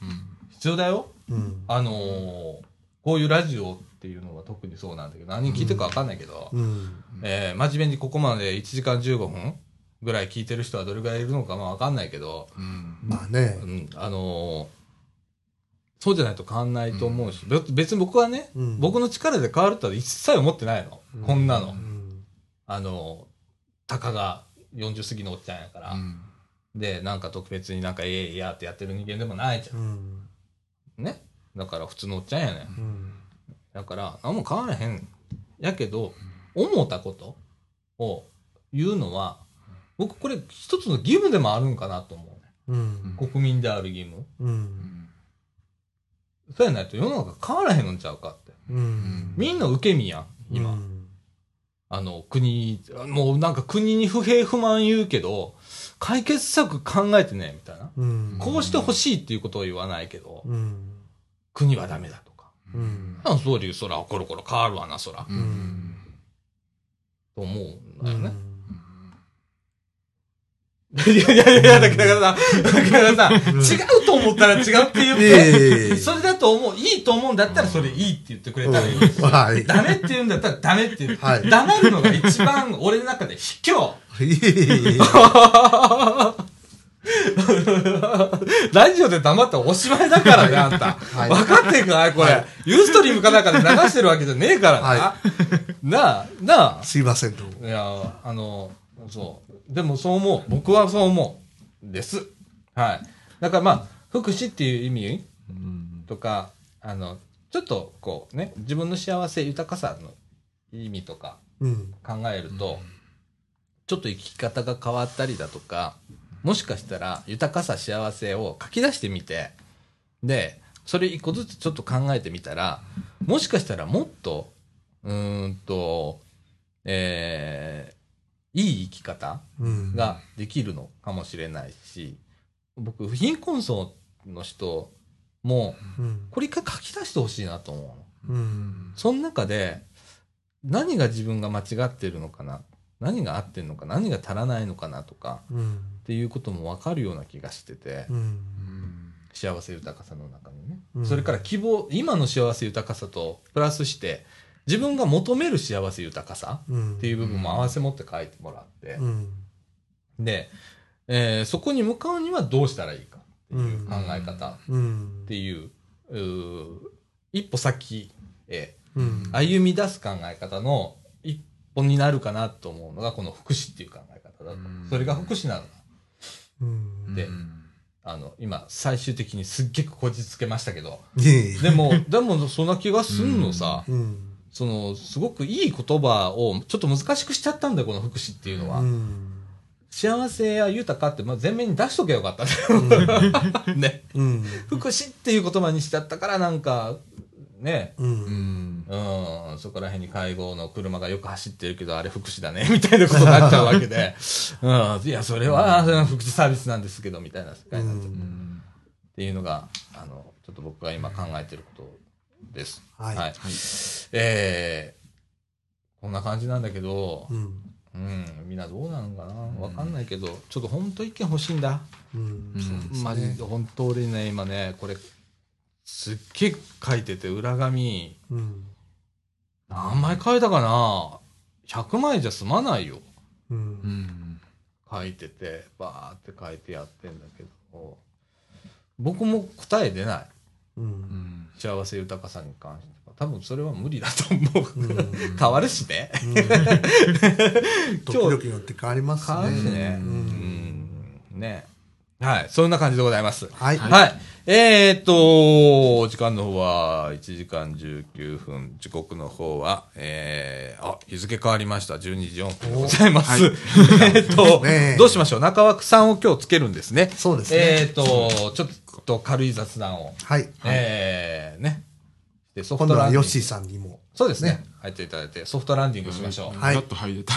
Speaker 1: 必要だよ。
Speaker 2: うん
Speaker 1: あのーこういうラジオっていうのは特にそうなんだけど、何人聞いてるかわかんないけど、
Speaker 2: うん
Speaker 1: えー真面目にここまで1時間15分ぐらい聞いてる人はどれぐらいいるのかまあわかんないけど、
Speaker 3: うん
Speaker 2: まあね
Speaker 1: うん、あのーそうじゃないと変わんないと思うし、べ別に僕はね、
Speaker 2: うん
Speaker 1: 僕の力で変わるとは一切思ってないの。
Speaker 2: うん
Speaker 1: こんなの。
Speaker 2: うん
Speaker 1: あのーたかが40過ぎのおっちゃんやから。
Speaker 3: うん
Speaker 1: で、なんか特別になんかえええやってやってる人間でもないじゃ
Speaker 2: うん
Speaker 1: ん。ね。だから普通のおっちゃんやねん。
Speaker 2: うん
Speaker 1: だから、何も変わらへん。やけど、思ったことを言うのは、僕これ一つの義務でもあるんかなと思
Speaker 2: うん
Speaker 1: う。国民である義務。
Speaker 2: うん
Speaker 1: そうやないと世の中変わらへんのちゃうかって。
Speaker 2: うん
Speaker 1: みんな受け身やん、今。
Speaker 2: うん
Speaker 1: あの、国、もうなんか国に不平不満言うけど、解決策考えてね、みたいな。
Speaker 2: うん
Speaker 1: こうしてほしいっていうことを言わないけど、
Speaker 2: うん
Speaker 1: 国はダメだとか。
Speaker 2: うん
Speaker 1: なんかそういう空はコロコロ変わるわな、空。と
Speaker 3: うん
Speaker 1: 思うんだよね。いやいやいや、だからさ、だからさ、違うと思ったら違うって言っ
Speaker 2: いえいえい
Speaker 1: て、
Speaker 2: え
Speaker 1: それだと思う、いいと思うんだったらそれいいって言ってくれたらいい。
Speaker 2: うんはい
Speaker 1: ダメって言うんだったらダメって言って、
Speaker 2: はい
Speaker 1: 黙るのが一番俺の中で卑怯。
Speaker 2: いえいえいえ
Speaker 1: ラジオで黙ったらおしまいだからね、あんた。
Speaker 2: はい
Speaker 1: 分かってんかいこ
Speaker 2: は
Speaker 1: れ
Speaker 2: い。
Speaker 1: ユーストリームかなんかで流してるわけじゃねえ からな
Speaker 2: は。
Speaker 1: なあ、なあ。
Speaker 2: すいませんどうも
Speaker 1: いや、あの、そう。でもそう思う。僕はそう思う。です。はい。だからまあ、福祉っていう意味とか、あの、ちょっとこうね、自分の幸せ、豊かさの意味とか、
Speaker 2: うん
Speaker 1: 考えると、ちょっと生き方が変わったりだとか、もしかしたら豊かさ幸せを書き出してみて、で、それ一個ずつちょっと考えてみたら、もしかしたらもっと、うーんと、えーいい生き方
Speaker 2: うん
Speaker 1: ができるのかもしれないし、僕、貧困層の人も、
Speaker 2: うん
Speaker 1: これ一回書き出してほしいなと思うの。
Speaker 2: うん
Speaker 1: その中で、何が自分が間違ってるのかな何が合ってるのか何が足らないのかなとか、
Speaker 2: うん
Speaker 1: っていうことも分かるような気がしてて、
Speaker 2: うん
Speaker 1: 幸せ豊かさの中にね。
Speaker 2: うん
Speaker 1: それから希望、今の幸せ豊かさと、プラスして、自分が求める幸せ豊かさ
Speaker 2: うん
Speaker 1: っていう部分も合わせ持って書いてもらって
Speaker 2: う、ん
Speaker 1: で、えーそこに向かうにはどうしたらいいかっていう考え方っ
Speaker 2: うん
Speaker 1: ていう、うー一歩先へ
Speaker 2: うん
Speaker 1: 歩み出す考え方の一本になるかなと思うのがこの福祉っていう考え方だと
Speaker 3: うん
Speaker 1: それが福祉なの
Speaker 2: うん
Speaker 1: であの今最終的にすっげくこじつけましたけど
Speaker 2: いえいえ
Speaker 1: でも でもそんな気がすんのさ
Speaker 2: うん
Speaker 1: そのすごくいい言葉をちょっと難しくしちゃったんだよこの福祉っていうのは、
Speaker 2: うん
Speaker 1: 幸せや豊かって、まあ、前面に出しとけばよかったね ね
Speaker 2: うん
Speaker 1: 福祉っていう言葉にしちゃったからなんかね
Speaker 2: うん
Speaker 1: うん、そこら辺に介護の車がよく走ってるけど、あれ福祉だね、み たいなことになっちゃうわけで、うん、いや、それはうん福祉サービスなんですけど、みたいな世界になっちゃう
Speaker 2: うん
Speaker 1: っていうのが、あの、ちょっと僕が今考えてることです。
Speaker 2: はい
Speaker 1: えーこんな感じなんだけど、
Speaker 2: うん
Speaker 1: うん、みんなどうなのかなわかんないけど、ちょっと本当意見欲しいんだ。
Speaker 2: うん
Speaker 1: マジで、本当俺ね、今ね、これ、すっげえ書いてて、裏紙、
Speaker 2: うん
Speaker 1: 何枚書いたかな ?100 枚じゃ済まないよ。
Speaker 2: う
Speaker 3: うんん
Speaker 1: 書いてて、バーって書いてやってんだけど、僕も答え出ない。
Speaker 2: う
Speaker 3: うんん
Speaker 1: 幸せ豊かさに関しては。多分それは無理だと思う。
Speaker 2: うん
Speaker 1: 変わるしね。
Speaker 2: 時々によって変わります
Speaker 1: 変わるしね
Speaker 2: ね。
Speaker 1: う
Speaker 2: うん
Speaker 1: ん。ね。はい。そんな感じでございます。
Speaker 2: はい
Speaker 1: はい。えー、っと、お時間の方は1時間19分、時刻の方は、えー、あ、日付変わりました。12時4分でございます。 えーっと、
Speaker 2: ねえ
Speaker 1: どうしましょう。中枠さんを今日つけるんですね。
Speaker 2: そうですね
Speaker 1: えー、っと、ちょっと軽い雑談を、
Speaker 2: はい
Speaker 1: えー、ね。で、ソフ
Speaker 2: 今
Speaker 1: ト
Speaker 2: 度
Speaker 1: ラン
Speaker 2: は
Speaker 1: ディ
Speaker 2: ヨ
Speaker 1: ン
Speaker 2: ッ
Speaker 1: グ。
Speaker 2: シーさんにも
Speaker 1: そうですね。入っていただいて、ソフトランディングしましょう。
Speaker 2: はい
Speaker 3: やっと入れた。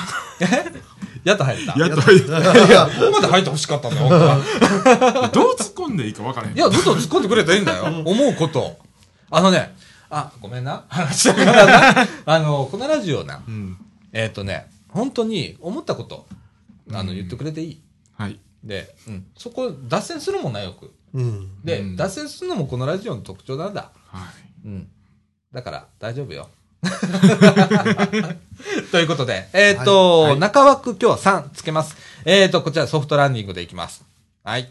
Speaker 1: やっと入った。
Speaker 3: やっと入れ
Speaker 1: いや、ここ まで入ってほしかったんだよ、本当は
Speaker 3: た。どう突っ込んでいいか分からへん。
Speaker 1: いや、ずっと突っ込んでくれたらいいんだよ。思うこと。あのね、あ、ごめんな。 話しながらな。あの、このラジオな、
Speaker 3: うん。
Speaker 1: えっ、とね、本当に思ったこと、あの、言ってくれていい。
Speaker 3: はい。
Speaker 1: で、うん、そこ、脱線するもんな、よく。
Speaker 2: うん
Speaker 1: で、
Speaker 3: うん
Speaker 1: 脱線するのもこのラジオの特徴なんだ。
Speaker 3: は
Speaker 1: うん。だから、大丈夫よ。 ということで、えっ、と、
Speaker 2: はいはい
Speaker 1: 中枠今日は3つけます。えっ、と、こちらソフトランディングでいきます。はい。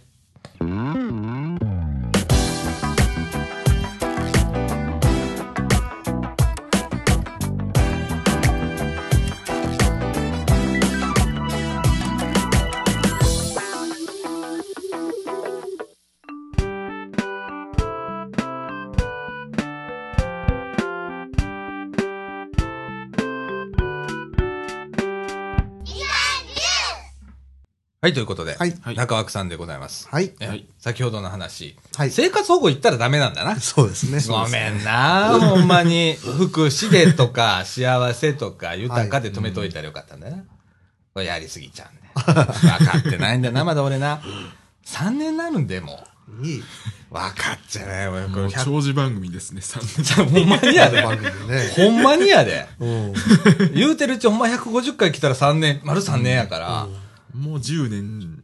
Speaker 1: はい、ということで、
Speaker 2: はい
Speaker 3: はい
Speaker 1: 中枠さんでございます。
Speaker 2: はい
Speaker 1: え
Speaker 3: はい
Speaker 1: 先ほどの話、
Speaker 2: はい
Speaker 1: 生活保護行ったらダメなんだな。
Speaker 2: そうですね
Speaker 1: ごめん な、ほんまに。福祉でとか、幸せとか、豊かで止めといたらよかったんだな。これやりすぎちゃうんだよ。分かってないんだ な、まだ俺な。3年になるんで、も。
Speaker 2: いいう
Speaker 1: 分かっちゃね、俺
Speaker 3: い。
Speaker 1: これ
Speaker 3: もう
Speaker 1: 100
Speaker 3: 長寿番組ですね、3年。
Speaker 1: ほんまにや で。
Speaker 2: 番組ね
Speaker 1: ほんまにやで。
Speaker 2: うん
Speaker 1: 言うてるうちほんま150回来たら3年、丸3年やから。
Speaker 3: もう10年。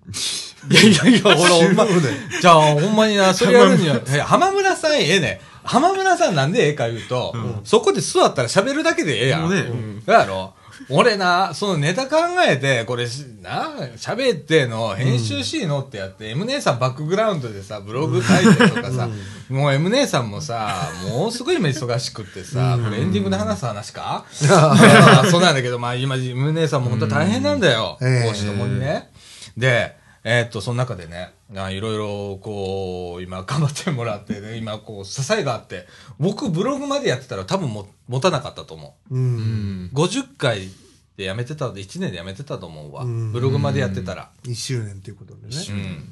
Speaker 1: いやいやいや、ほら、ほんま
Speaker 2: 十分だよ。
Speaker 1: じゃあ、ほんまにな、それやるには、いや浜村さんええね。浜村さんなんでええか言うと、そこで座ったら喋るだけでええやん。
Speaker 3: もうね
Speaker 1: だやろ俺な、そのネタ考えて、これし、な、喋っての、編集しいのってやって、M 姉さんバックグラウンドでさ、ブログ書いてとかさ、もう M 姉さんもさ、もうすごい今忙しくってさ、これエンディングで話す話 かまあそうなんだけど、まあ今 M 姉さんも本当大変なんだよ。
Speaker 2: うんええ
Speaker 1: 講師ともにね。で、えーっと、その中でね、あいろいろこう、今頑張ってもらってね、今こう、支えがあって、僕ブログまでやってたら多分も持たなかったと思う。
Speaker 2: うん
Speaker 1: 50回でやめてたで1年でやめてたと思うわ、
Speaker 2: うん
Speaker 1: ブログまでやってたら、
Speaker 2: 1周年ということでね
Speaker 1: うん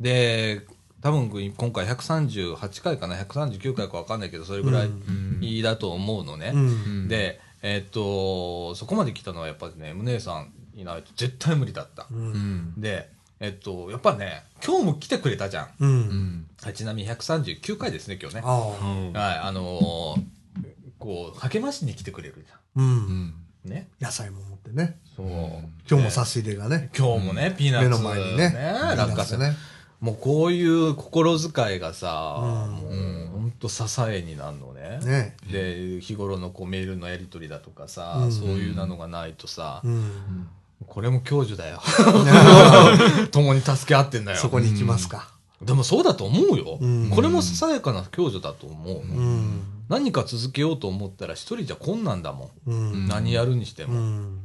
Speaker 1: で多分今回138回かな139回か分かんないけどそれぐらいだと思うのね、
Speaker 2: うん
Speaker 1: でえっとそこまで来たのはやっぱりねムネさんいないと絶対無理だった、
Speaker 3: うん。
Speaker 1: でえっとやっぱね今日も来てくれたじゃん
Speaker 2: うん
Speaker 3: うん。
Speaker 1: あちなみに139回ですね今日ねは
Speaker 2: ああ
Speaker 1: いあのーこう励ましに来てくれるじ
Speaker 2: う
Speaker 3: うんん。
Speaker 1: ゃんね
Speaker 2: 野菜も持ってね
Speaker 1: そう
Speaker 2: 今日も差し入れがね
Speaker 1: 今日もね、ピーナッ
Speaker 2: 目
Speaker 1: ツ
Speaker 2: の前にね
Speaker 1: 落花生
Speaker 2: ね
Speaker 1: もうこういう心遣いがさ、
Speaker 2: うん
Speaker 1: もうほんと支えになるのね
Speaker 2: ね
Speaker 1: で日頃のこうメールのやり取りだとかさ、
Speaker 2: うん
Speaker 1: そういうなのがないとさ、
Speaker 2: うん
Speaker 1: これも享受 だよ
Speaker 2: ね
Speaker 1: 共に助け合ってんだよ
Speaker 2: そこに行きますか
Speaker 1: でもそうだと思うよ、
Speaker 2: うん
Speaker 1: これもささやかな享受だと思うの、
Speaker 2: うん
Speaker 1: 何か続けようと思ったら一人じゃ困難だも、
Speaker 2: うんん
Speaker 1: 何やるにして
Speaker 2: う
Speaker 1: も、
Speaker 2: ん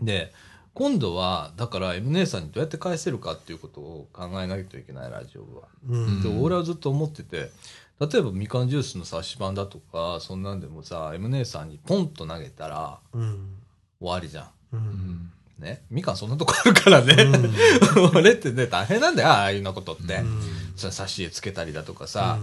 Speaker 1: で今度はだから M 姉さんにどうやって返せるかっていうことを考えないといけないラジオは。
Speaker 2: うん
Speaker 1: で俺はずっと思ってて例えばみかんジュースの差し版だとかそんなんでもさ M 姉さんにポンと投げたら
Speaker 2: うん
Speaker 1: 終わりじゃ
Speaker 2: う
Speaker 3: うんん。
Speaker 1: ん。ね、みかんそんなとこあるからね、 俺ってね大変なんだよああいうようなことって、さ差し絵つけたりだとかさ、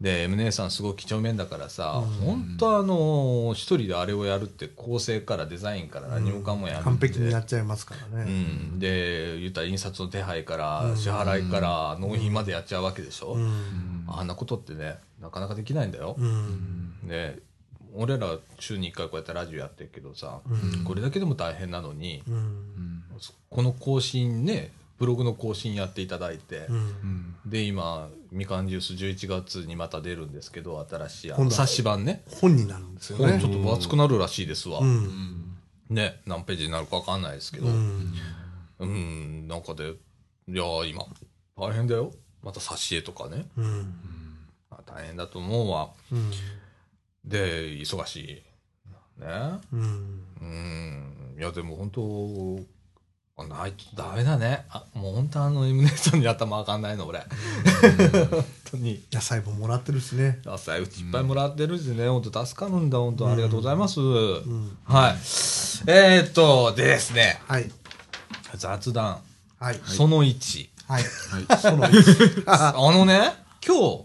Speaker 1: で M 姉さんすごい几帳面だからさ、
Speaker 2: うん
Speaker 1: 本当あの一人であれをやるって構成からデザインから何もかもやるって、
Speaker 2: 完璧にやっちゃいますから
Speaker 1: う
Speaker 2: ね
Speaker 1: ん、で言ったら印刷の手配から支払いから納品までやっちゃうわけでしょ、
Speaker 2: うん
Speaker 1: あんなことってねなかなかできないんだよ
Speaker 2: う、ん
Speaker 1: ね俺ら週に1回こうやってラジオやってるけどさ、
Speaker 2: うん
Speaker 1: これだけでも大変なのに、
Speaker 2: うん
Speaker 1: この更新ね、ブログの更新やっていただいて、
Speaker 2: うん
Speaker 1: で、今、みかんジュース11月にまた出るんですけど、新しい、あ
Speaker 2: 今
Speaker 1: の
Speaker 2: 度は
Speaker 1: 冊子版ね。
Speaker 2: 本になるんですよ
Speaker 1: これ
Speaker 2: ね
Speaker 1: ちょっと分厚くなるらしいですわ。
Speaker 2: うん
Speaker 1: ね、何ページになるか分かんないですけど、
Speaker 2: う
Speaker 1: うん、
Speaker 2: ん
Speaker 1: なんかで、いやー今、大変だよ。また挿絵とかね。
Speaker 2: うん
Speaker 1: まあ大変だと思うわ。
Speaker 2: うん
Speaker 1: で、忙しい。ね。
Speaker 2: うん
Speaker 1: うん。いや、でも本当、あないとダメだね。あ、もう本当あの、エムネさんに頭上がんないの、俺。 本当に。
Speaker 2: 野菜ももらってるしね
Speaker 1: 朝うちいっぱいもらってるしね、本当助かるんだ、本当ありがとうございます。
Speaker 2: ん
Speaker 1: はい。えー、っと、でですね、
Speaker 2: はい
Speaker 1: 雑談、
Speaker 2: はい
Speaker 1: その1。
Speaker 2: はい
Speaker 3: はい。
Speaker 2: その1
Speaker 1: あのね、今日、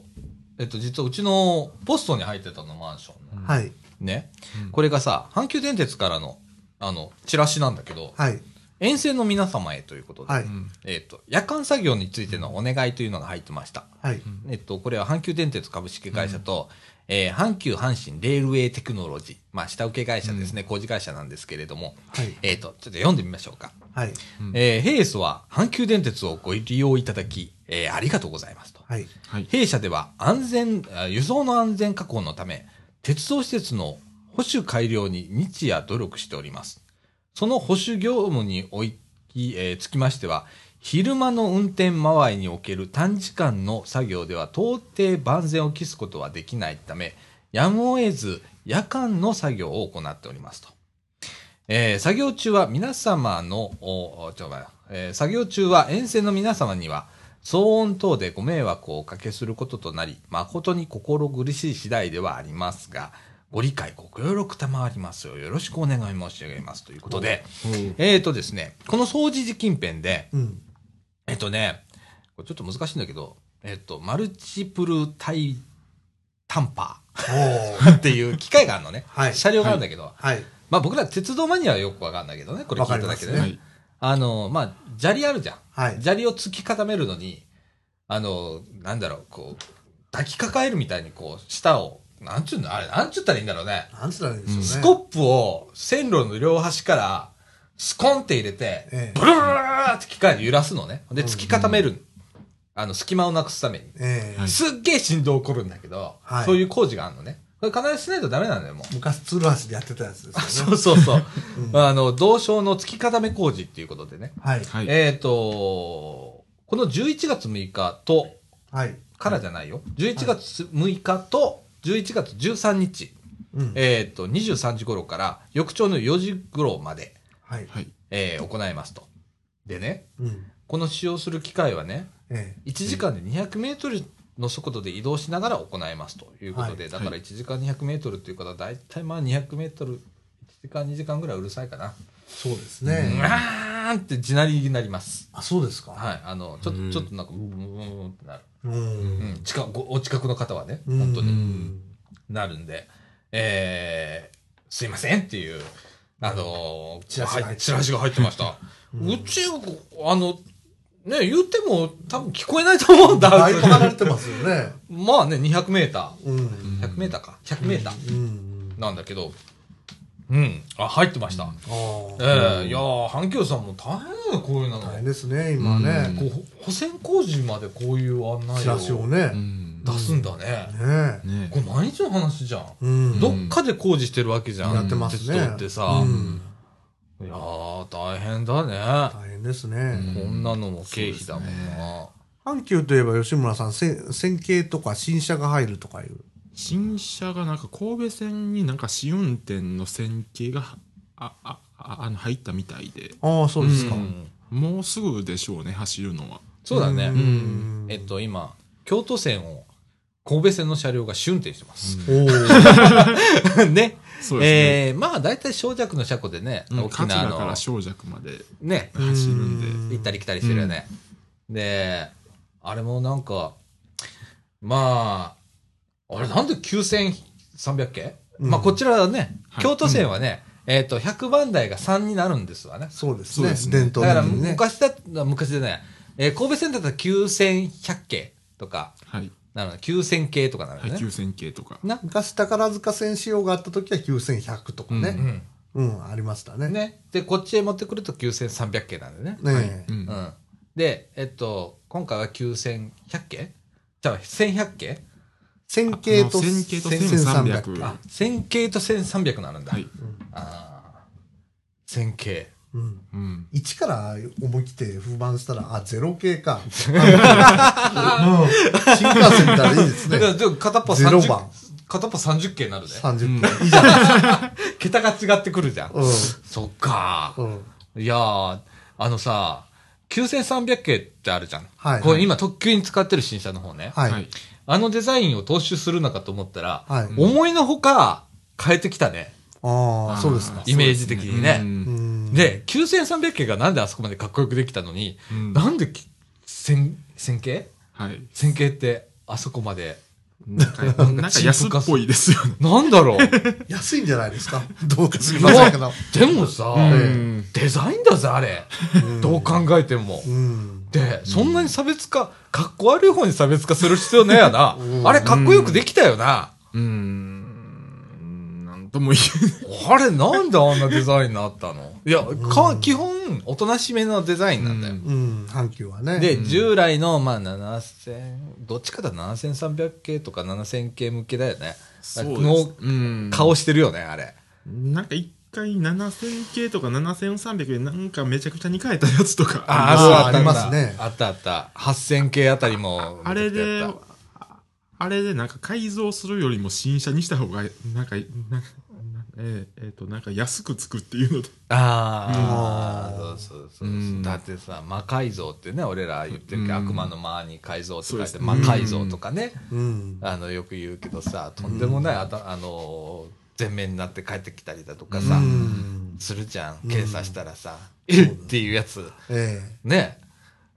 Speaker 1: えっと、実はうちのポストに入ってたの、マンションの。
Speaker 2: はい
Speaker 1: ね。これがさ、阪急電鉄からの、あの、チラシなんだけど、
Speaker 2: はい
Speaker 1: 沿線の皆様へということで、
Speaker 2: はい
Speaker 1: えっと、夜間作業についてのお願いというのが入ってました。
Speaker 2: はい
Speaker 1: えっと、これは阪急電鉄株式会社と、えー阪急阪神レールウェイテクノロジー、まあ、下請け会社ですね、工事会社なんですけれども、
Speaker 2: はい
Speaker 1: えっと、ちょっと読んでみましょうか。
Speaker 2: はい
Speaker 1: えー平素は阪急電鉄をご利用いただき、えーありがとうございますと。
Speaker 2: はい
Speaker 3: はい。
Speaker 1: 弊社では安全、あ輸送の安全確保のため、鉄道施設の保守改良に日夜努力しております。その保守業務においき、えーつきましては、昼間の運転間合いにおける短時間の作業では到底万全を期すことはできないため、やむを得ず夜間の作業を行っておりますと。えー作業中は皆様の、おおちょ、まえー作業中は沿線の皆様には、騒音等でご迷惑をおかけすることとなり、誠に心苦しい次第ではありますが、ご理解、ご協力賜りますようよろしくお願い申し上げますということで、えーとですね、この掃除時近辺で、
Speaker 2: うん
Speaker 1: えっとね、これちょっと難しいんだけど、えっと、マルチプルタイタンパ
Speaker 2: お
Speaker 1: ー
Speaker 2: ー
Speaker 1: っていう機械があるのね。
Speaker 2: はい
Speaker 1: 車両があるんだけど、
Speaker 2: はい
Speaker 1: まあ僕ら鉄道マニアはよくわかんないけどね、これ聞いただけで、
Speaker 2: わかりま
Speaker 3: は
Speaker 1: ね。
Speaker 3: い。
Speaker 1: あの、まあ、砂利あるじゃん。
Speaker 2: はい
Speaker 1: 砂利を突き固めるのに、あの、なんだろう、こう、抱きかかえるみたいにこう、舌を、なんちゅうのあれ、なんちゅったらいいんだろうね。
Speaker 2: なんつったらいいんでしょうね
Speaker 1: スコップを線路の両端から、スコンって入れて、
Speaker 2: ええ
Speaker 1: ブルルルルルルって機械で揺らすのね。で、突き固める。あの、隙間をなくすために。
Speaker 2: ええ
Speaker 3: はい
Speaker 1: すっげえ振動起こるんだけど、
Speaker 2: はい
Speaker 1: そういう工事があるのね。これ必ずしないとダメなんだよ、もう。
Speaker 2: 昔鶴橋でやってたやつです
Speaker 1: そ
Speaker 2: よね
Speaker 1: うそうそう。あの、道床の突き固め工事っていうことでね。
Speaker 2: はい
Speaker 3: はい。
Speaker 1: えっ、と、この11月6日と、
Speaker 2: はい
Speaker 1: からじゃないよ。11月6日と11月13日、
Speaker 2: うん
Speaker 1: えっ、と、23時頃から翌朝の4時頃まで、
Speaker 2: はい
Speaker 3: はい。
Speaker 1: えー行いますと。でね、
Speaker 2: うん
Speaker 1: この使用する機械はね、
Speaker 2: え
Speaker 1: 1時間で200メートルの速度で移動しながら行いますということで、
Speaker 2: は
Speaker 1: だから1時間200メートルっていうことは、だいたいまあ200メートル、1時間2時間ぐらいうるさいかな。
Speaker 2: えそうです
Speaker 1: う
Speaker 2: ね
Speaker 1: わーんって地鳴りになります。
Speaker 2: あそうですか
Speaker 1: はい。あの、ちょっ
Speaker 3: う
Speaker 1: と、
Speaker 3: ん
Speaker 1: ちょっとなんか、ブーンブーンブーンってなる。
Speaker 2: う
Speaker 1: うんん。近く、ごお近くの方はね、
Speaker 2: うん
Speaker 1: 本当
Speaker 2: う
Speaker 1: に
Speaker 2: ん
Speaker 1: なるんで、えー、すいませんっていう、あのー、
Speaker 2: チラシが入ってる
Speaker 1: はいチラシが入ってました。うち、あの、ね、言っても多分聞こえないと思うんだ。
Speaker 2: だいぶ離れてますよね
Speaker 1: まあね、200メータ
Speaker 2: うん
Speaker 1: ー。100メーターか。100メーター
Speaker 2: うん
Speaker 1: なんだけど、うん。あ、入ってました。
Speaker 2: あー
Speaker 1: ええいやー、阪急さんも大変だよ、こういうの。
Speaker 2: 大変ですね今ね
Speaker 1: こうほ、保線工事までこういう案内
Speaker 2: チラシを
Speaker 1: を
Speaker 2: ね
Speaker 3: うん。
Speaker 1: 出すんだね。
Speaker 2: ねえ
Speaker 3: ね
Speaker 1: これ毎日の話じゃん。
Speaker 2: うん
Speaker 1: どっかで工事してるわけじゃん。
Speaker 2: やってますね
Speaker 1: 鉄道ってさ。
Speaker 2: うん
Speaker 1: いやー、大変だね。
Speaker 2: 大変ですね
Speaker 1: こんなのも経費だもんな。
Speaker 2: 阪急といえば吉村さんせ線形とか新車が入るとかいう
Speaker 3: 新車がなんか神戸線になんか試運転の線形がああああの入ったみたいで
Speaker 2: ああそうですか
Speaker 1: うん
Speaker 3: もうすぐでしょうね走るのは
Speaker 1: そうだね。
Speaker 2: ん
Speaker 1: えっと、今、京都線を、神戸線の車両が試運転してます。
Speaker 2: おー
Speaker 1: ね。
Speaker 3: そうですね、
Speaker 1: えーまあ、大体、小弱の車庫でね、
Speaker 3: うん
Speaker 1: 沖
Speaker 3: 桂
Speaker 1: 縄
Speaker 3: か
Speaker 1: の
Speaker 3: ら、小弱まで
Speaker 1: ね、
Speaker 3: 走るんで
Speaker 2: うん
Speaker 1: 行ったり来たりしてるよね。で、あれもなんか、まあ、あれなんで9300系、
Speaker 2: うん
Speaker 1: まあこちらはね、
Speaker 3: はい
Speaker 1: 京都線はね、えっ、と、100番台が3になるんですわね。
Speaker 2: そうです
Speaker 3: そう
Speaker 2: ね
Speaker 3: ですね
Speaker 2: 伝
Speaker 1: だから
Speaker 2: 統的にね
Speaker 1: 昔だった、昔でね、えー神戸線だったら9100系とか、
Speaker 3: はい
Speaker 1: なるほど。9000系とかなる
Speaker 3: 配
Speaker 1: ね。
Speaker 3: 給線形とか。
Speaker 1: な、
Speaker 2: 昔宝塚選手用があった時は9100とか
Speaker 1: う
Speaker 2: ね。
Speaker 1: ん。
Speaker 2: うん、ありましたね。ね
Speaker 1: ね。で、こっちへ持ってくると9300系なんでね。
Speaker 2: え
Speaker 3: うん
Speaker 1: うん。で、えっと、今回は9100系じゃあ、1100系
Speaker 2: 線形と
Speaker 3: あの線形と1300
Speaker 1: あ、1000系と1300なるんだ。
Speaker 3: はい。
Speaker 1: ああ。1000系。
Speaker 2: うん。
Speaker 3: うん。
Speaker 2: 1から思い切って不満し たら、あ、ゼロ系か。うん新幹線みたいないいです
Speaker 1: だから、
Speaker 2: ね。
Speaker 1: でも片っぽ
Speaker 2: ゼロ
Speaker 1: 30
Speaker 2: 番、
Speaker 1: 片っぽ30系になるね。
Speaker 2: 30
Speaker 3: う
Speaker 2: 系。いいじゃない。
Speaker 1: 桁が違ってくるじゃん。
Speaker 2: うん
Speaker 1: そっか。
Speaker 2: うん
Speaker 1: いやー、あのさ、9300系ってあるじゃん。
Speaker 2: はい
Speaker 1: これ今特急に使ってる新車の方ね。
Speaker 2: は
Speaker 3: はいい。。
Speaker 1: あのデザインを踏襲するのかと思ったら、
Speaker 2: はい
Speaker 1: 思いのほか変えてきたね。
Speaker 2: ああ、そうですか。
Speaker 1: イメージ的にね
Speaker 3: うん
Speaker 2: うん
Speaker 1: で、9300系がなんであそこまでかっこよくできたのに、
Speaker 3: うん
Speaker 1: なんでき、線、線形
Speaker 3: はい。
Speaker 1: 線形ってあそこまで。
Speaker 3: なんかなんか安っぽいですよね。
Speaker 1: なんだ ろう
Speaker 2: 安いんじゃないですか。 どうか知りませんけど。
Speaker 1: でもさ、
Speaker 3: うん
Speaker 1: デザインだぜ、あれ。どう考えても。
Speaker 2: うん。
Speaker 1: で、そんなに差別化、かっこ悪い方に差別化する必要ないやな。
Speaker 2: うん
Speaker 1: あれ、かっこよくできたよな。
Speaker 3: うーん。なんとも言
Speaker 1: あれ、なんであんなデザインになったのいや、か、基本、おとなしめのデザインなんだよ。
Speaker 3: うん
Speaker 2: うん、阪急はね。
Speaker 1: で、従来の、まあ、7000、どっちかだ、7300系とか7000系向けだよね。の
Speaker 3: うん
Speaker 1: 顔してるよね、あれ。
Speaker 3: なんか一回7000系とか7300でなんかめちゃくちゃに変えたやつとか。
Speaker 2: ー
Speaker 1: そう
Speaker 2: ありますね
Speaker 1: あったあった。8000系あたりも。
Speaker 3: あれ
Speaker 1: めち
Speaker 3: で
Speaker 1: ゃくちゃあった、
Speaker 3: ああれでなんか改造するよりも新車にした方が、なんか、なんかなえーえーと、なんか安くつくっていうので。
Speaker 1: ああ、そうそうそうそう、
Speaker 3: うん
Speaker 1: だってさ、魔改造ってね、俺ら言ってるけど、
Speaker 3: うん
Speaker 1: 悪魔の魔に改造って書い
Speaker 3: そ
Speaker 1: て、
Speaker 3: うです
Speaker 1: 魔改造とかね、
Speaker 2: うん。
Speaker 1: あの、よく言うけどさ、とんでもない、あたあの、全面になって帰ってきたりだとかさ、
Speaker 2: うん
Speaker 1: するじゃん。
Speaker 2: ん
Speaker 1: 検査したらさ、えっっていうやつ。
Speaker 2: え
Speaker 1: ね。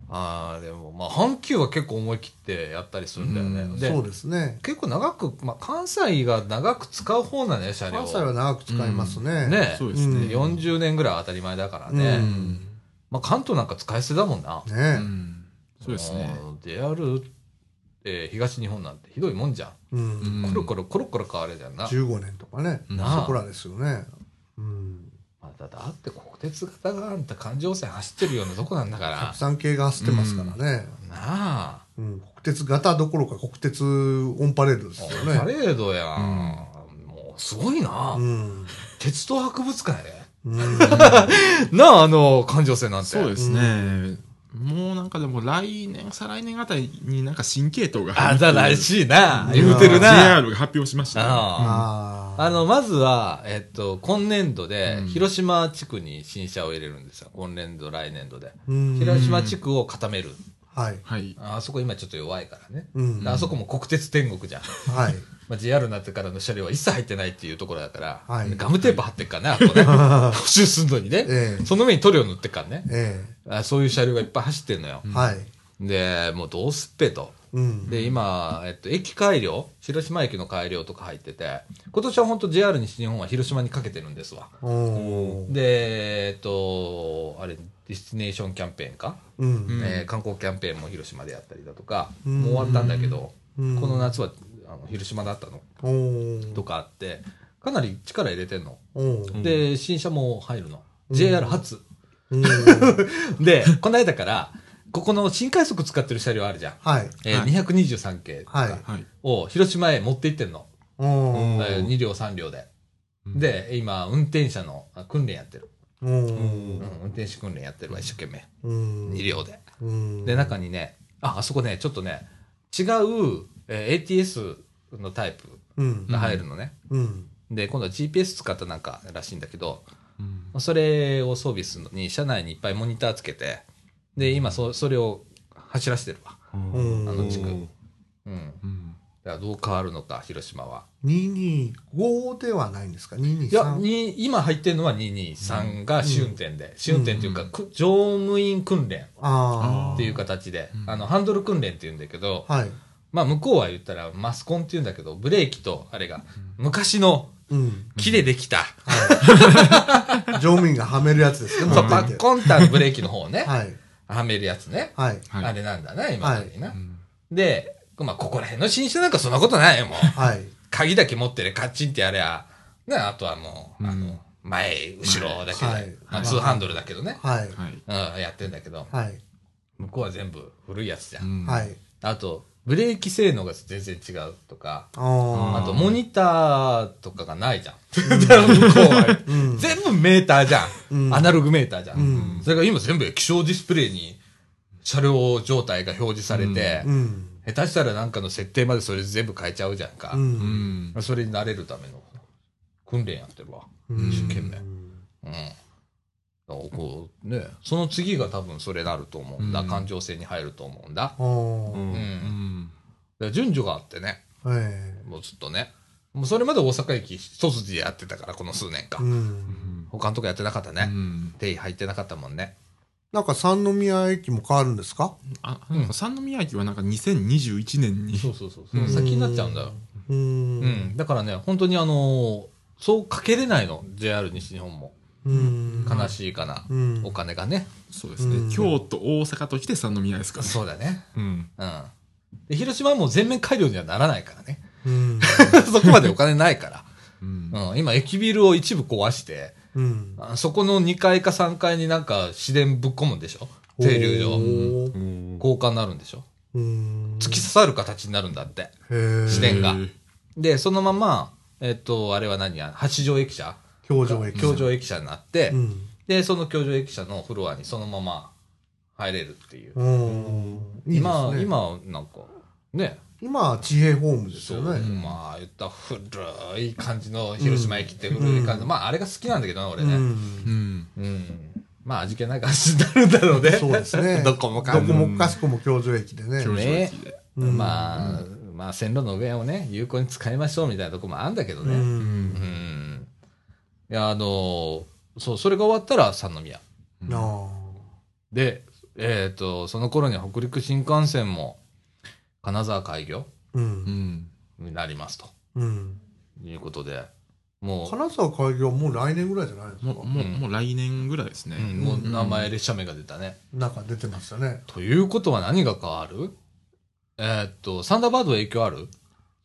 Speaker 1: ああ、でも、まあ、阪急は結構思い切ってやったりするんだよね。
Speaker 3: うん
Speaker 2: え。
Speaker 1: で
Speaker 2: そうですね。
Speaker 1: 結構長く、まあ、関西が長く使う方なんだよ、車両を。
Speaker 2: 関西は長く使いますね。
Speaker 1: ね。
Speaker 3: そうですね。
Speaker 1: 40年ぐらいは当たり前だから
Speaker 2: うん。
Speaker 1: ね。まあ、関東なんか使い捨てだもんな。
Speaker 3: う
Speaker 2: ね
Speaker 3: んそうですね。
Speaker 1: もう。JR、えー東日本なんてひどいもんじゃ
Speaker 2: うん。
Speaker 3: う
Speaker 1: ん。
Speaker 3: んん
Speaker 1: コロコロコロコロ変わるじゃんな。
Speaker 2: 15年とかね。
Speaker 1: なあ
Speaker 2: そこらですよね。うん。
Speaker 1: まあ、だだって国鉄型があんた環状線走ってるようなとこなんだから。 な
Speaker 2: 産系が走ってますからね。
Speaker 1: あ。
Speaker 2: うん。国鉄型どころか国鉄オンパレードですよね。
Speaker 1: パレードやん。もうすごいな、
Speaker 2: うん。
Speaker 1: 鉄道博物館やで。
Speaker 2: うん。
Speaker 1: なあ、あの、環状線なんて。
Speaker 3: そうですね。もうなんかでも来年、再来年あたりになんか新系統が
Speaker 1: あ
Speaker 3: 入
Speaker 1: ん
Speaker 3: って。
Speaker 1: たらしいな。
Speaker 2: ん
Speaker 1: 言うてるな。
Speaker 3: JR が発表しましたね。
Speaker 1: ああ
Speaker 2: ああ。
Speaker 1: あの、まずは、えっと、今年度で
Speaker 3: う、ん
Speaker 1: 広島地区に新車を入れるんですよ。今年度、来年度で。
Speaker 2: うん、
Speaker 1: 広島地区を固める。
Speaker 2: はい。
Speaker 3: はい。
Speaker 1: ああそこ今ちょっと弱いからね。
Speaker 2: うん。
Speaker 1: あそこも国鉄天国じゃん。
Speaker 2: はい。
Speaker 1: まあ、JR になってからの車両は一切入ってないっていうところだから、
Speaker 2: はい
Speaker 1: ガムテープ貼ってっからね、あとね。 補修すんのにね。
Speaker 2: ええ
Speaker 1: その上に塗料塗ってっからね。
Speaker 2: え
Speaker 1: あそういう車両がいっぱい走ってんのよ。
Speaker 2: えはい。
Speaker 1: で、もうどうすっぺと。
Speaker 2: うん。
Speaker 1: で、今、えっと、駅改良、広島駅の改良とか入ってて、今年は本当 JR 西日本は広島にかけてるんですわ。
Speaker 2: おお。
Speaker 1: で、えっと、あれ、ディスティネーションキャンペーンか、
Speaker 2: うん。
Speaker 1: えー観光キャンペーンも広島でやったりだとか、
Speaker 2: うん
Speaker 1: もう終わったんだけど、
Speaker 2: うん
Speaker 1: この夏はあの広島だったの
Speaker 2: おお。
Speaker 1: とかあって、かなり力入れてんの。
Speaker 2: おお。
Speaker 1: で、新車も入るの。JR 初。
Speaker 2: うん。
Speaker 1: で、この間から、ここの新快速使ってる車両あるじゃん。
Speaker 2: はい。
Speaker 1: えー
Speaker 3: はい
Speaker 1: 223系とか
Speaker 2: はい
Speaker 3: はい。
Speaker 1: を広島へ持って行ってんの。
Speaker 2: おお。
Speaker 1: えー2両3両で。
Speaker 3: うん
Speaker 1: で、今、運転者のあ訓練やってる。
Speaker 2: お
Speaker 1: うん
Speaker 2: お。
Speaker 1: 運転士訓練やってるわ、一生懸命。
Speaker 2: うん。
Speaker 1: 2両で。
Speaker 2: うん。
Speaker 1: で、中にね、あ、あそこね、ちょっとね、違う、えー ATS のタイプ
Speaker 2: うん。
Speaker 1: が入るのね。
Speaker 2: うん。
Speaker 1: で、今度は GPS 使ったなんからしいんだけど、
Speaker 3: うん
Speaker 1: それを装備するのに、車内にいっぱいモニターつけて、で、今そ、それを走らせてるわ。
Speaker 2: うん
Speaker 1: あの地区。うん。
Speaker 3: うん
Speaker 1: だからどう変わるのか、広島は。
Speaker 2: 二二五ではないんですか。二二
Speaker 1: いや、
Speaker 2: 三。
Speaker 1: に今入ってるのは223が試運転で、試運転というか、く乗務員訓練
Speaker 2: ああ。
Speaker 1: っていう。形で、
Speaker 3: うん
Speaker 1: あの、ハンドル訓練って言うんだけど、
Speaker 2: はい。
Speaker 1: まあ、向こうは言ったらマスコンって言うんだけど、ブレーキと、あれが、昔の
Speaker 2: うん。
Speaker 1: 木でできた、
Speaker 2: 乗務員がはめるやつですね。
Speaker 1: そう
Speaker 2: 持
Speaker 1: パ
Speaker 2: って
Speaker 1: ッ
Speaker 2: て
Speaker 1: コンタのブレーキの方ね、
Speaker 2: はい。
Speaker 1: はめるやつね。
Speaker 2: はい。
Speaker 3: はい
Speaker 1: あれなんだな、今までにな。
Speaker 3: うん
Speaker 1: で、まあ、ここら辺の新車なんかそんなことないよ、もう。
Speaker 2: はい。
Speaker 1: 鍵だけ持ってね、カッチンってやりゃ、ね、あとはもう、
Speaker 3: うん
Speaker 1: あの、前、後ろだけで、
Speaker 2: はい
Speaker 1: ま
Speaker 2: は
Speaker 1: あ、
Speaker 2: い
Speaker 1: ツーハンドルだけどね、
Speaker 2: はい。
Speaker 3: はい。
Speaker 1: うん、やってんだけど、
Speaker 2: はい。
Speaker 1: 向こうは全部古いやつじゃん。
Speaker 3: うん
Speaker 2: はい。
Speaker 1: あと、ブレーキ性能が全然違うとか、
Speaker 2: あ
Speaker 1: あ
Speaker 2: あ。
Speaker 1: と、モニターとかがないじゃん。だ から向こうは
Speaker 2: うん。
Speaker 1: 全部メーターじゃん。
Speaker 2: うん
Speaker 1: アナログメーターじゃん。
Speaker 2: うん
Speaker 1: それが今全部液晶ディスプレイに車両状態が表示されて、
Speaker 2: うん。
Speaker 1: 下手したらなんかの設定までそれ全部変えちゃうじゃんか。
Speaker 2: う。
Speaker 3: うんん。
Speaker 1: それに慣れるための訓練やってるわ。
Speaker 2: うん
Speaker 1: 一生懸命。うん。だからこうね、その次が多分それなると思うんだ。
Speaker 3: うん
Speaker 1: 感情性に入ると思うんだ。だか
Speaker 2: あ
Speaker 3: うん
Speaker 1: ら順序があってね、
Speaker 2: あ。え
Speaker 1: もうずっとね。もうそれまで大阪駅一筋でやってたから、この数年
Speaker 2: え。う
Speaker 1: 間。
Speaker 2: ん。
Speaker 1: 他のとこやってなかった
Speaker 3: う
Speaker 1: ね。
Speaker 3: ん
Speaker 1: 手入ってなかったもんね。
Speaker 2: なんか三宮駅も変わるんですか
Speaker 3: あ、なんか三宮駅はなんか2021年に。
Speaker 1: そうそうそう。その先になっちゃうんだよ。
Speaker 2: う。
Speaker 1: うんん。だからね、本当にあのーそうかけれないの。JR 西日本も。
Speaker 2: うん。
Speaker 1: 悲しいかな。
Speaker 2: うん
Speaker 1: お金がね。
Speaker 3: そうですね、
Speaker 2: うん
Speaker 3: 京都、大阪と来て三宮ですからね。
Speaker 1: そうだね。
Speaker 3: うん。
Speaker 1: うん。で広島はもう全面改良にはならないから ね。
Speaker 2: うん。
Speaker 1: そこまでお金ないか
Speaker 3: うん
Speaker 1: ら。うん。今、駅ビルを一部壊して、
Speaker 2: うん。
Speaker 1: あそこの2階か3階になんか、市電ぶっ込むんでしょ停留
Speaker 2: お
Speaker 1: 所。
Speaker 2: ー
Speaker 3: うん
Speaker 1: 交換になるんでしょ
Speaker 2: うん。
Speaker 1: 突き刺さる形になるんだって。
Speaker 2: へ
Speaker 1: 自
Speaker 2: え。
Speaker 1: 然が
Speaker 3: へー
Speaker 1: で、そのまま、えっと、あれは何や、八条駅舎
Speaker 2: 表情駅。
Speaker 1: 橋上駅舎になって、
Speaker 2: うん。
Speaker 1: で、その橋上駅舎のフロアにそのまま入れるっていう。
Speaker 2: うん。いいですね
Speaker 1: 今、、今、なんか、ね、
Speaker 2: 今は地平ホームです
Speaker 1: そう
Speaker 2: よね。
Speaker 1: まあ言ったら古い感じの広島駅って古い感じ、まああれが好きなんだけどな俺
Speaker 2: う
Speaker 1: ね、
Speaker 2: ん
Speaker 3: うん。
Speaker 1: うんまあ味気ない感じになるんだろうね
Speaker 2: そうです ね
Speaker 1: どこもか
Speaker 2: どこもかしこも教授駅でね。
Speaker 3: 表情駅で。
Speaker 2: うん
Speaker 1: まあ、まあ線路の上をね有効に使いましょうみたいなとこもあるんだけど
Speaker 2: う
Speaker 1: ねうん、
Speaker 2: ん。
Speaker 1: いやあのそうそれが終わったら三宮
Speaker 3: うん
Speaker 2: なあ。
Speaker 1: でえっ、とその頃には北陸新幹線も金沢開業
Speaker 2: う。
Speaker 3: うんん。
Speaker 1: になりますと
Speaker 2: うん。
Speaker 1: いうことでもう
Speaker 2: 金沢開業はもう来年ぐらいじゃないですか
Speaker 3: もう、もう、もう来年ぐらいですね。
Speaker 1: うん、もう名前列車名が出たね、
Speaker 2: なんか出てましたね。
Speaker 1: ということは何が変わるえーっと、サンダーバードは影響ある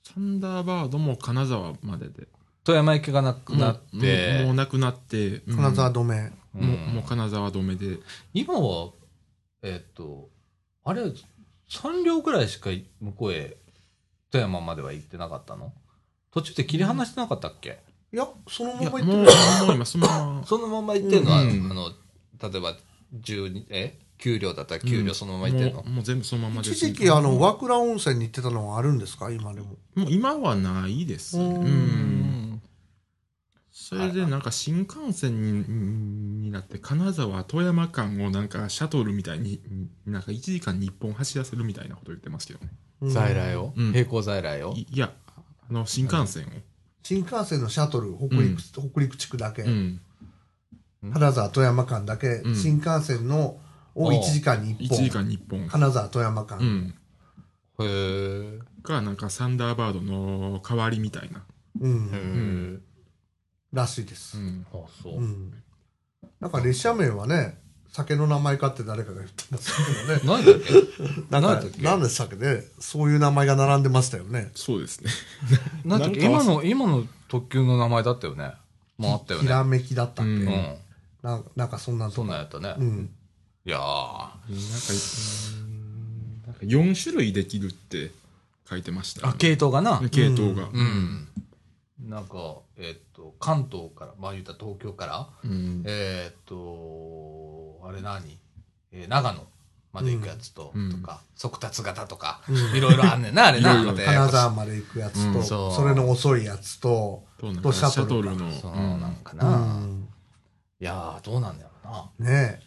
Speaker 3: サンダーバードも金沢までで。
Speaker 1: 富山行きがなくなっ
Speaker 3: もうもう
Speaker 1: て、
Speaker 3: なくなって。
Speaker 2: 金沢
Speaker 3: うん
Speaker 2: 止
Speaker 1: う
Speaker 2: め。
Speaker 1: ん
Speaker 3: もう、もう金沢止めで。
Speaker 1: 今は、えーっと、あれ、3両ぐらいしか向こうへ、富山までは行ってなかったの途中で切り離してなかったっけ、
Speaker 2: いや、その
Speaker 3: いや、
Speaker 2: まま行
Speaker 3: もう、も
Speaker 2: っ
Speaker 3: う
Speaker 2: て
Speaker 3: 今そのま
Speaker 1: そのまま行ってんのは、
Speaker 3: うん
Speaker 1: あの、例えば、12、え ?9 両だったら
Speaker 3: ま。
Speaker 1: 9両そのまま行ってんの
Speaker 3: もう、もう全部そのま
Speaker 2: ま
Speaker 3: まで
Speaker 2: 一
Speaker 3: す。
Speaker 2: 時期、あの、和倉温泉に行ってたのはあるんですか今でも。
Speaker 3: もう今はないですね。
Speaker 2: う
Speaker 3: うんん。それでなんか新幹線にになって金沢富山間をなんかシャトルみたいにになんか1時間に1本走らせるみたいなこと言ってますけどね
Speaker 1: 在来を、
Speaker 3: うん
Speaker 1: 並行在来を
Speaker 3: いいやあの新幹線を、
Speaker 2: 新幹線のシャトル、北陸、北陸地区だけ
Speaker 3: う。ん、
Speaker 2: 金沢富山間だけ、
Speaker 3: ん
Speaker 2: 新幹線の、を
Speaker 1: あー
Speaker 2: 1時間に1
Speaker 3: 1
Speaker 2: 本。
Speaker 3: 時間に1本、
Speaker 2: 金沢富山間。
Speaker 3: うん、
Speaker 1: へー。
Speaker 3: がなんかサンダーバードの代わりみたいな、
Speaker 2: うん
Speaker 1: へー。
Speaker 2: らしいです
Speaker 3: う。ん、
Speaker 1: あ、そう。
Speaker 2: うん。なんか列車名はね、酒の名前かって誰かが言ってます けどね。
Speaker 1: 何だっけ
Speaker 2: な
Speaker 1: 何
Speaker 2: ん
Speaker 1: だ
Speaker 2: か
Speaker 1: っ、け
Speaker 2: なんでしたっけね、そういう名前が並んでましたよね。
Speaker 3: そうですね
Speaker 1: なんだっけ
Speaker 3: なんか
Speaker 1: 今の、今の特急の名前だったよね。もうあったよ
Speaker 2: ひ
Speaker 1: ね。
Speaker 2: らめきだったっけ、
Speaker 3: う
Speaker 1: う
Speaker 3: ん
Speaker 1: ん。
Speaker 2: なんかなんかそんな
Speaker 1: そんなん
Speaker 2: ん。
Speaker 1: やったね。
Speaker 2: うん。
Speaker 1: いやー。
Speaker 3: なんかうんなんか4種類できるって書いてました、
Speaker 1: あ、系統がな。
Speaker 3: 系統が、
Speaker 1: うん。なんか、えっと、関東から、まあ言ったら東京から、
Speaker 3: うん
Speaker 1: えーっと、あれ何えー長野まで行くやつと、
Speaker 3: うん
Speaker 1: とか、速達型とか、
Speaker 2: うん
Speaker 1: い ろいろあんねんな、あれ
Speaker 3: い
Speaker 1: な。
Speaker 3: ろいろ
Speaker 1: またやや
Speaker 2: 金
Speaker 1: こしい
Speaker 2: 沢まで行くやつと、
Speaker 3: うん
Speaker 1: そう
Speaker 2: それの遅いやつと、
Speaker 3: となん
Speaker 2: と
Speaker 3: か
Speaker 2: シ
Speaker 3: シ
Speaker 2: ャト
Speaker 3: ャ
Speaker 2: ル
Speaker 3: トルの
Speaker 1: そう
Speaker 3: う
Speaker 1: なんんか
Speaker 2: う
Speaker 1: な。
Speaker 2: ん。
Speaker 1: いやー、どうなんだろうな。
Speaker 2: ね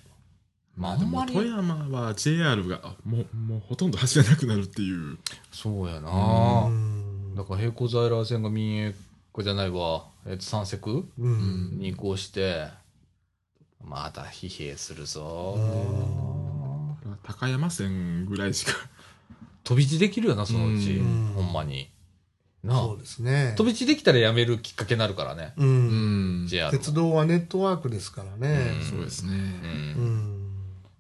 Speaker 1: まあ
Speaker 3: ま
Speaker 1: あ
Speaker 3: あ
Speaker 1: ん
Speaker 3: で
Speaker 1: ま
Speaker 3: も
Speaker 1: り
Speaker 3: 富山は JR があもうもうほとんど走らなくなるっていう
Speaker 1: そうやな
Speaker 2: え。う
Speaker 1: ー。
Speaker 2: ん。
Speaker 1: だから平行在来線が民営化じゃないわ、えっと、三石
Speaker 2: うん。
Speaker 1: に移行して、また疲弊するぞ。
Speaker 3: 高山線ぐらいしか
Speaker 1: 飛び地できるよな、そのうち。
Speaker 2: うん
Speaker 1: ほんまに。な
Speaker 2: そ
Speaker 1: あ
Speaker 2: う。ですね。
Speaker 1: 飛び地できたらやめるきっかけになるからね。
Speaker 2: う。
Speaker 3: うんん
Speaker 1: JR も。
Speaker 2: 鉄道はネットワークですからね。
Speaker 3: そうですね、
Speaker 1: う。
Speaker 2: うんん。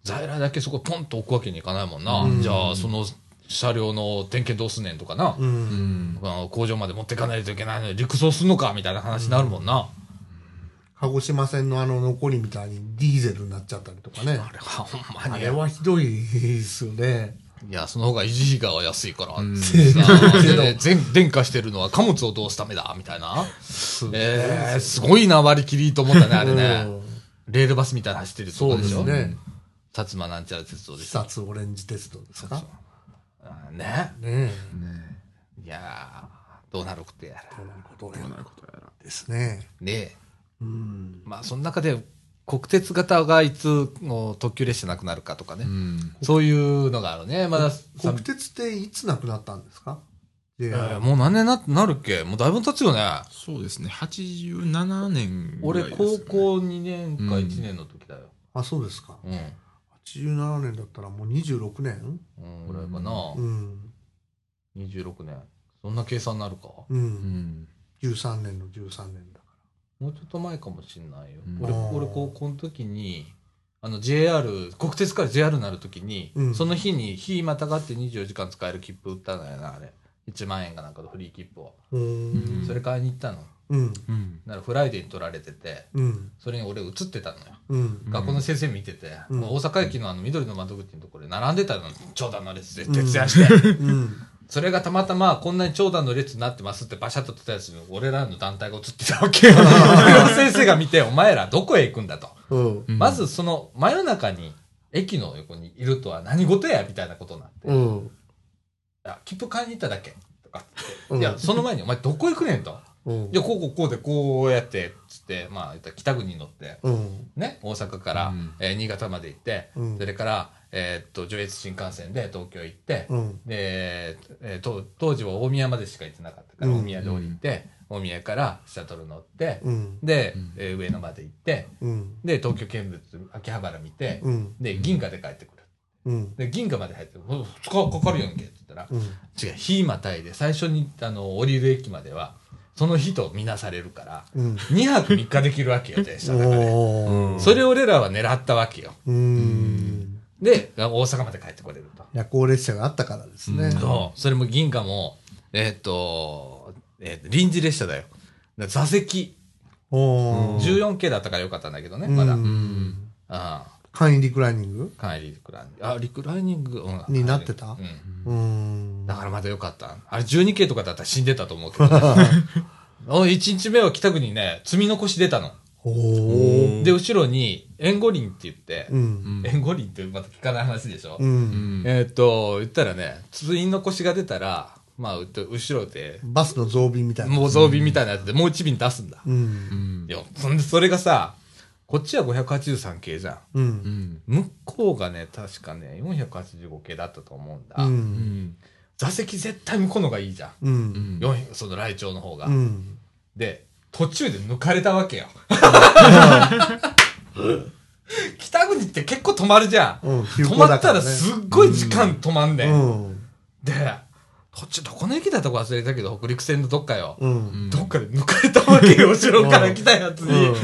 Speaker 1: 在来だけそこポンと置くわけにいかないもんな。
Speaker 2: うん
Speaker 1: じゃあ、その車両の点検どうすんねんとかな、
Speaker 2: う
Speaker 1: うん
Speaker 2: ん。
Speaker 1: あの工場まで持ってかないといけないのに陸送すんのかみたいな話になるもんな、
Speaker 2: 鹿児島線のあの残りみたいにディーゼルになっちゃったりとかね。
Speaker 1: あれはほんま
Speaker 2: あ
Speaker 1: に
Speaker 2: れはひどいですよね。
Speaker 1: いやその方が維持費が安いから、
Speaker 3: うん
Speaker 1: さあ で全電化してるのは貨物を通すためだみたいなえー、すごいな割り切りと思ったねあれね、
Speaker 2: うん
Speaker 1: レールバスみたいなの走ってるとこでしょ
Speaker 2: そうですね
Speaker 1: 薩摩なんちゃら鉄道で
Speaker 2: 視
Speaker 1: すね
Speaker 2: 察オレンジテストですか。
Speaker 1: ね
Speaker 2: ね
Speaker 3: ね
Speaker 1: いやーどうなることやら
Speaker 2: え。こういうこと
Speaker 3: えど
Speaker 2: ね
Speaker 3: うなることやら。
Speaker 2: ですね。
Speaker 1: ね
Speaker 2: うん。
Speaker 1: まあその中で国鉄型がいつの特急列車なくなるかとかね、
Speaker 3: うん。
Speaker 1: そういうのがあるねまださ
Speaker 2: 国鉄っていつなくなったんですかい
Speaker 1: え
Speaker 2: や
Speaker 1: ー、もう何年ななるっけもうだいぶ経つよね
Speaker 3: そうですね、87年ぐら
Speaker 1: 俺
Speaker 3: いです、ね。
Speaker 1: 高校2年か
Speaker 3: うん
Speaker 1: 1年の時だよ
Speaker 2: あ、そうですか。
Speaker 1: うん、
Speaker 2: 87年だったらもう26年
Speaker 1: うんぐらいかな、
Speaker 2: うん。
Speaker 1: 26年そんな計算になるかも
Speaker 2: う。
Speaker 3: うんん。
Speaker 2: 13年の13年だか
Speaker 1: うちょっと前かもしんないよ、
Speaker 3: うん
Speaker 1: 俺
Speaker 2: あー
Speaker 1: 俺高校の時にあの JR 国鉄から JR になる時に、
Speaker 2: うん
Speaker 1: その日に日またがって24時間使える切符売ったのよなあれ1万円かなんかのフリー切符を、
Speaker 2: ら。うん
Speaker 1: それ買いに行ったの
Speaker 2: うん。
Speaker 3: うん。
Speaker 1: ならフライデーに取られてて
Speaker 2: うん。
Speaker 1: それに俺映ってたのよ、
Speaker 2: うん。
Speaker 1: 学校の先生見てて、
Speaker 2: うん
Speaker 1: もう大阪駅のあの緑の窓口のところで並んでたの長蛇の列で徹夜して、
Speaker 2: うん。
Speaker 1: それがたまたまこんなに長蛇の列になってますってバシャッと撮ったやつに俺らの団体が映ってたわけ よそれを先生が見てお前らどこへ行くんだと、
Speaker 2: うん。
Speaker 3: うん
Speaker 1: まずその真夜中に駅の横にいるとは何事やみたいなことになって、
Speaker 2: う
Speaker 1: い
Speaker 2: ん。
Speaker 1: や切符買いに行っただけとかって
Speaker 2: うん
Speaker 1: いやその前にお前どこ行くねんと
Speaker 2: うん
Speaker 1: い。やこうこうこうでこうやってつってまあ言ったら北区に乗って
Speaker 2: うん。
Speaker 1: ね、大阪から、
Speaker 3: うん
Speaker 1: えー新潟まで行って、
Speaker 2: うん
Speaker 1: それから、えーっと上越新幹線で東京行って、
Speaker 2: うん。
Speaker 1: で、えーと当時は大宮までしか行ってなかったから、
Speaker 2: うん
Speaker 1: 大宮で降りて、大宮からシャトル乗って、
Speaker 2: うん。
Speaker 1: で、
Speaker 3: うん
Speaker 1: えー上野まで行って
Speaker 2: うん。
Speaker 1: で東京見物秋葉原見て、
Speaker 2: うん。
Speaker 1: で銀河で帰ってくる
Speaker 2: うん。
Speaker 1: で銀河まで入って「2日かかるやんけ」って言ったら「
Speaker 2: うん。
Speaker 1: 違う日またいで最初にあの降りる駅まではその日と見なされるから
Speaker 2: うん。
Speaker 1: 2泊3日できるわけよ電車の中で。
Speaker 2: おー
Speaker 1: それを俺らは狙ったわけよ。
Speaker 2: うーん。
Speaker 1: で、大阪まで帰ってこれると。
Speaker 2: 夜行列車があったからですね。
Speaker 1: そう。それも銀河も、えーっと、えー臨時列車だよ。だ座席、
Speaker 2: おー。
Speaker 1: 14系だったからよかったんだけどね、まだ。う
Speaker 2: う
Speaker 1: ん。
Speaker 2: ん。
Speaker 1: あ
Speaker 2: 簡易リクライニング
Speaker 1: あ、リクライニング。あ、リクライニング、うん
Speaker 2: になってた
Speaker 1: うん。
Speaker 2: うーん。
Speaker 1: だからまだよかった。あれ12系とかだったら死んでたと思うけど、 ね。1日目は北区にね、積み残し出たの。
Speaker 2: おー。
Speaker 1: で、後ろに、援護輪って言って
Speaker 2: う、ん。
Speaker 1: 援護輪ってまた聞かない話でしょ。
Speaker 2: う。
Speaker 3: うんん。
Speaker 1: えーっと、言ったらね、通院の腰が出たら、まあ、うっと後ろで、
Speaker 2: バスの増便みたいな。
Speaker 1: もう増便みたいなやつで、もう一便出すんだ。
Speaker 2: うん。
Speaker 1: よ。そんで、それがさ、こっちは583系じゃん。
Speaker 2: う。
Speaker 3: うんん。
Speaker 1: 向こうがね、確かね、485系だったと思うんだ。
Speaker 2: う。
Speaker 3: うんん。
Speaker 1: 座席絶対向こうのがいいじゃん。
Speaker 2: う。
Speaker 3: うんん。
Speaker 1: 4その来庁の方が。
Speaker 2: うん。
Speaker 1: で、途中で抜かれたわけよ。北国って結構止まるじゃん。
Speaker 2: うん急
Speaker 1: 止
Speaker 2: 行
Speaker 1: ま
Speaker 2: だ
Speaker 1: った
Speaker 2: からね
Speaker 1: らすっごい時間止まんね。
Speaker 2: うんん。
Speaker 1: で、こっちどこの駅だったか忘れたけど、北陸線のどっかよ。
Speaker 2: うん。
Speaker 1: どっかで抜かれたわけ よ、後ろから来たやつに。
Speaker 2: うん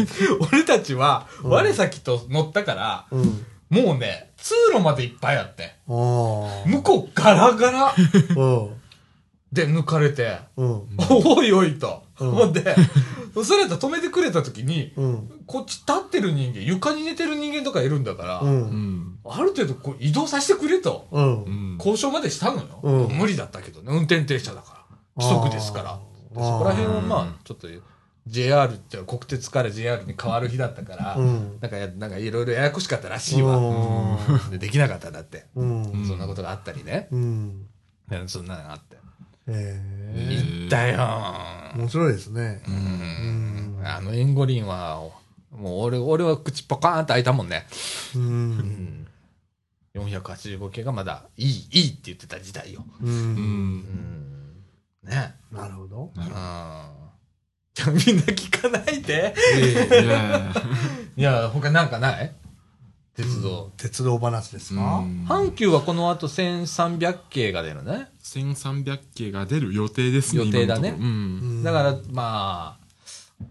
Speaker 1: 俺たちは、
Speaker 2: うん
Speaker 1: 我先と乗ったから、
Speaker 2: うん。
Speaker 1: もうね、通路までいっぱいあって。
Speaker 2: あ
Speaker 1: 向こうガラガラ
Speaker 2: ー。
Speaker 1: で抜かれて、
Speaker 2: うん。うん。
Speaker 1: おいおいと。
Speaker 2: うん
Speaker 1: ほんで、それだと止めてくれた時に、
Speaker 2: うん。
Speaker 1: こっち立ってる人間、床に寝てる人間とかいるんだから、
Speaker 2: う。
Speaker 3: うんん。
Speaker 1: ある程度こう移動させてくれと。
Speaker 2: うん。
Speaker 3: うん。
Speaker 1: 交渉までしたのよ、
Speaker 2: うん
Speaker 1: 無理だったけどね運転停車だから規則ですから
Speaker 2: あー
Speaker 1: でそこら辺はまあちょっと JR っていうか国鉄から JR に変わる日だったから、
Speaker 2: うん
Speaker 1: なんかやなんかいろいろややこしかったらしいわ、
Speaker 2: う
Speaker 1: でできなかったんだって、
Speaker 2: うん。
Speaker 1: そんなことがあったりね、
Speaker 2: うん。
Speaker 1: でそんなのがあって
Speaker 2: え
Speaker 3: へー
Speaker 1: 行ったよ
Speaker 2: え。面白いですね。
Speaker 1: う、
Speaker 2: うんん。
Speaker 1: あのエンゴリンはもう俺俺は口パカーンって開いたもんね、
Speaker 2: うん。
Speaker 1: 485系がまだいいいいって言ってた時代よ、
Speaker 2: う。
Speaker 3: うん。
Speaker 1: うんん、ね
Speaker 2: なるほど。
Speaker 1: あーみんな聞かないで。
Speaker 3: いや
Speaker 1: いや、他なんかない鉄道。
Speaker 2: 鉄道話ですか
Speaker 1: 阪急はこの後1300系が出るね。
Speaker 3: 1300系が出る予定ですね。
Speaker 1: 予定だね
Speaker 3: 今のところうん。
Speaker 1: だから、まあ、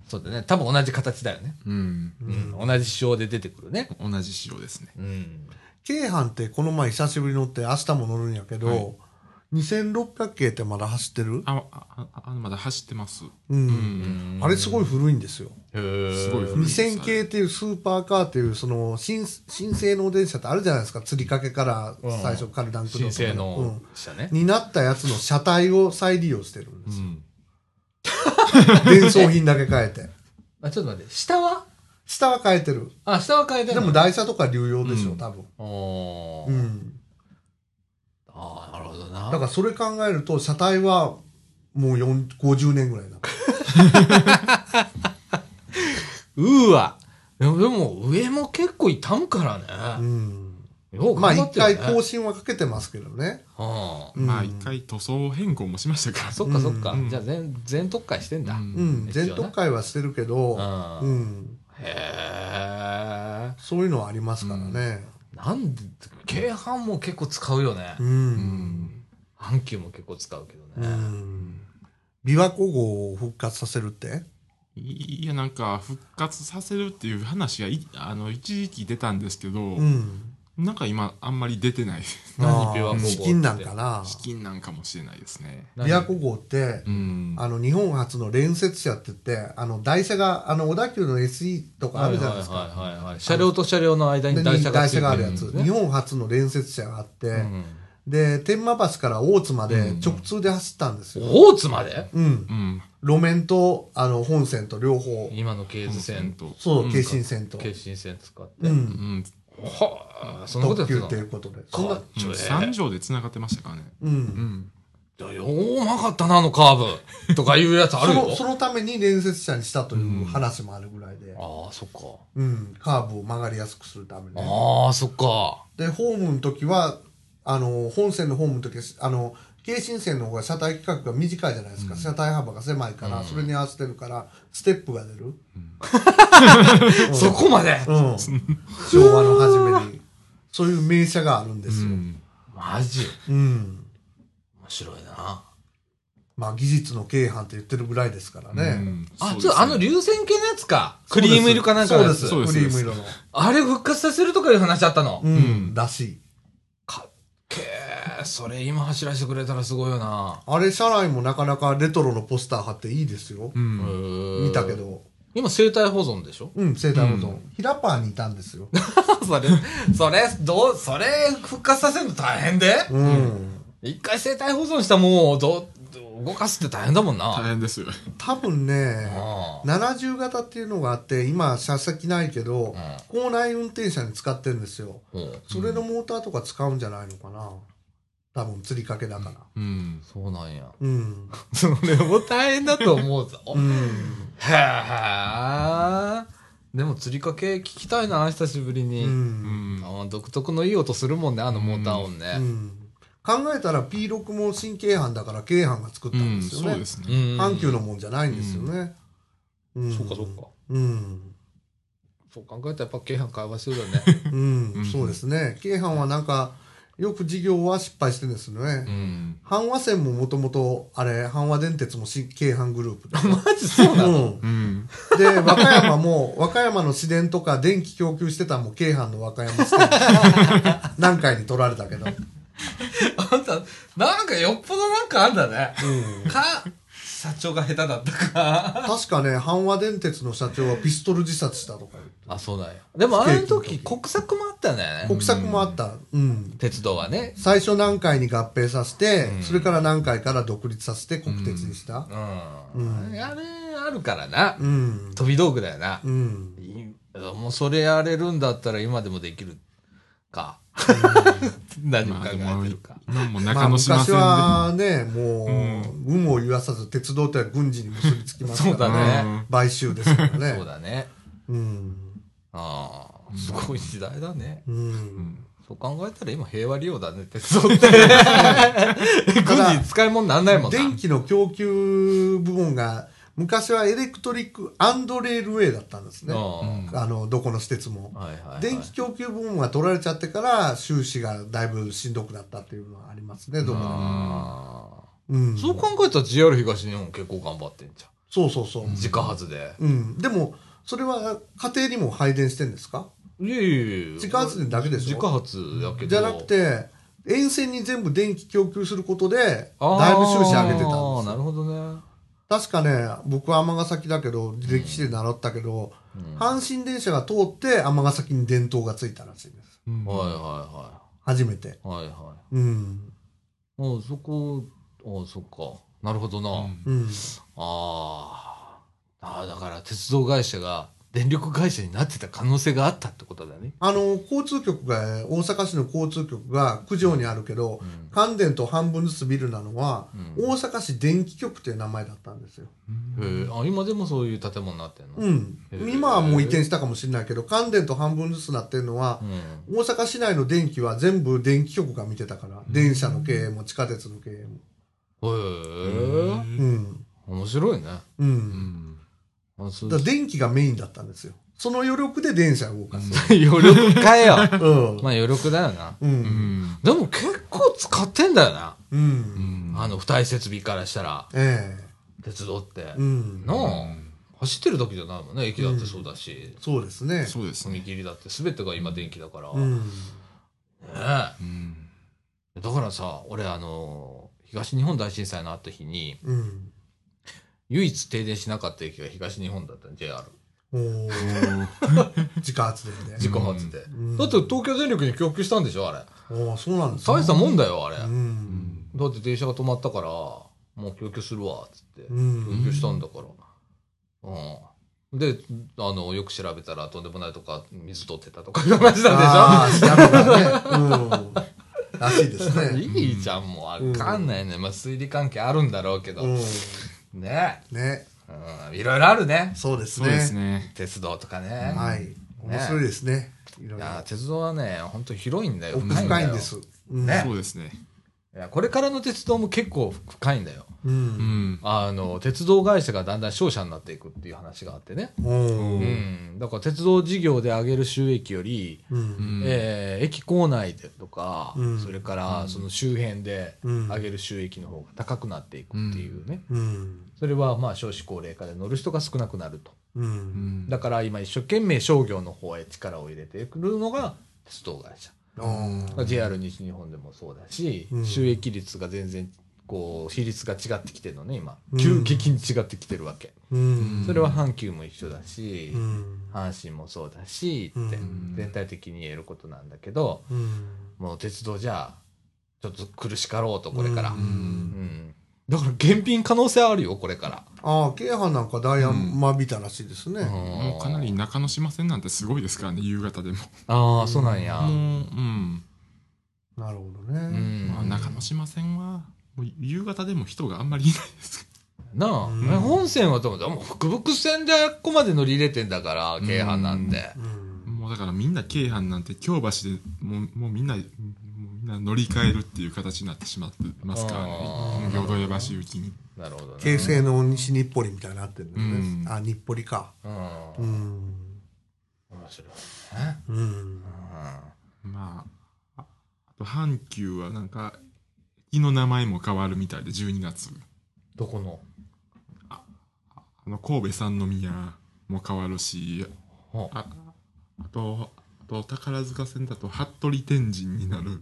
Speaker 1: そうだね。多分同じ形だよね。
Speaker 3: うん。
Speaker 1: うん。同じ仕様で出てくるね。
Speaker 3: 同じ仕様ですね。
Speaker 1: うん。
Speaker 2: 京阪ってこの前久しぶりに乗って明日も乗るんやけど、
Speaker 3: はい
Speaker 2: 2600系ってまだ走ってる
Speaker 3: ああああのまだ走ってます、
Speaker 2: う。
Speaker 3: うんん、
Speaker 2: あれすごい古いんですよ。
Speaker 1: す
Speaker 3: すごい古い
Speaker 2: 2000系っていうスーパーカーっていう、その新、新性能電車ってあるじゃないですか。釣りかけから
Speaker 1: うん
Speaker 2: 最初カルダンク
Speaker 1: 新生の
Speaker 2: う
Speaker 1: 車ね
Speaker 2: ん。。になったやつの車体を再利用してるんですよ。
Speaker 1: ん。
Speaker 2: 伝送品だけ変えて。
Speaker 1: あ、ちょっと待って、下は
Speaker 2: 下は変えてる。
Speaker 1: あ、下は変えて
Speaker 2: で
Speaker 1: る
Speaker 2: も台車とか流用でし
Speaker 1: う
Speaker 2: ょ、
Speaker 1: ん
Speaker 2: 多分。
Speaker 1: お
Speaker 2: う
Speaker 1: ー。
Speaker 2: ん。
Speaker 1: ああ、なるほどな。
Speaker 2: だからそれ考えると、車体はもう4 50年ぐらいな。
Speaker 1: うーわ。でも、でも上も結構傷むから
Speaker 2: う
Speaker 1: ね。
Speaker 2: ん。
Speaker 1: よう
Speaker 2: まあ
Speaker 1: 頑張
Speaker 2: 一
Speaker 1: ってるね
Speaker 2: 回更新はかけてますけどね。
Speaker 1: うん
Speaker 2: うん
Speaker 3: まあ一回塗装変更もしましたから
Speaker 1: そっかそっか。
Speaker 3: うん
Speaker 1: じゃあ全、全特化してんだ。
Speaker 3: う
Speaker 1: うんん
Speaker 2: うん。
Speaker 1: ですよ
Speaker 2: 全
Speaker 1: ね
Speaker 2: 特会はしてるけど、うん。
Speaker 1: へえ。
Speaker 2: そういうのはありますからね。
Speaker 1: なんで、軽犯も結構使うよね
Speaker 2: う。。
Speaker 3: うんん
Speaker 1: 阪急も結構使うけど
Speaker 2: う
Speaker 1: ね。
Speaker 2: ん。琵琶湖号を復活させるって
Speaker 3: いいやなんか復活させるっていう話がいあの一時期出たんですけど、
Speaker 2: うん。
Speaker 3: なんか今あんまり出てないです
Speaker 1: 何
Speaker 2: あー
Speaker 1: 琵琶湖号って
Speaker 2: 資金なんかな。
Speaker 3: 資金なんかもしれないですね
Speaker 2: 琵琶湖号って、
Speaker 3: うん
Speaker 2: あの、日本初の連接車って言って、あの、台車が、あの、小田急の SE とかあるじゃないです
Speaker 1: は
Speaker 2: か。
Speaker 1: いはいはいはい。車両と車両の間
Speaker 2: で
Speaker 1: に台車が
Speaker 2: 台
Speaker 1: ついて
Speaker 2: 車
Speaker 1: る
Speaker 2: があるやつ。
Speaker 1: ね
Speaker 2: 日本初の連接車があって、
Speaker 1: うん
Speaker 2: で、天満橋から大津まで直通で走ったんですよ。
Speaker 1: 大津まで
Speaker 2: うん
Speaker 3: う。ん
Speaker 2: 路面と、あの、本線と両方。
Speaker 1: 今の京津線と
Speaker 3: と
Speaker 2: そう、
Speaker 3: ん
Speaker 2: 京神線と。
Speaker 1: 京神線使って。
Speaker 2: う。
Speaker 3: うんん
Speaker 1: はあ、そんなことや
Speaker 2: 特
Speaker 1: って
Speaker 2: 急っ
Speaker 1: たの
Speaker 2: ていうことで。そ
Speaker 1: そん
Speaker 2: ん
Speaker 1: な
Speaker 2: な、、
Speaker 1: ちょえ
Speaker 3: 三条でつながってましたからね
Speaker 2: うん
Speaker 3: う。
Speaker 1: い
Speaker 3: ん
Speaker 1: やようまかったな、あのカーブ。とかいうやつあ
Speaker 2: そ
Speaker 1: るよ
Speaker 2: の。そのために連接車にしたという話もあるぐらいで、
Speaker 1: ああ、そっか。
Speaker 2: うんカーブを曲がりやすくするために、
Speaker 1: ああ、そっか。
Speaker 2: でホームの時はあの本線のホームの時はあの京神線の方が車体規格が短いじゃないですか、車体幅が狭いから、それに合わせてるからステップが出る、
Speaker 1: そこまで
Speaker 2: うん、昭和の初めにそういう名車があるんですよ、うん
Speaker 1: マジ面白いな。
Speaker 2: まあ技術の軽犯って言ってるぐらいですからね、
Speaker 3: うん
Speaker 1: あ、
Speaker 3: そうで
Speaker 1: ち
Speaker 3: す
Speaker 1: ょ
Speaker 3: ね
Speaker 1: っとあの流線系のやつか。クリーム色かなんかの
Speaker 2: そう
Speaker 1: や
Speaker 2: で
Speaker 1: つ
Speaker 2: す
Speaker 3: そうです
Speaker 2: クリーム色の、
Speaker 1: あれ復活させるとかいう話あったの。
Speaker 2: うん
Speaker 3: うん
Speaker 2: らしい
Speaker 1: かっけー。それ今走らせてくれたらすごいよな。
Speaker 2: あれ車内もなかなかレトロのポスター貼っていいですよ、
Speaker 3: う
Speaker 1: へ
Speaker 3: ん
Speaker 1: ー
Speaker 2: 見たけ。ど
Speaker 1: 今生体保存でしょ
Speaker 2: うん、生体保存。ヒラパーにいたんですよ。
Speaker 1: それ、それ、どう、それ復活させるの大変で
Speaker 2: うん。
Speaker 1: 一回生体保存したらもう、ど、ど動かすって大変だもん
Speaker 3: 大
Speaker 1: な。
Speaker 3: 変ですよ
Speaker 2: 多分ね、
Speaker 1: あ
Speaker 2: 70型っていうのがあって、今、車先ないけど、校内運転車に使ってるんですよ。
Speaker 1: うん
Speaker 2: それのモーターとか使うんじゃないのかな。多分、釣りかけだから。
Speaker 3: うん
Speaker 1: そうなんや。
Speaker 2: うん。
Speaker 1: それも大変だと思 うぞ。
Speaker 2: うん。
Speaker 1: へーでも釣りかけ聞きたいな、久しぶり
Speaker 2: う。
Speaker 1: に。
Speaker 3: うんん
Speaker 1: あー独特のいい音するもんね、あのモーター音
Speaker 2: う
Speaker 1: ね。
Speaker 2: ん考えたら P6 も新京阪だから京阪が作った
Speaker 3: うんん
Speaker 2: ですよ
Speaker 3: そうで
Speaker 2: ね。
Speaker 3: す
Speaker 1: う
Speaker 3: ね
Speaker 1: ん
Speaker 2: 阪急のもんじゃないんですよね。うん
Speaker 1: そうかそうか。。
Speaker 2: うん。
Speaker 1: そう考えたらやっぱ京阪会話してるよね。
Speaker 2: う、
Speaker 3: うんん
Speaker 2: そうですね。京阪はなんか、よく事業は失敗してるんですよね。
Speaker 3: うん
Speaker 2: 阪和線ももともと、あれ、阪和電鉄も新京阪グループで。
Speaker 1: マジそうなの
Speaker 2: う
Speaker 3: うん
Speaker 2: ん。で、和歌山も、和歌山の市電とか電気供給してたのも京阪の和歌山支店。 何回に取られたけど。
Speaker 1: あんた、なんかよっぽどなんかあんだね。
Speaker 2: うん。
Speaker 1: か、社長が下手だったか。
Speaker 2: 確かね、阪和電鉄の社長はピストル自殺したとか言って。
Speaker 1: あ、そうだよ。でもあの時、国策もあったんだよね。
Speaker 2: 国策もあった。うん。
Speaker 1: 鉄道はね。
Speaker 2: 最初何回に合併させて、それから何回から独立させて国鉄にした
Speaker 1: う。ん。あれ、あるからな。
Speaker 2: うん。
Speaker 1: 飛び道具だよな。
Speaker 2: うん。
Speaker 1: いもうそれやれるんだったら今でもできるか。 何を考
Speaker 3: まあ
Speaker 1: え
Speaker 3: でも
Speaker 1: てるか。
Speaker 3: 今も
Speaker 2: まあ、
Speaker 3: 中野島
Speaker 2: 昔
Speaker 3: 線で
Speaker 2: はね、もう、有無を言わさず、鉄道とは軍事に結びつきますから、
Speaker 1: そう
Speaker 2: ね、
Speaker 1: だね
Speaker 2: 買収ですからね。
Speaker 1: そうだね。
Speaker 2: うん。
Speaker 1: ああ、すごい時代だね。
Speaker 2: うん。
Speaker 1: そう考えたら今平和利用だね、 鉄道って。軍事に使い物になんないもんな。
Speaker 2: 電気の供給部門が、昔はエレクトリックレールウェイだったんですね。
Speaker 1: うん
Speaker 2: あの、どこの施設も。
Speaker 1: はいはいはい。
Speaker 2: 電気供給部門が取られちゃってから、収支がだいぶしんどくなったっていうのはありますね、どこも。
Speaker 1: あ
Speaker 2: うん。
Speaker 1: ー
Speaker 2: そ
Speaker 1: そうう考えたら JR 東日本結構頑張ってんじゃ。
Speaker 2: そうそううん
Speaker 1: 自家発で。
Speaker 2: ん。でも、それは家庭にも配電してんですか
Speaker 1: いやいやいや
Speaker 2: 自家発電だけでし
Speaker 1: 自
Speaker 2: ょ
Speaker 1: 家発やけど。
Speaker 2: じゃなくて、沿線に全部電気供給することで、だいぶ
Speaker 1: あー
Speaker 2: 収支上げてたんですよ
Speaker 1: なるほどね。
Speaker 2: 確かね、僕は尼崎だけど、歴史で習ったけど、阪神電車が通って尼崎に伝統がついたらしいです。
Speaker 3: うん
Speaker 1: はいは
Speaker 2: 初めて。
Speaker 1: いはい。はいは
Speaker 2: うん。
Speaker 1: い。あそこ、あそっか。なるほどな。
Speaker 3: うん
Speaker 2: うん。
Speaker 1: あーあー。だから鉄道会社が電力会社になってた可能性があったってことだね。
Speaker 2: あの、交通局が、大阪市の交通局が九条にあるけど、
Speaker 1: うん
Speaker 2: 関電と半分ずつビルなのは、
Speaker 1: うん
Speaker 2: 大阪市電気局という名前だったんですよ。
Speaker 1: へえあ今でもそういう建物になってんの
Speaker 2: うん。
Speaker 1: へー
Speaker 2: 今はもう移転したかもしれないけど、関電と半分ずつなってるのは
Speaker 1: う、ん
Speaker 2: 大阪市内の電気は全部電気局が見てたから、電車の経営も地下鉄の経営も。
Speaker 1: へえ
Speaker 2: うん。
Speaker 1: 面白いね。
Speaker 2: う。
Speaker 3: うんん
Speaker 1: あそう
Speaker 2: だから電気がメインだったんですよ。その余力で電車を動かす。
Speaker 1: 余力かよ。
Speaker 2: うん。
Speaker 1: まあ余力だよな。
Speaker 2: う。
Speaker 3: うんん
Speaker 1: でも結構使ってんだよな。
Speaker 2: う。
Speaker 3: うんん
Speaker 1: あの、付帯設備からしたら、
Speaker 2: え
Speaker 1: 鉄道って。
Speaker 2: え。うん
Speaker 1: な。
Speaker 3: う
Speaker 1: あ、
Speaker 3: ん
Speaker 1: 走ってる時じゃないもんね。駅だってそうだし、
Speaker 2: そうですね。
Speaker 3: そうです
Speaker 1: 踏
Speaker 3: ね。
Speaker 1: 切だって全てが今電気だから。
Speaker 2: う
Speaker 1: ね
Speaker 2: ん。
Speaker 1: え
Speaker 3: うん
Speaker 1: だからさ、俺あの、東日本大震災のあった日に、
Speaker 2: うん。
Speaker 1: 唯一停電しなかった駅が東日本だったの、JR。
Speaker 2: おお。自家発電で
Speaker 1: 自。家発で、
Speaker 2: うん
Speaker 1: だって東京電力に供給したんでしょ、あれ。
Speaker 2: おお、そうなんですね
Speaker 1: 大したもんだよ、あれ。
Speaker 2: うん。
Speaker 1: だって電車が止まったから、もう供給するわ、つって。
Speaker 2: うん。
Speaker 1: 勉強したんだから。うん。で、あの、よく調べたら、とんでもないとか、水取ってたとかいう話なん
Speaker 2: ああ、したのがね。うん。らしいです
Speaker 1: でしょ
Speaker 2: ね。
Speaker 1: いいじゃん、もう。わかんないね。まあ、推理関係あるんだろうけど。
Speaker 2: う
Speaker 1: ね
Speaker 2: ん。ね。
Speaker 1: うん。いろいろあるね。
Speaker 2: そうです
Speaker 3: そうです
Speaker 2: ね。
Speaker 3: ね。
Speaker 1: 鉄道とかね。
Speaker 2: はい。面白いですね。いろ
Speaker 1: い
Speaker 2: いろ。
Speaker 1: や、鉄道はね、ほんと広いんだよ。
Speaker 2: 奥深いんです
Speaker 1: よ。。
Speaker 2: うん
Speaker 1: ね
Speaker 3: そうですね。
Speaker 1: いや、これからの鉄道も結構深いんだよ。
Speaker 2: う。
Speaker 3: うんん。
Speaker 1: あの、鉄道会社がだんだん商社になっていくっていう話があってね。
Speaker 2: おお
Speaker 1: う。ん。だから鉄道事業で上げる収益より、
Speaker 2: う。
Speaker 3: うんん
Speaker 1: えー駅構内でとか、
Speaker 2: うん
Speaker 1: それからその周辺で
Speaker 2: うん
Speaker 1: 上げる収益の方が高くなっていくっていうね、
Speaker 2: うん。
Speaker 1: それはまあ少子高齢化で乗る人が少なくなると
Speaker 2: う。
Speaker 3: うんん
Speaker 1: だから今一生懸命商業の方へ力を入れてくるのが鉄道会社、
Speaker 2: おー
Speaker 1: JR 西日本でもそうだし、
Speaker 2: うん
Speaker 1: 収益率が全然こう比率が違ってきてるのね今
Speaker 2: うん
Speaker 1: 急激に違ってきてるわけ、
Speaker 2: うん。
Speaker 1: それは阪急も一緒だし、
Speaker 2: うん。
Speaker 1: 阪神もそうだしって
Speaker 2: うん
Speaker 1: 全体的に言えることなんだけど、
Speaker 2: うん。
Speaker 1: もう鉄道じゃちょっと苦しかろうとこれから、う
Speaker 2: うん
Speaker 1: んだから減便可能性あるよこれか
Speaker 2: ああ、京阪なんかダイヤ間びたらしいです
Speaker 1: ら、
Speaker 2: ね。
Speaker 3: もうかなり中野島線なんてすごいですからね、夕方でも。
Speaker 1: ああそうなんや、
Speaker 3: もう、うん。
Speaker 2: なるほど
Speaker 1: う
Speaker 2: ね。
Speaker 1: ん
Speaker 3: まあ、中野島線は、もう夕方でも人があんまりいないです。
Speaker 1: なあ、
Speaker 2: うん
Speaker 1: 本線はどうだもう福々線であっこまで乗り入れてんだから
Speaker 3: うん
Speaker 1: 京阪なんて、
Speaker 2: うん。
Speaker 3: もうだからみんな京阪なんて京橋でもうもうみんな、もうみんな乗り換えるっていう形になってしまってますから
Speaker 1: あ
Speaker 3: ね
Speaker 1: ー。
Speaker 3: 淀江橋行きに。
Speaker 1: なるほどね
Speaker 2: 京成の西日暮里みたいになってるんですね
Speaker 3: う。ん
Speaker 2: あ、日暮里か。
Speaker 1: うん
Speaker 2: う
Speaker 1: 面
Speaker 2: ん。
Speaker 1: 白いね
Speaker 2: うん。
Speaker 3: まあ、ああと阪急はなんか、駅の名前も変わるみたいで、12月。
Speaker 1: どこの
Speaker 3: あの、神戸三宮も変わるし、
Speaker 1: ほ
Speaker 3: ああと、あと宝塚線だと服部天神になる。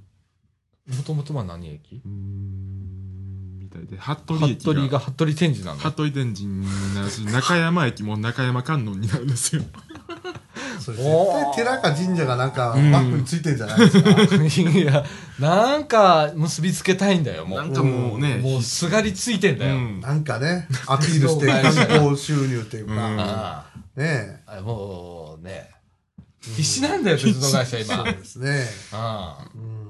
Speaker 1: もともとは何駅
Speaker 3: うーん、みたいで、服部駅
Speaker 1: 服部
Speaker 3: が。
Speaker 1: が服部天神なの
Speaker 3: 服部天神になるし、中山駅も中山観音になるんですよ。
Speaker 2: それ絶対寺か神社がなんかバックについてんじゃないです か。
Speaker 1: いやなんか結びつけたいんだよもう
Speaker 3: なんかもうね、
Speaker 1: もうすがりついてんだよ、
Speaker 3: うん
Speaker 2: なん かね、アピールして観光収入という
Speaker 3: うん
Speaker 2: か、
Speaker 1: あ
Speaker 2: ね
Speaker 1: あもうね必死なんだよ鉄道会社今
Speaker 2: え。ですね。
Speaker 1: あ
Speaker 2: うん。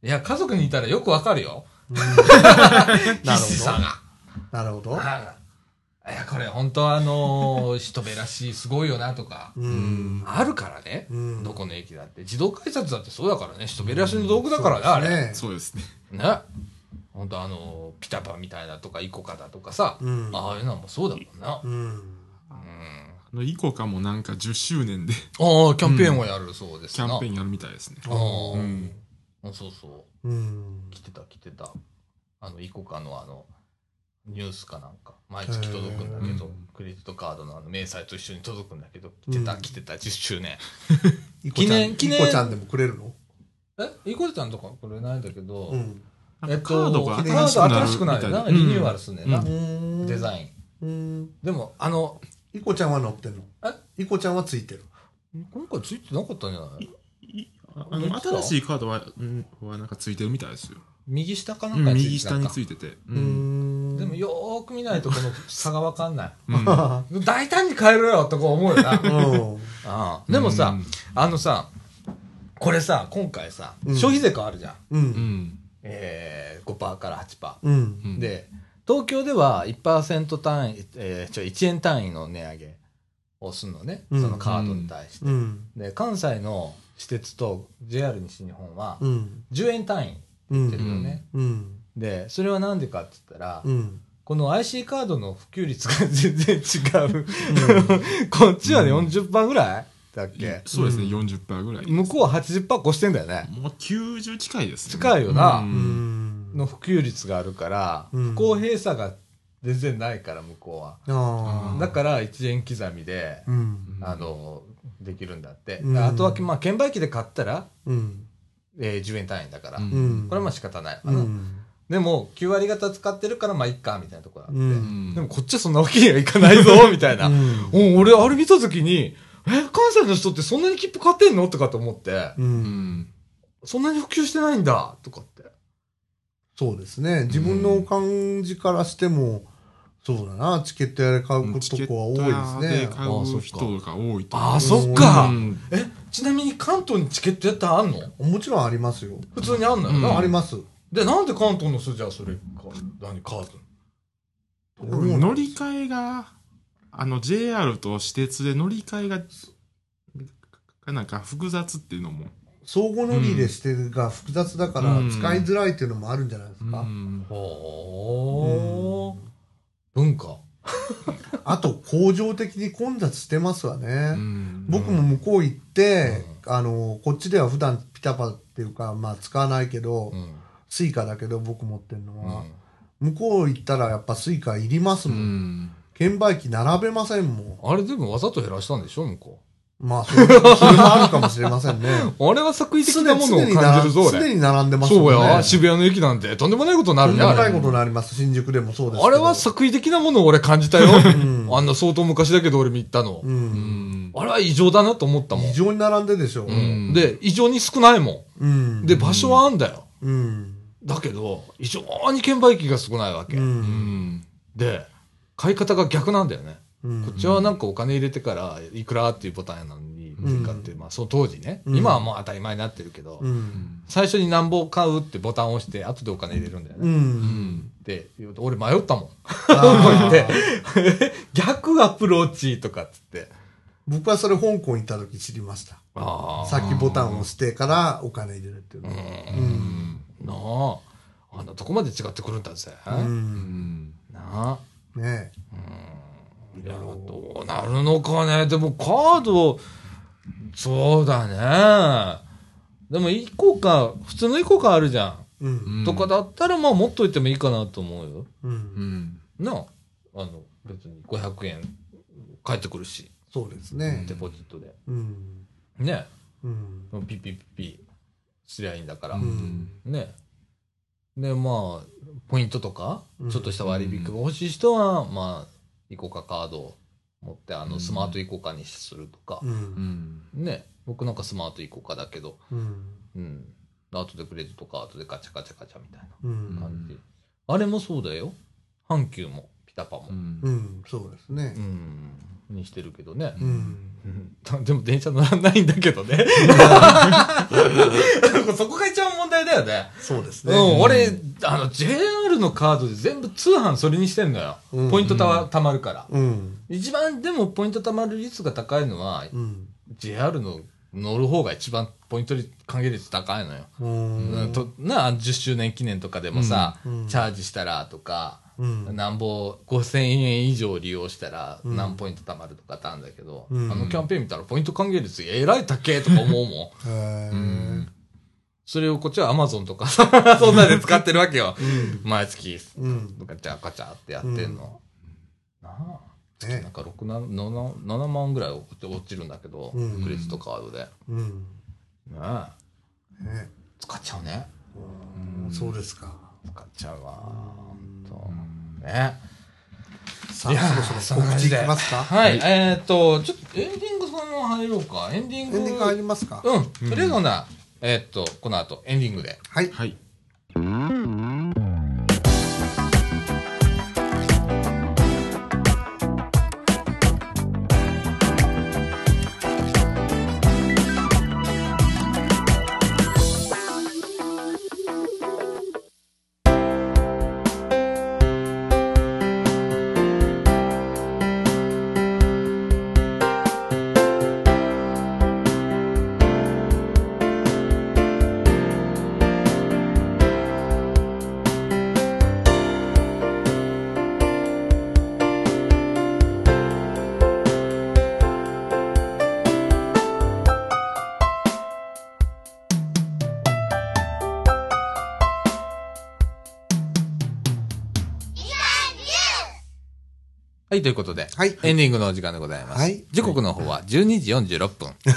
Speaker 1: いや家族にいたらよくわかるよ 必死さ
Speaker 2: なるほど。
Speaker 1: がうんいやこれ本当あのー 人べらしいすごいよなとか
Speaker 2: うん。
Speaker 1: あるからね、
Speaker 2: うん
Speaker 1: どこの駅だって自動改札だってそうだからね人べらしの道具だからね、あれね
Speaker 3: そうですね。
Speaker 1: 本当あのーピタパみたいなとかイコカだとかさ、
Speaker 2: うん
Speaker 1: ああいうのもそうだもんな、
Speaker 2: うん。
Speaker 3: あの、イコカもなんか10周年で
Speaker 1: ああキャンペーンをやるそうです
Speaker 3: キ
Speaker 1: な、
Speaker 3: ャンペー
Speaker 1: ン
Speaker 3: ンやるみたいですね。
Speaker 1: ああ、
Speaker 3: うん
Speaker 1: あそうそう
Speaker 2: うん。
Speaker 1: 来てた来てたあのイコカのあのニュースかなんか毎月届くんだけど、
Speaker 3: へー
Speaker 1: クレジットカードのあの明細と一緒に届くんだけど来てた、
Speaker 2: うん
Speaker 1: 来てた10周年
Speaker 2: イコちゃ
Speaker 1: 記
Speaker 2: ん、
Speaker 1: 念記念
Speaker 2: イコちゃんでもくれるの
Speaker 1: え、イコジちゃんとかこれないんだけど、
Speaker 2: うん
Speaker 3: なん
Speaker 1: えっと、
Speaker 3: かカードが
Speaker 1: カー
Speaker 3: 新しく
Speaker 1: ド
Speaker 3: なる
Speaker 1: 新しくな
Speaker 3: みた
Speaker 1: る。
Speaker 3: い
Speaker 1: なん
Speaker 3: な
Speaker 1: かリニューアルすんねんな
Speaker 3: う、
Speaker 1: デザイン。
Speaker 2: うん
Speaker 1: でも、あの、
Speaker 2: イコちゃんは乗ってるのイコちゃんはついてる
Speaker 1: 今回ついてなかったんじゃない
Speaker 3: いあの新しいカードはうんはなんかついてるみたいですよ。
Speaker 1: 右下かな
Speaker 3: うんん
Speaker 1: かに
Speaker 3: 右下につ
Speaker 1: ついて
Speaker 3: いてて。う
Speaker 2: うんん
Speaker 1: たかでもよーく見ないとこの差がわかん ない。
Speaker 3: うん
Speaker 1: 大胆に変えろよとか思うよな。
Speaker 2: うん
Speaker 1: あ あでもさ、あのさ、これさ、今回さ、
Speaker 2: うん
Speaker 1: 消費税変わるじゃん。
Speaker 2: う
Speaker 3: うんん
Speaker 1: えー、5%から8%。
Speaker 2: うん
Speaker 3: うん
Speaker 1: で、東京では1%単位、えー、ちょ、1円単位の値上げをするのね。
Speaker 2: うん
Speaker 1: そのカードに対して。
Speaker 2: うん
Speaker 1: で、関西の私鉄と JR 西日本は
Speaker 2: うん
Speaker 1: 10円単位
Speaker 2: う
Speaker 1: 出るよ
Speaker 2: ん
Speaker 1: ね。
Speaker 2: うん
Speaker 1: で、それはなんでかって言ったら、
Speaker 2: うん
Speaker 1: この IC カードの普及率が全然違う。 こっちはね、
Speaker 3: うん
Speaker 1: 40%ぐらいだっ
Speaker 3: いや
Speaker 1: け、
Speaker 3: そうですね、
Speaker 2: うん
Speaker 3: 40%ぐらい。
Speaker 1: 向こうは80%越してんだよね。
Speaker 3: もう90近いですね。
Speaker 1: 近いよな
Speaker 3: うん
Speaker 2: うん
Speaker 1: の普及率があるから、
Speaker 2: うん
Speaker 1: 不公平さが全然ないから、向こうは。
Speaker 2: あ
Speaker 3: うん
Speaker 2: あ
Speaker 1: だから1円刻みで、
Speaker 2: うん
Speaker 1: あの、できるんだって。
Speaker 2: うん
Speaker 1: あとは、まあ、券売機で買ったら、
Speaker 2: うん
Speaker 1: えー10円単位だから。
Speaker 3: うん
Speaker 2: うん
Speaker 1: これはまあ仕方ない。
Speaker 2: う
Speaker 1: あの
Speaker 2: ん
Speaker 1: でも、9割方使ってるから、まあ、いっか、みたいなところあって。
Speaker 2: うん
Speaker 3: うん
Speaker 1: でも、こっちはそんなわけにはいかないぞ、みたいな。
Speaker 2: うん
Speaker 1: うん、俺、あれ見たときに、え、関西の人ってそんなに切符買ってんのとかと思って、
Speaker 2: う
Speaker 3: うんん
Speaker 1: そんなに普及してないんだ、とかって。
Speaker 2: そうですね。自分の感じからしても、そうだな、チケット屋で買うことこは多いで
Speaker 3: チケ
Speaker 2: すね
Speaker 3: ット。屋で買う人が多いと
Speaker 1: あ
Speaker 3: 思
Speaker 1: あ、
Speaker 3: う。
Speaker 1: そっか
Speaker 3: う。ん
Speaker 1: え、ちなみに関東にチケットやったらあんの
Speaker 2: もちろんありますよ。
Speaker 1: 普通にあんのよな、
Speaker 3: うん
Speaker 2: あります。
Speaker 1: で、なんで関東の人じゃあそれか、何、カード
Speaker 3: 乗り換えが、あの JR と私鉄で乗り換えが、かなんか複雑っていうのも。
Speaker 2: 相互乗り入れしてるが複雑だから
Speaker 3: うん
Speaker 2: 使いづらいっていうのもあるんじゃないですか。
Speaker 3: ん
Speaker 1: ほー。文化。
Speaker 2: あと、工場的に混雑してますわ
Speaker 3: う
Speaker 2: ね。
Speaker 3: ん
Speaker 2: 僕も向こう行って、あの、こっちでは普段ピタパっていうか、まあ使わないけど
Speaker 1: う、ん。
Speaker 2: スイカだけど僕持ってるの
Speaker 1: う
Speaker 2: は、
Speaker 1: ん
Speaker 2: 向こう行ったらやっぱスイカいります
Speaker 3: う
Speaker 2: もん。
Speaker 3: ん
Speaker 2: 券売機並べませんもん。
Speaker 1: あれでもわざと減らしたんでしょ向こ
Speaker 2: まあ、それそれもあるかもしれませんね。
Speaker 1: う。あれは作為的
Speaker 2: 常
Speaker 1: なものを感じるぞ、
Speaker 2: 常に
Speaker 1: 俺。
Speaker 2: 常に並んでます
Speaker 1: そう
Speaker 2: ね。
Speaker 1: や、渋谷の駅なんてとんでもないことにな
Speaker 2: と
Speaker 1: る
Speaker 2: ん
Speaker 1: ね。
Speaker 2: でもない
Speaker 1: あ
Speaker 2: こ
Speaker 1: れ
Speaker 2: とになります。新宿でもそうですけど。
Speaker 1: あれは作為的なものを俺感じたよ。
Speaker 2: うん
Speaker 1: あんな相当昔だけど俺見たの
Speaker 2: う。。
Speaker 3: うんん
Speaker 1: あれは異常だなと思ったもん
Speaker 2: 異。常に並んででしょ。
Speaker 1: うんで、異常に少ないも
Speaker 2: うん。
Speaker 1: ん。で、場所はあんだよ。
Speaker 2: うん。
Speaker 1: だけど、異常に券売機が少ないわけ
Speaker 2: う。。
Speaker 3: うんん
Speaker 1: で、買い方が逆なんだよね。
Speaker 2: うん
Speaker 1: こっちはなんかお金入れてからいくらっていうボタンやのに追加って、まあその当時ね、
Speaker 2: うん
Speaker 1: 今はもう当たり前になってるけど、
Speaker 2: うん。
Speaker 1: 最初になんぼ買うってボタンを押して後でお金入れるんだよ
Speaker 2: う
Speaker 1: ね。
Speaker 2: ん。
Speaker 1: で、俺迷ったもん。
Speaker 2: あ
Speaker 1: で
Speaker 2: ー、
Speaker 1: 逆アプローチとかっつって。
Speaker 2: 僕はそれ香港行った時知りました。
Speaker 1: ああ。
Speaker 2: さっきボタンを押してからお金入れるっていうの。
Speaker 1: うん。なあ。あんなとこまで違ってくるんだぜ。
Speaker 2: うん。
Speaker 1: なあ。
Speaker 2: ねえ
Speaker 1: いや、どうなるのかね。でもカード、そうだね。でも1個か、普通の1個かあるじゃ
Speaker 2: うん。
Speaker 3: うん
Speaker 1: ん。
Speaker 3: ん
Speaker 1: とかだったら、まあ持っといてもいいかなと思うよ。
Speaker 2: うん。
Speaker 3: うん
Speaker 1: なあ。あの、別に500円返ってくるし、
Speaker 2: そうですね。
Speaker 1: デポジットで。
Speaker 2: うん。
Speaker 1: ね
Speaker 2: うん。
Speaker 1: ピッピッピッピすりゃいいんだから。
Speaker 2: うん
Speaker 1: ねで、まあ、ポイントとか
Speaker 2: うん、
Speaker 1: ちょっとした割引が欲しい人は、まあ、イコカカードを持って、あ
Speaker 3: う
Speaker 1: の、
Speaker 3: ん
Speaker 1: スマートイコカにするとか
Speaker 2: う。ん。
Speaker 1: ね僕なんかスマートイコカだけど、
Speaker 2: うん。
Speaker 1: うん。後でクレジットカードでガチャガチャガチャみたい
Speaker 2: うん
Speaker 1: な。感じ。あれもそうだよ。阪急も、ピタパも
Speaker 3: う。ん
Speaker 2: うん。そうですね
Speaker 1: う。ん。にしてるけどね。
Speaker 2: うん。
Speaker 1: うんでも電車乗らないんだけどね。 そこが一番問題だよね。
Speaker 2: そうです
Speaker 1: う
Speaker 2: ね。
Speaker 1: ん、俺、あの、JR のカードで全部通販それにしてんのよ。
Speaker 2: うん
Speaker 1: ポイントたわ、たまるから。
Speaker 2: うん。
Speaker 1: 一番でもポイントたまる率が高いのは、
Speaker 2: うん。
Speaker 1: JR の乗る方が一番ポイント率還元率高いのよ。
Speaker 2: う
Speaker 1: うん、
Speaker 2: ん。
Speaker 1: となあ、10周年記念とかでもさ、
Speaker 2: うん
Speaker 1: チャージしたらとか、
Speaker 2: うん
Speaker 1: なんぼ5000円以上利用したら
Speaker 2: うん
Speaker 1: 何ポイント貯まるとかってあるんだけど、
Speaker 2: うん
Speaker 1: あのキャンペーン見たらポイント還元率えらい高えとか思うもん。
Speaker 2: へー
Speaker 3: うん
Speaker 1: それをこっちは Amazon とかさ、 そんなんで使ってるわけよ。毎月、
Speaker 2: うん
Speaker 1: ガチャガチャってやってんの。なあ。
Speaker 2: ね
Speaker 1: なんか6、7 7 7万ぐらい落ちるんだけど、
Speaker 2: うん
Speaker 1: クレジットカードで。ね
Speaker 2: うん。
Speaker 1: え
Speaker 2: ね
Speaker 1: 使っちゃうね。
Speaker 2: うんそうですか。
Speaker 1: 使っちゃうわ。
Speaker 3: う
Speaker 1: ほん
Speaker 3: ん
Speaker 1: とね。
Speaker 2: さ
Speaker 1: い
Speaker 2: あ、
Speaker 1: やー
Speaker 2: そろそ
Speaker 1: そ
Speaker 2: ろ
Speaker 1: んな感
Speaker 2: 告知い
Speaker 1: じ
Speaker 2: き
Speaker 1: で
Speaker 2: ますか。
Speaker 1: はい、えっ、と、ちょっとエンディングそのまま入ろうか。エンディング。
Speaker 2: エンディング入りますか。
Speaker 1: うん。とりあえずほな、えっ、と、この後、エンディングで。
Speaker 2: はい。
Speaker 3: はい。
Speaker 1: はい、ということで、
Speaker 2: はい
Speaker 1: エンディングのお時間でございます。
Speaker 2: はい
Speaker 1: 時刻の方は12時46分。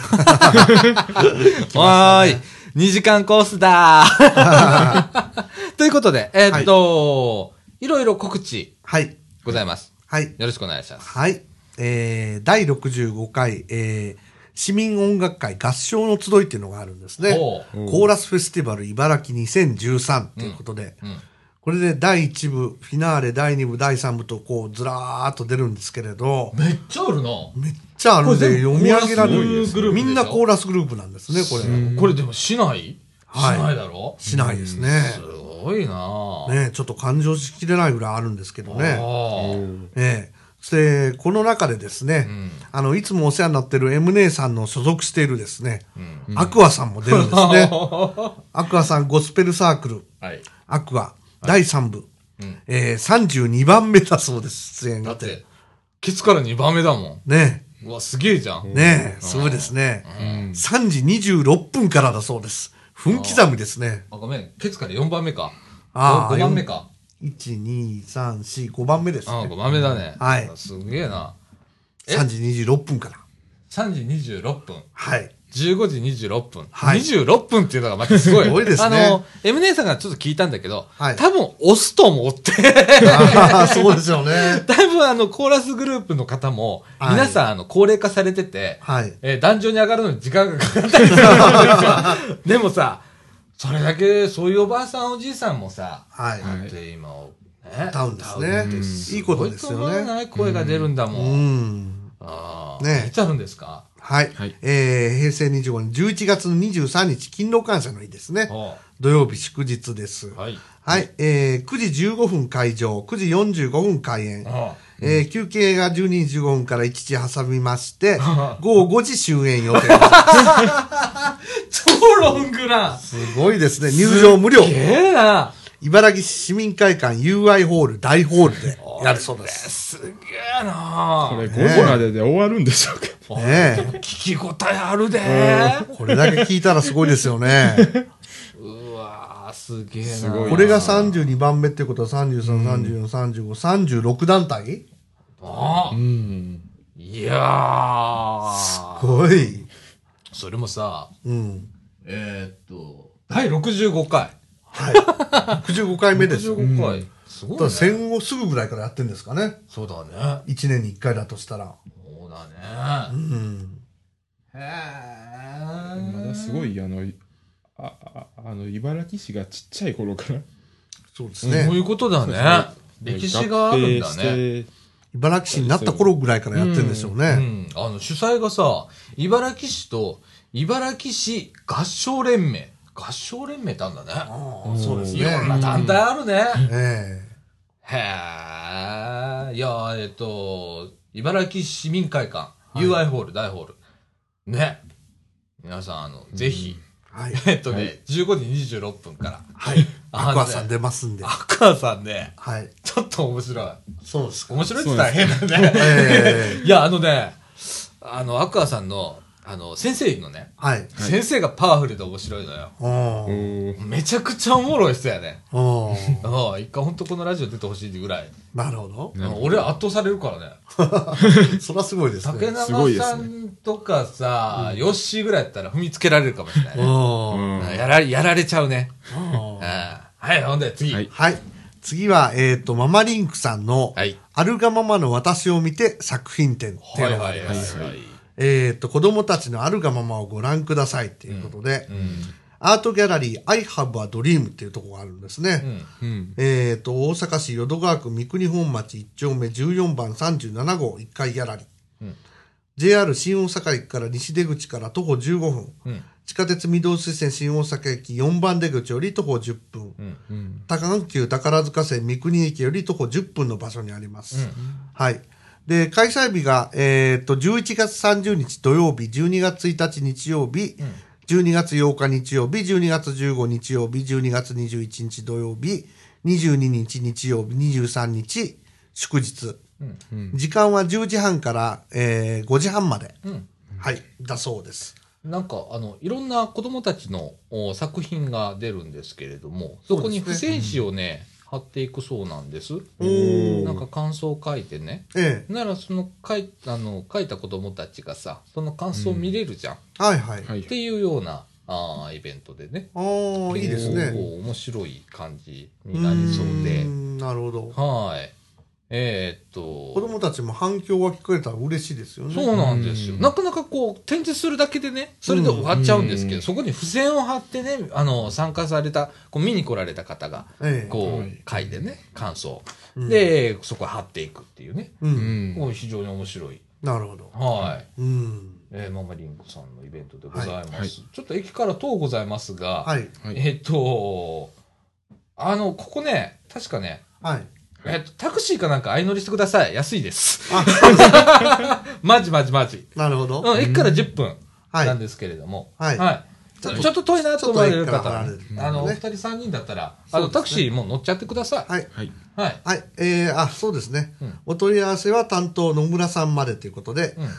Speaker 1: はーい、2時間コースだ ーということで、えっと、い、ろいろ告知
Speaker 2: はい。
Speaker 1: ございます。
Speaker 2: はい。
Speaker 1: よろしくお願いします。
Speaker 2: はい。えー、第65回、えー、市民音楽会合唱の集いっていうのがあるんですね。
Speaker 1: おう
Speaker 2: コーラスフェスティバル茨城2013ということで、
Speaker 1: うん
Speaker 2: これで第1部、フィナーレ、第2部、第3部とこうずらーっと出るんですけれど、
Speaker 1: めっちゃあるな。
Speaker 2: めっちゃあるんで読み上げられ
Speaker 1: これ全部コーラ
Speaker 2: る
Speaker 1: スグループでしょ
Speaker 2: みんなコーラスグループなんですね、これ。
Speaker 1: これでもしない、
Speaker 2: はい
Speaker 1: しないだろ
Speaker 2: しないですね。
Speaker 1: すごいなー
Speaker 2: ねちょっと感情しきれないぐらいあるんですけどね。
Speaker 1: あー
Speaker 2: ええそして、この中でですね、あの、いつもお世話になってる M 姉さんの所属しているですね、アクアさんも出るんですね。 アクアさんゴスペルサークル、
Speaker 1: はい。
Speaker 2: アクア、第3部、えー、32番目だそうです、出演
Speaker 1: だ
Speaker 2: が
Speaker 1: っ。て、ケツから2番目だもん。
Speaker 2: ね
Speaker 1: うわ、すげえじゃん。
Speaker 2: え、ねえ、すごいですね。3時26分からだそうです。分刻みですね。
Speaker 1: あ、ごめん。ケツから4番目か。
Speaker 2: あー
Speaker 1: 5番目か。
Speaker 2: 1、2、3、4、5番目です
Speaker 1: あ、5
Speaker 2: ね。
Speaker 1: 番目だね。
Speaker 2: はい
Speaker 1: すげえな。え
Speaker 2: 3時26分から。
Speaker 1: 3時26分。
Speaker 2: はい。
Speaker 1: 15時26分。
Speaker 2: はい
Speaker 1: 26分っていうのがまたすごい。
Speaker 2: すごいですね
Speaker 1: あの、M 姉さんがちょっと聞いたんだけど、
Speaker 2: はい
Speaker 1: 多分押すと思って、
Speaker 2: ああ、そうですよね。
Speaker 1: 多分あの、コーラスグループの方も、
Speaker 2: はい
Speaker 1: 皆さん、あの、高齢化されてて、
Speaker 2: はい。
Speaker 1: えー壇上に上がるのに時間がかかったりする わけですよでもさ、それだけ、そういうおばあさんおじいさんもさ、
Speaker 2: はい。
Speaker 1: だって今、ね、
Speaker 2: 歌うんですね
Speaker 1: 歌うって
Speaker 2: うんいいことですよね
Speaker 1: ごいと思わない声が出るんだ
Speaker 2: う
Speaker 1: もん。
Speaker 2: ん。
Speaker 1: ああ。
Speaker 2: ね
Speaker 1: いつあるんですか
Speaker 2: はい。
Speaker 3: はい
Speaker 2: えー平成25年11月の23日、勤労感謝の日ですね。
Speaker 1: は
Speaker 2: 土曜日祝日です。
Speaker 1: あ
Speaker 2: はい。
Speaker 1: はい。
Speaker 2: えー9時15分会場、9時45分開演。
Speaker 1: あ
Speaker 2: えー休憩が12時15分から1時挟みまして、午後5時終演予定
Speaker 1: あ超ロングランす
Speaker 2: です。すごいですね。入場無料。
Speaker 1: げえな
Speaker 2: 茨城市市民会館 UI ホール、大ホールでやるそうです。
Speaker 1: すげえな
Speaker 3: これ5時までで終わるんでしょうか。
Speaker 2: ねえ
Speaker 1: 聞き応えあるで
Speaker 2: これだけ聞いたらすごいですよね。
Speaker 1: うわーすげえ
Speaker 3: す
Speaker 1: な
Speaker 3: ごい
Speaker 2: これが32番目ってことは33、34、35、36団体
Speaker 1: ああ
Speaker 3: うん。
Speaker 1: いやー
Speaker 2: ごい。
Speaker 1: それもさ、
Speaker 2: うん。
Speaker 1: えーっと、第65回。
Speaker 2: はい。65回目ですよ。だ
Speaker 1: 65回。すごい
Speaker 2: から
Speaker 1: ね。
Speaker 2: 戦後すぐぐらいからやってんですかね。
Speaker 1: そうだね。
Speaker 2: 1年に1回だとしたら。
Speaker 1: そうだ
Speaker 2: う
Speaker 1: ね。
Speaker 2: ん。
Speaker 1: へ
Speaker 3: ま
Speaker 1: え
Speaker 3: だすごい、あの、あ、ああの、茨城市がちっちゃい頃から。
Speaker 2: そうです
Speaker 1: そうい
Speaker 2: ね。
Speaker 1: うことだね。歴史があるんだね。
Speaker 3: ね。
Speaker 2: 茨城市になった頃ぐらいからやってんでしょう
Speaker 1: う
Speaker 2: ね。
Speaker 1: ん。あの、主催がさ、茨城市と茨城市合唱連盟。合唱連盟ってあるんだね。
Speaker 2: ああ、そうです
Speaker 1: いろんな
Speaker 2: ね。
Speaker 1: 団体あるね。
Speaker 2: ええ。
Speaker 1: へえ。いや、えっと、茨城市民会館、UI ホール、大ホール。ね。皆さん、あの、ぜひ、
Speaker 2: はい。
Speaker 1: えっとね、15時26分から。
Speaker 2: はい。
Speaker 1: あ
Speaker 2: アクアさん出ますんで。
Speaker 1: 赤さんね、
Speaker 2: はい。
Speaker 1: ちょっと面白い。
Speaker 2: そうですか。
Speaker 1: 面白いって言ったら変だね。
Speaker 2: ええ。
Speaker 1: いや、あのね、あの、アクアさんの、あの、先生いるのね。
Speaker 2: はい。
Speaker 3: はい
Speaker 1: 先生がパワフルで面白いのよ。
Speaker 2: ああ
Speaker 3: お。ー
Speaker 1: めちゃくちゃおもろい人やね。
Speaker 2: ああ。
Speaker 1: うん、一回ほんとこのラジオ出てほしいぐらい。
Speaker 2: なるほど。
Speaker 3: なるほど
Speaker 1: 俺圧倒されるからね。
Speaker 2: そりゃすごいです
Speaker 1: 竹
Speaker 2: ね。
Speaker 1: 中
Speaker 3: すごいで
Speaker 1: さ
Speaker 3: すね
Speaker 1: んとかさ、ヨッシーぐらいやったら踏みつけられるかもしれないね。
Speaker 2: うん。
Speaker 3: うん
Speaker 1: やらやられちゃうね。
Speaker 2: あ
Speaker 1: うん
Speaker 2: あ
Speaker 1: はい、ほんで次。
Speaker 3: は
Speaker 1: はいい。
Speaker 2: はい。次は、えっ、と、ママリンクさんの、
Speaker 1: はい
Speaker 2: アルガママの私を見て作品展ってい
Speaker 1: は
Speaker 2: う
Speaker 1: い
Speaker 2: のがあ
Speaker 1: はい
Speaker 2: り
Speaker 1: は
Speaker 2: ま
Speaker 1: い
Speaker 2: す。。えっ、と、子供たちのアルガママをご覧くださいっていうことで、アートギャラリー I have a dream っていうところがあるんですね。
Speaker 1: うん。
Speaker 3: うん。
Speaker 2: えっ、と、大阪市淀川区三国本町1丁目14番37号1階ギャラリー。
Speaker 1: うん
Speaker 2: JR 新大阪駅から西出口から徒歩15分。
Speaker 1: うん。
Speaker 2: 地下鉄御堂水線新大阪駅4番出口より徒歩10分。
Speaker 1: うん。
Speaker 3: うん。
Speaker 2: 高阪急宝塚線三国駅より徒歩10分の場所にあります。はい。で、開催日が、えーっと、11月30日土曜日、12月1日日曜日、12月8日日曜日、12月15日曜日、12月21日土曜日、22日日曜日、23日祝日。
Speaker 1: うん
Speaker 2: 時間は10時半から、えー5時半まで。
Speaker 1: うん。
Speaker 2: はい。だそうです。
Speaker 1: なんか、あの、いろんな子供たちのお作品が出るんですけれども、そこに
Speaker 2: そう
Speaker 1: 付
Speaker 2: で
Speaker 1: 箋
Speaker 2: す
Speaker 1: 紙をね、貼っていくそうなんです。
Speaker 2: ー
Speaker 1: なんか感想を書いてね。
Speaker 2: ええ
Speaker 1: なら、その書いあの書いた子供たちがさ、その感想を見れるじゃん。
Speaker 2: はいはい。
Speaker 3: はい
Speaker 1: っ。ていうようなあーイベントでね。
Speaker 2: ああ、いいですね。
Speaker 1: こう面白い感じになりそうで
Speaker 2: ー。んなるほど。
Speaker 1: はい。えーっと。
Speaker 2: 子供たちも反響が聞かれたら嬉しいですよね。
Speaker 1: そうなんですよ。
Speaker 3: うん
Speaker 1: なかなかこう、展示するだけでね、それで終わっちゃうんですけど、
Speaker 3: うん
Speaker 1: そこに付箋を貼ってね、あの、参加された、こう見に来られた方が、
Speaker 2: ええ
Speaker 1: こ、
Speaker 3: はいう
Speaker 1: 書いてね、感想。
Speaker 2: うん
Speaker 1: で、そこへ貼っていくっていうね。
Speaker 2: う。
Speaker 3: うんん。
Speaker 1: こう非常に面白い。
Speaker 2: なるほど。
Speaker 1: はい。
Speaker 2: うん。
Speaker 1: えーママリンクさんのイベントでございます。
Speaker 3: はいはい
Speaker 1: ちょっと駅から遠うございますが、
Speaker 2: はい。
Speaker 3: はい。
Speaker 1: えーっと、あの、ここね、確かね、
Speaker 2: はい。
Speaker 1: えーっと、タクシーかなんか相乗りしてください。安いです。
Speaker 2: あ、
Speaker 1: マジマジマジ。
Speaker 2: なるほど。
Speaker 1: うん、駅から10分
Speaker 2: はい
Speaker 1: なんですけれども、
Speaker 2: はい
Speaker 1: ちょちょっと遠いなと思われる
Speaker 2: ちょ
Speaker 1: 方
Speaker 2: っと遠いから
Speaker 1: は
Speaker 2: 離れる、
Speaker 1: あの、お
Speaker 2: ね
Speaker 1: 二人3人だったら、あ
Speaker 2: そうです
Speaker 1: の、
Speaker 2: ね
Speaker 1: タクシーもう乗っちゃってくださ
Speaker 2: はい。
Speaker 3: はい。
Speaker 1: い。はい。
Speaker 2: はい。えー、あ、そうですね
Speaker 1: うん。
Speaker 2: お問い合わせは担当野村さんまでということで
Speaker 1: うん、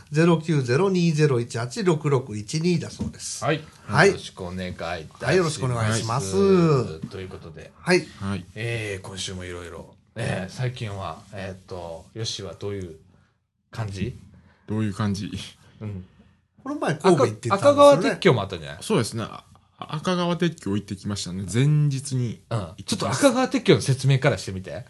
Speaker 2: 090-2018-6612だそうです。
Speaker 1: はい。
Speaker 2: はい
Speaker 1: よろしくお願いいたします。
Speaker 2: はいよろしくお願いします
Speaker 1: ということで、
Speaker 2: はい。
Speaker 3: はい。
Speaker 1: えー、今週もいろいろ、えー、最近は、えーっと、ヨッシーはどういう感じ
Speaker 3: どういう感じ
Speaker 1: うん。
Speaker 2: この前神戸
Speaker 1: 赤
Speaker 2: 行ってたんで
Speaker 1: 赤
Speaker 2: すよ
Speaker 1: 川
Speaker 2: ね。
Speaker 1: 鉄橋もあったんじゃない
Speaker 3: そうですね。あ赤川鉄橋行ってきましたね。前日に。
Speaker 1: うん。ちょっと赤川鉄橋の説明からしてみて。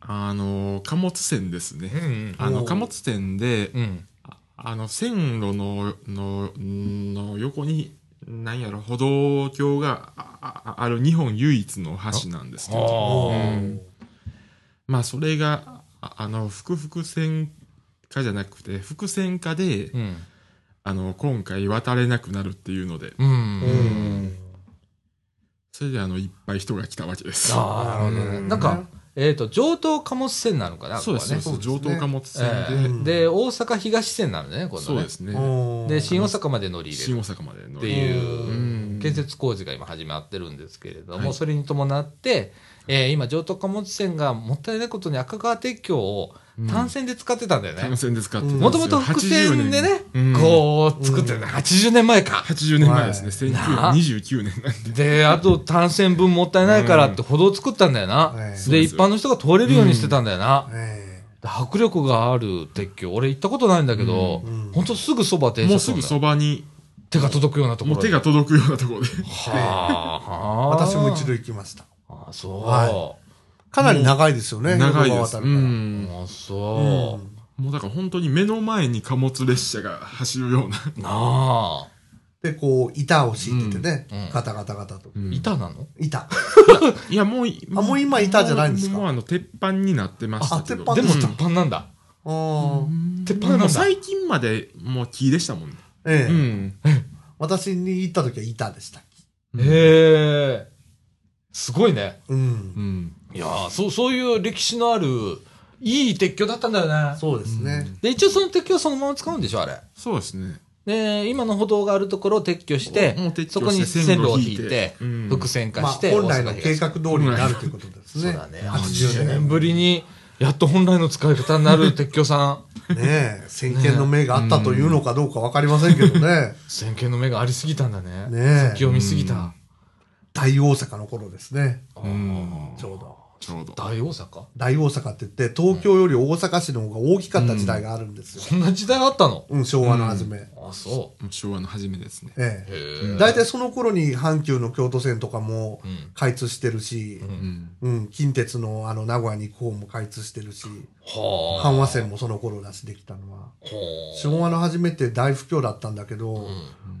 Speaker 3: あの、貨物船ですね。
Speaker 1: ん
Speaker 3: あ
Speaker 2: お
Speaker 3: の、
Speaker 2: ー
Speaker 3: 貨物船で、
Speaker 1: うん。
Speaker 3: ああの、線路の、の、の横に、なんやろ、歩道橋がああある日本唯一の橋なんですけど、
Speaker 2: お
Speaker 1: あ
Speaker 2: ー
Speaker 3: まあ、それが、ああの、複々線化じゃなくて、複線化で、
Speaker 1: ー。うん。
Speaker 3: あの、今回渡れなくなるっていうので、
Speaker 1: うん。
Speaker 2: う
Speaker 1: うん
Speaker 2: ん。
Speaker 3: それで、あの、いっぱい人が来たわけです。
Speaker 1: ああ、なるほどね。なんか、えっ、と、上東貨物線なのかな、
Speaker 3: そうですね。
Speaker 1: こ
Speaker 3: そうです
Speaker 2: そう
Speaker 3: 上
Speaker 2: ですね
Speaker 3: 等貨物
Speaker 1: こはね
Speaker 3: 船
Speaker 1: え
Speaker 3: で、
Speaker 1: ーで、大阪東線なのね、今度
Speaker 3: そう
Speaker 1: ね
Speaker 3: で。すね。
Speaker 2: おー
Speaker 1: で、新大阪まで乗り入れ
Speaker 3: 新
Speaker 1: る
Speaker 3: 大阪までの。
Speaker 1: っていう
Speaker 3: うん
Speaker 1: 建設工事が今始まってるんですけれども、
Speaker 3: はい
Speaker 1: それに伴って、えー今、上東貨物線がもったいないことに赤川鉄橋を単線で使ってたんだよ
Speaker 3: 単
Speaker 1: ね。
Speaker 3: 線で使ってたんですよ
Speaker 1: もともと伏線でね
Speaker 3: 80、年うん
Speaker 1: こう作ってた、80年前か。
Speaker 3: 80年前ですね、
Speaker 1: なあ
Speaker 3: 1929年なんで。
Speaker 1: で、あと単線分もったいないからって歩道作ったんだよな。
Speaker 2: うんはい
Speaker 1: で、一般の人が通れるようにしてたんだよな。
Speaker 2: え
Speaker 1: 迫力がある鉄橋、俺行ったことないんだけど、ほ
Speaker 2: うんうん
Speaker 1: んとすぐそば電車
Speaker 3: もう
Speaker 1: 通
Speaker 3: す
Speaker 1: るん
Speaker 3: ぐ
Speaker 1: だ
Speaker 3: そばに、
Speaker 1: 手が届くようなところ
Speaker 3: もう
Speaker 1: に。
Speaker 3: 手が届くようなところで。
Speaker 1: はあ、
Speaker 2: ー
Speaker 1: はあ。
Speaker 2: 私も一度行きました。
Speaker 1: あ、そう。
Speaker 2: はかなり長いですよね。
Speaker 3: 長いです。
Speaker 2: 淀川渡
Speaker 3: う
Speaker 2: るから
Speaker 3: ん。
Speaker 1: あ、そうう。
Speaker 2: ん
Speaker 3: もうだから本当に目の前に貨物列車が走るよう
Speaker 1: な
Speaker 3: な。
Speaker 1: あ。
Speaker 2: で、こう、板を敷いててね
Speaker 1: うんうん、
Speaker 2: ガタガタガタと。
Speaker 1: 板なの
Speaker 2: 板。
Speaker 3: いや、もう、
Speaker 2: あもう今いたじゃないんですか
Speaker 3: もうもうあの、鉄板になってましたけど。
Speaker 2: あ
Speaker 1: で
Speaker 2: 鉄
Speaker 1: も、
Speaker 2: 板
Speaker 1: 鉄板なんだ。
Speaker 2: あー
Speaker 3: うん
Speaker 1: 鉄板なんだ
Speaker 3: でも最近までもう木でしたもんね。
Speaker 2: え
Speaker 3: う
Speaker 2: え。
Speaker 3: ん。
Speaker 2: 私に行った時は板でした。
Speaker 3: うん
Speaker 1: へえ。すごいね。
Speaker 2: うん
Speaker 3: う。ん。
Speaker 1: いやーそう、そういう歴史のある、いい鉄橋だったんだよね。
Speaker 2: そうですね。
Speaker 1: で、一応その鉄橋はそのまま使うんでしょ、あれ。
Speaker 3: そうですね。
Speaker 1: で、今の歩道があるところを撤去して
Speaker 3: もう撤去して、
Speaker 1: そこに線路を引いて
Speaker 3: 線路を引いてうん、
Speaker 1: 伏線化
Speaker 2: まあ、
Speaker 1: して、
Speaker 2: 本来
Speaker 1: 大
Speaker 2: の
Speaker 1: 阪東
Speaker 2: 計画通りになるということです
Speaker 1: そう
Speaker 2: ね。
Speaker 1: だね。
Speaker 2: 80
Speaker 1: 80
Speaker 2: 年
Speaker 1: 年ぶりに、やっと本来の使い方になる鉄橋さん。
Speaker 2: ねえ、先見の明があったというのかどうかわかりませんけどね。
Speaker 1: 先見の目がありすぎたんだね。
Speaker 2: ねえ
Speaker 1: 先を見すぎた。
Speaker 2: 大大阪の頃ですね。
Speaker 3: うん
Speaker 2: ちょうど。
Speaker 3: ちょうど。
Speaker 1: 大大阪
Speaker 2: 大大阪って言って、東京より大阪市の方が大きかった時代があるんですよ。
Speaker 1: そんな時代あったの
Speaker 2: うん、昭和の初め。
Speaker 1: あ、そ
Speaker 3: もう昭和の初めですね。
Speaker 2: え
Speaker 1: う。
Speaker 2: え。
Speaker 1: へえ。
Speaker 2: 大体その頃に阪急の京都線とかも
Speaker 1: うん
Speaker 2: 開通してるし、
Speaker 3: うん。
Speaker 2: うん、近鉄のあの名古屋に行く方も開通してるし、
Speaker 1: はあ。
Speaker 2: 阪和線もその頃だしできたのは。
Speaker 1: は
Speaker 2: 昭和の初めて大不況だったんだけど、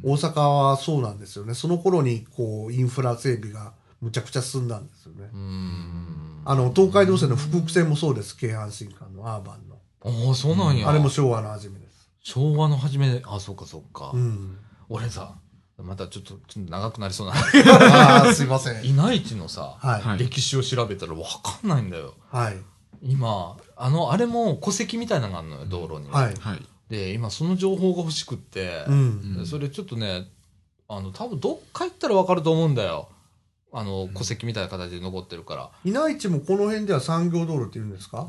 Speaker 2: 大阪はそうなんですよね。その頃にこうインフラ整備がむちゃくちゃ進んだんですよね。
Speaker 1: あ。うん。
Speaker 2: あの東海道線の福北線もそうです。京阪新幹のアーバンの。
Speaker 1: ああ、そうなんや。
Speaker 2: あれも昭和の初めです。
Speaker 1: 昭和の初め、あ、そうかそうか
Speaker 2: う。ん。
Speaker 1: 俺さ、またちょっと、ちょっと長くなり そうな。
Speaker 2: ああ、すいません。はい。
Speaker 1: 稲市のさ、
Speaker 3: はい
Speaker 1: 歴史を調べたらわかんないんだよ。
Speaker 2: はい。
Speaker 1: 今、あの、あれも戸籍みたいなのがあるのよ、道路に。
Speaker 2: はい。
Speaker 3: はい。
Speaker 1: で、今その情報が欲しくって、
Speaker 2: うん。
Speaker 3: うん
Speaker 1: それちょっとね、あの、多分どっか行ったらわかると思うんだよ。あの、戸籍みたいな形で残ってるから。
Speaker 2: 稲市もこの辺では産業道路って言うんですか、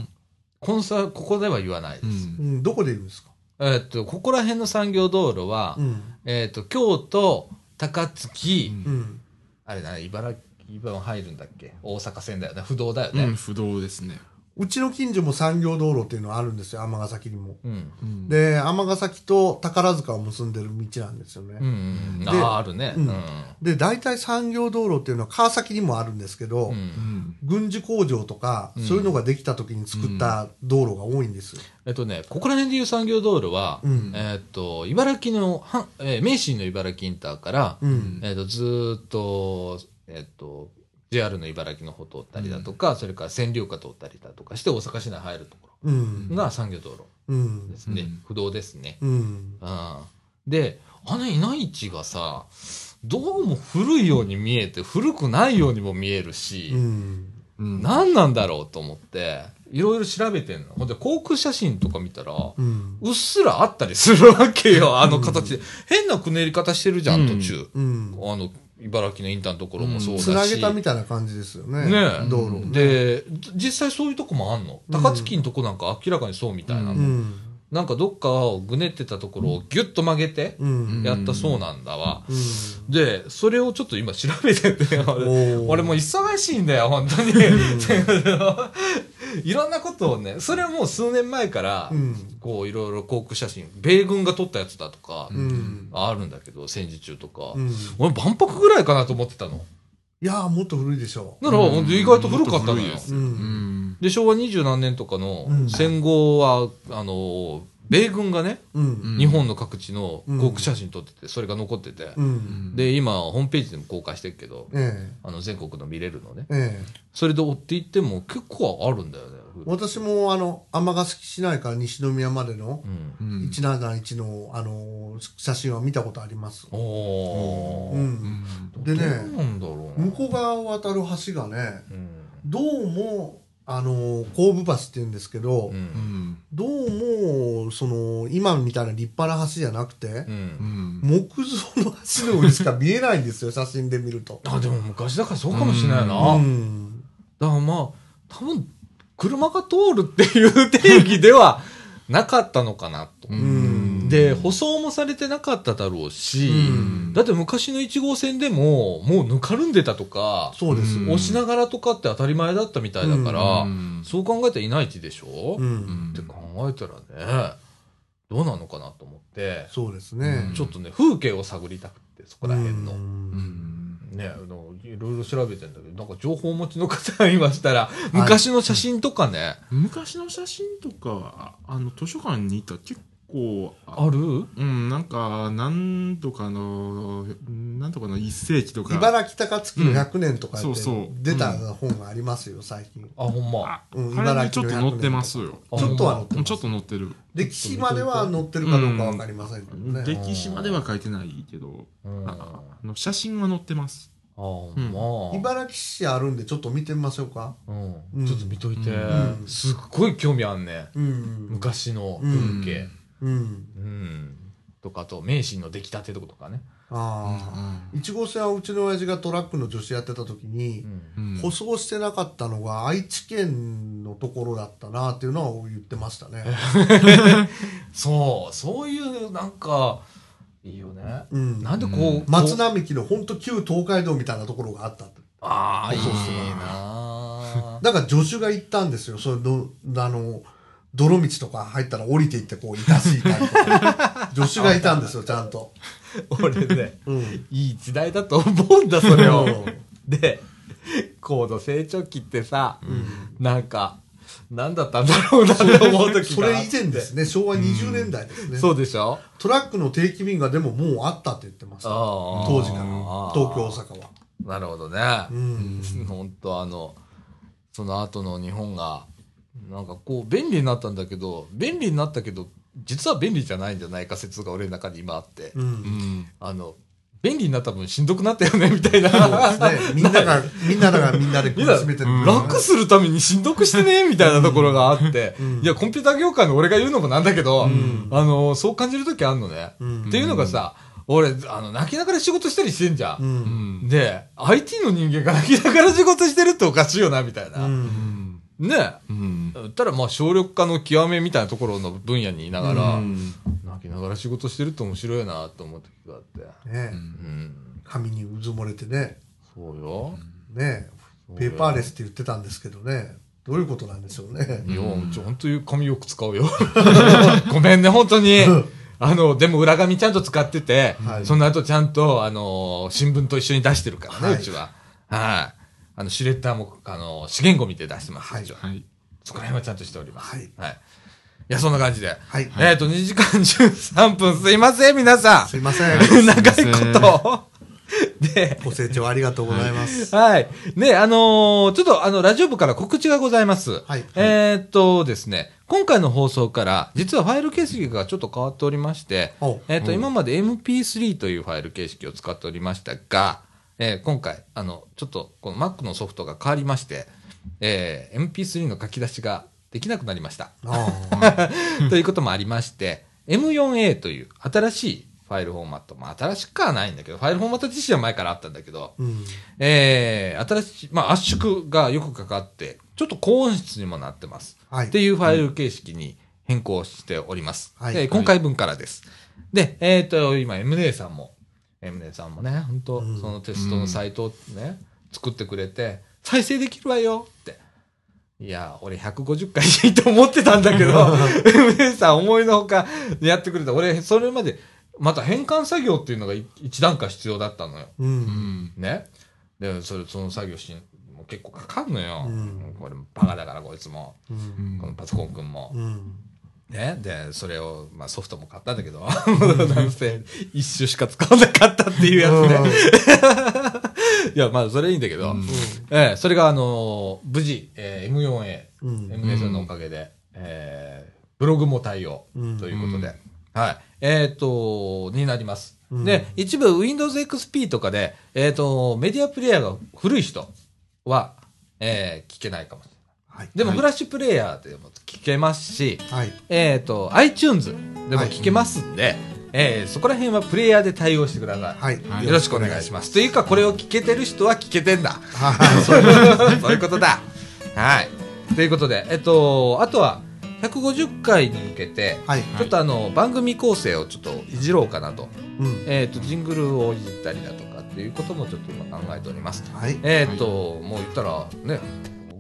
Speaker 1: このさ、ここでは言わないで
Speaker 3: う。
Speaker 1: す。
Speaker 2: うんん、どこで言うんですか
Speaker 1: えーっと、ここら辺の産業道路は、
Speaker 2: うん。
Speaker 1: えーっと、京都、高槻、
Speaker 3: うん
Speaker 2: うん。
Speaker 1: あれだね、茨城、今入るんだっけ大阪線だよね。不動だよ
Speaker 3: うん、
Speaker 1: ね。
Speaker 3: 不動ですね。
Speaker 2: うちの近所も産業道路っていうのはあるんですよ。尼崎にも。
Speaker 1: うん。
Speaker 3: うん、
Speaker 2: で、尼崎と宝塚を結んでる道なんですよね。
Speaker 1: うん。うんうん、
Speaker 2: で
Speaker 1: ああ、あるね。う
Speaker 2: うんん。で、大体産業道路っていうのは川崎にもあるんですけど、
Speaker 1: うん
Speaker 3: うん。
Speaker 2: 軍事工場とか、
Speaker 1: うん
Speaker 2: そういうのができた時に作った道路が多いんですよ。
Speaker 1: えっとね、ここら辺でいう産業道路は、
Speaker 2: うん
Speaker 1: えーっと、茨城の、はえー名神の茨城インターから、
Speaker 2: うん。
Speaker 1: えー、とずーっと,、えー、と JR の茨城の方通ったりだとか、それから千両下通ったりだとかして大阪市内入るとこ
Speaker 2: うん
Speaker 1: ろ。が産業道路
Speaker 2: うん
Speaker 1: で。すね、
Speaker 3: うん
Speaker 1: 不動ですね、
Speaker 2: うん。
Speaker 1: うん、であの稲市がさどうも古いように見えて古くないようにも見えるし、
Speaker 2: うん。
Speaker 3: うん
Speaker 1: 何なんだろうと思っていろいろ調べてんのほんで航空写真とか見たら、う
Speaker 2: うん。
Speaker 1: っすらあったりするわけよ、あの形で。変なくねり方してるじゃん、
Speaker 3: うん
Speaker 1: 途中。
Speaker 2: うん。
Speaker 1: あの、茨城のインターのところもそうだし。
Speaker 2: つなげたみたいな感じですよね。
Speaker 1: ねえ
Speaker 2: 道路をね。
Speaker 1: で、実際そういうとこもあんの。
Speaker 2: うん
Speaker 1: 高槻のとこなんか明らかにそうみたいなの。
Speaker 3: う
Speaker 2: うん。
Speaker 1: なんかどっかをぐねってたところをギュッと曲げて
Speaker 2: うん。
Speaker 1: やったそうなんだわ。
Speaker 2: うん
Speaker 1: で、それをちょっと今調べてて、俺
Speaker 2: おー
Speaker 1: 俺もう忙しいんだよ、本当に。 いろんなことをね、それはもう数年前から、
Speaker 2: うん
Speaker 1: こういろいろ航空写真、米軍が撮ったやつだとか、
Speaker 2: うん
Speaker 1: あるんだけど、戦時中とか。
Speaker 2: うん
Speaker 1: 俺万博ぐらいかなと思ってたの。
Speaker 2: いやーもっと古いでしょ
Speaker 1: なら、
Speaker 3: うん
Speaker 1: 意外と古かったの
Speaker 3: もっと古い
Speaker 1: よ
Speaker 3: で。
Speaker 2: う。
Speaker 3: す
Speaker 2: う。
Speaker 3: うんん。
Speaker 1: で、昭和二十何年とかの
Speaker 2: うん
Speaker 1: 戦後は、あの、米軍がね、
Speaker 2: うん。
Speaker 1: 日本の各地の
Speaker 2: うん
Speaker 1: 航空写真撮ってて、それが残ってて
Speaker 2: う、ん。
Speaker 1: で、今、ホームページでも公開してるけど、
Speaker 2: え
Speaker 1: あの、全国の見れるのね。
Speaker 2: え。ええ。
Speaker 1: それで追っていっても結構あるんだよね。
Speaker 2: 私も、あの、尼崎市内から西宮までの
Speaker 1: うん。
Speaker 3: うん
Speaker 2: 171の、あのー写真は見たことあります。
Speaker 1: おー。
Speaker 2: う。
Speaker 3: うんん
Speaker 1: ど
Speaker 2: で
Speaker 1: う
Speaker 2: ね、
Speaker 1: なんだろうな。
Speaker 2: 向こう側を渡る橋がね、
Speaker 1: うん。
Speaker 2: どうも、あのー、後部橋って言うんですけど、
Speaker 1: うん。
Speaker 3: うん。
Speaker 2: どうも、その、今みたいな立派な橋じゃなくて
Speaker 1: う、。
Speaker 3: うんん。
Speaker 2: 木造の橋の上しか見えないんですよ、写真で見ると。
Speaker 1: あ、でも昔だからそうかもしれないな。
Speaker 2: うん。
Speaker 1: だからまあ、多分、車が通るっていう定義ではなかったのかなと。
Speaker 2: ん
Speaker 1: で、舗装もされてなかっただろうし、
Speaker 2: うん
Speaker 1: だって昔の1号線でも、もうぬかるんでたとか、
Speaker 2: そうです。
Speaker 3: うん
Speaker 1: 押しながらとかって当たり前だったみたいだから、
Speaker 3: うん
Speaker 1: そう考えたらいないちでしょ、
Speaker 2: う
Speaker 1: っ
Speaker 2: ん。
Speaker 1: て考えたらね、どうなのかなと思って、
Speaker 2: そうですね。
Speaker 1: ちょっとね、風景を探りたくて、そこら辺の。
Speaker 2: うん
Speaker 3: うん
Speaker 1: ね、あのいろいろ調べてんだけど、なんか情報持ちの方がいましたら、昔の写真とかね、
Speaker 3: 昔の写真とかああの図書館に行ったら結構あ
Speaker 1: ある
Speaker 3: うんなんかなんとかのなんとかの一世紀とか
Speaker 2: 茨城高槻の100年とかって
Speaker 3: うんそうそう
Speaker 2: 出た本がありますよ、最近。
Speaker 1: あ、ほんま。
Speaker 3: あ
Speaker 2: うん
Speaker 3: あれにちょっと載ってますよ
Speaker 1: あ
Speaker 2: ちょっとは載って
Speaker 3: うん
Speaker 2: ま
Speaker 3: ちょっ
Speaker 2: す。
Speaker 3: と載ってる
Speaker 2: 歴史までは載ってるかどうかわかりませんけどね。
Speaker 3: 歴史までは書いてないけど
Speaker 1: うん、
Speaker 3: あ
Speaker 1: あ、
Speaker 3: あの写真は載ってます
Speaker 1: ほんま。
Speaker 2: 茨城市あるんでちょっと見てみましょうか。
Speaker 1: う、
Speaker 2: うんん
Speaker 1: ちょっと見といて、
Speaker 2: うん
Speaker 1: すっごい興味あんね
Speaker 2: うん。
Speaker 1: 昔の風景、う
Speaker 2: うん。
Speaker 1: んとかあと名神の出来たてとかね
Speaker 2: あ
Speaker 3: あ
Speaker 2: あ1号線はうちの親父がトラックの助手やってた時に、
Speaker 3: うん
Speaker 2: 舗装してなかったのが愛知県のところだったなっていうのは言ってましたね。
Speaker 1: そう、そういう、なんか、いいよね。
Speaker 2: うん、
Speaker 1: なんでこう、
Speaker 3: うん
Speaker 1: こう
Speaker 2: 松並木の本当旧東海道みたいなところがあったって
Speaker 1: ああ、いい
Speaker 2: そうそう
Speaker 1: な
Speaker 2: だから助手が行ったんですよそれどあの泥道とか入ったら降りていってこういたしいたりとか助手がいたんですよちゃんと、
Speaker 1: 俺ね、
Speaker 2: うん、
Speaker 1: いい時代だと思うんだ、それ
Speaker 2: う
Speaker 1: を
Speaker 2: ん。
Speaker 1: で、高度成長期ってさ、なんか、なんだったんだろうなって思う時
Speaker 2: そ
Speaker 1: が
Speaker 2: れ以前ですね昭和20年代ですね、
Speaker 1: そうでしょ
Speaker 2: トラックの定期便がでももうあったって言ってました当
Speaker 1: 当
Speaker 2: 時から東京大阪は
Speaker 1: なるほどね
Speaker 2: う。ん
Speaker 1: 本当あのその後の日本がなんかこう便利になったんだけど便利になったけど実は便利じゃないんじゃないか説が俺の中に今あって、
Speaker 2: う
Speaker 3: うんん
Speaker 1: あの便利になった分しんどくなったよねみたい
Speaker 2: そうです
Speaker 1: な、
Speaker 2: ね、みんなが、みんながみんなで苦しめてる。
Speaker 3: みんな
Speaker 1: 楽するためにしんどくしてねみたいなところがあって、
Speaker 2: うん
Speaker 1: いやコンピューター業界の俺が言うのもなんだけど、
Speaker 2: ん
Speaker 1: あのそう感じる時あんのね、
Speaker 2: うん
Speaker 1: っていうのがさ俺あの泣きながら仕事したりしてんじゃん
Speaker 2: う、。
Speaker 3: うんん
Speaker 1: で IT の人間が泣きながら仕事してるっておかしいよなみたいな、
Speaker 2: うん
Speaker 1: ね
Speaker 3: うん
Speaker 1: え、たらまあ省力化の極めみたいなところの分野にいながら、泣きながら仕事してると面白いなと思う時があって、
Speaker 2: ね
Speaker 1: うん、
Speaker 2: 紙にうずもれてね。
Speaker 1: そうよ、
Speaker 2: ねペーパーレスって言ってたんですけどね。どういうことなんでしょうね。
Speaker 1: いやうち本当に紙よく使うよごめんね本当に
Speaker 2: うん
Speaker 1: あのでも裏紙ちゃんと使ってて、
Speaker 2: はい
Speaker 1: その後ちゃんとあの新聞と一緒に出してるからね、
Speaker 2: はいう
Speaker 1: ちははいあのシュレッダーもあの資源ゴミで出してます、
Speaker 2: はいう
Speaker 1: ちは
Speaker 3: はい
Speaker 1: そこら辺はちゃんとしております
Speaker 2: はい
Speaker 1: はい、いやそんな感じで
Speaker 2: はい。
Speaker 1: えっ、と、2時間13分、すいません、皆さ
Speaker 2: すいません。
Speaker 1: ん。長いこと。で、
Speaker 2: ご清聴ありがとうございま す。
Speaker 1: はい。ね、あのーちょっと、あの、ラジオ部から告知がございます。
Speaker 2: はい
Speaker 1: えーっとですね、今回の放送から、実はファイル形式がちょっと変わっておりまして、
Speaker 2: お
Speaker 1: えーっと、
Speaker 3: うん
Speaker 1: 今まで MP3 というファイル形式を使っておりましたが、えー今回、あの、ちょっと、この Mac のソフトが変わりまして、えー MP3 の書き出しができなくなりま した。
Speaker 2: あ
Speaker 1: ということもありまして、M4A という新しいファイルフォーマット、まあ新しくはないんだけど、ファイルフォーマット自身は前からあったんだけど、
Speaker 2: ーうん。
Speaker 1: えー、新しい、まあ圧縮がよくかかって、ちょっと高音質にもなってます。
Speaker 2: はい
Speaker 1: っていうファイル形式に変更しております。
Speaker 2: はい
Speaker 1: で今回分からです。で、えっ、と、今 MNA さんも、MNA さんもね、本当、
Speaker 2: うん
Speaker 1: そのテストのサイトをね、作ってくれて、再生できるわよって。いや、俺150回いいと思ってたんだ けど、MNA さん思いのほかやってくれた。俺、それまで、また変換作業っていうのが一一段階必要だったのよ。
Speaker 2: う。
Speaker 3: うんん
Speaker 1: ねでそれその作業しもう結構かかんのよ、
Speaker 2: うん
Speaker 1: これバカだからこいつも、
Speaker 2: う。
Speaker 3: うんん
Speaker 1: このパソコン君も
Speaker 2: う、ん。
Speaker 1: ねでそれを、まあ、ソフトも買ったんだけど、なんせ一種しか使わなかったっていうやつね、いやまあそれいいんだけど、
Speaker 3: うん
Speaker 1: ええそれがあのー無事、えー M4A
Speaker 2: うん
Speaker 1: MA さんのおかげで、えーブログも対応
Speaker 2: うん
Speaker 1: ということで、はい。えっ、と、になります。
Speaker 2: うん
Speaker 1: で、一部 Windows XP とかで、えっ、と、メディアプレイヤーが古い人は、えー聞けないかもしれない。
Speaker 2: はい。
Speaker 1: でも、
Speaker 3: はい
Speaker 1: フラッシュプレイヤーでも聞けますし、
Speaker 2: はい。
Speaker 1: えっ、と、iTunes でも聞けますんで、えーそこら辺はプレイヤーで対応してください。
Speaker 2: はい。
Speaker 3: はい
Speaker 1: よろしくお願いします。というか、これを聞けてる人は聞けてんだ。
Speaker 2: はい。
Speaker 1: そういうことだ。はい。ということで、えっと、あとは、150回に向けて、
Speaker 2: はい。
Speaker 1: ちょっとあの、番組構成をちょっといじろうかなと。
Speaker 2: うん。
Speaker 1: えっと、ジングルをいじったりだとかっていうこともちょっと今考えております。
Speaker 2: はい。
Speaker 1: えっと、もう言ったら、ね、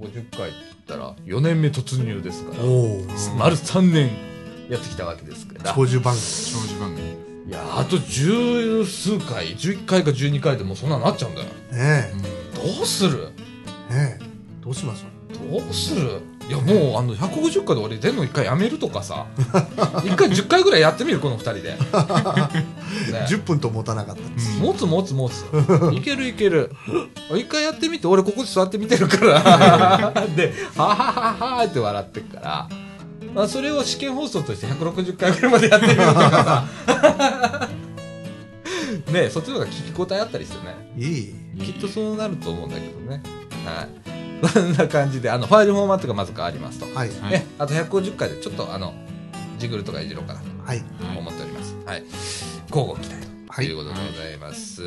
Speaker 1: 150回って言ったら、4年目突入ですから
Speaker 2: お、お。
Speaker 1: 丸3年やってきたわけですから。
Speaker 2: 長寿番
Speaker 3: 長寿番組
Speaker 1: いや、あと十数回、11回か12回でもうそんななっちゃうんだよ。
Speaker 2: 組。ね
Speaker 1: どうする
Speaker 2: え。ねえ。どうしましょう。
Speaker 1: どうするいやもうあの150回で俺出んの1回やめるとかさ1 回10回ぐらいやってみるこの2人で、ね
Speaker 2: 10分と持たなかった。
Speaker 1: 持つ持つ持ついけるいける1回やってみて俺ここで座って見てるからで「はははは」って笑ってっから、まあ、それを試験放送として160回ぐらいまでやってみるとかさねそっちの方が聞き応えあったりしてね
Speaker 2: いい。
Speaker 1: きっとそうなると思うんだけどねはいそんな感じであのファイルフォーマットがまず変わりますと
Speaker 2: はい。
Speaker 3: はい
Speaker 1: ね、あと150回でちょっとあのジグルとかいじろうかな
Speaker 2: はい。
Speaker 1: と
Speaker 3: はい
Speaker 1: 思っております。はい、交互期待と
Speaker 2: は
Speaker 1: ということでございます。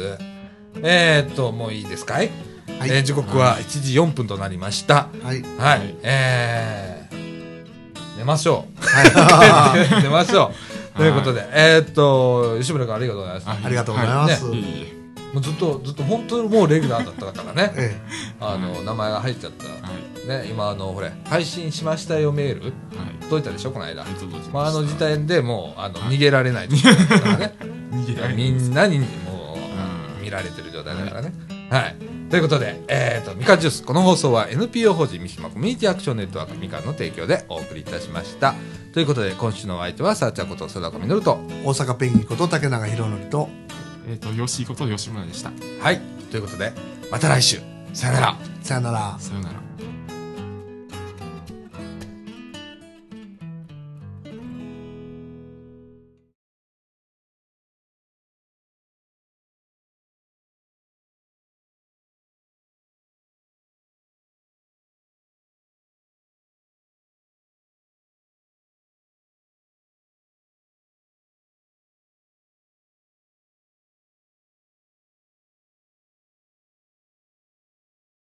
Speaker 1: えーっと、もういいですかい、
Speaker 2: はい
Speaker 1: えー時刻は1時4分となりました。
Speaker 2: は
Speaker 1: は
Speaker 2: い。
Speaker 1: い、
Speaker 3: はい
Speaker 1: えー、寝ましょう。
Speaker 2: は
Speaker 1: 寝ましょう。ということで、えーっと、吉村君ありがとうございます。
Speaker 2: い。ありがとうございます。。
Speaker 3: はいいえいえ
Speaker 1: もうずっと、ずっと本当にもうレギュラーだったからね
Speaker 2: え
Speaker 1: あの、名前が入っちゃった。
Speaker 3: はい
Speaker 1: ね、今あのほれ配信しましたよメール
Speaker 3: はい
Speaker 1: 届いたでしょこの間
Speaker 3: ありがとうございます
Speaker 1: まあ、あの時点でもうあの
Speaker 3: はい
Speaker 1: 逃げられ ないということだからね
Speaker 3: 逃げられない
Speaker 1: みんなにも
Speaker 3: う
Speaker 1: うん見られてる状態だからねはいということで、えー、とみかんジュースこの放送は NPO 法人三島コミュニティアクションネットワークみかんの提供でお送りいたしましたということで今週のお相手はさあちゃんこと貞子稔と
Speaker 2: え大阪ペンギンこと竹永宏典と、
Speaker 3: えっ、と吉井こと吉村でした
Speaker 1: はいということでまた来週さよなら
Speaker 2: さよなら。
Speaker 3: さようなら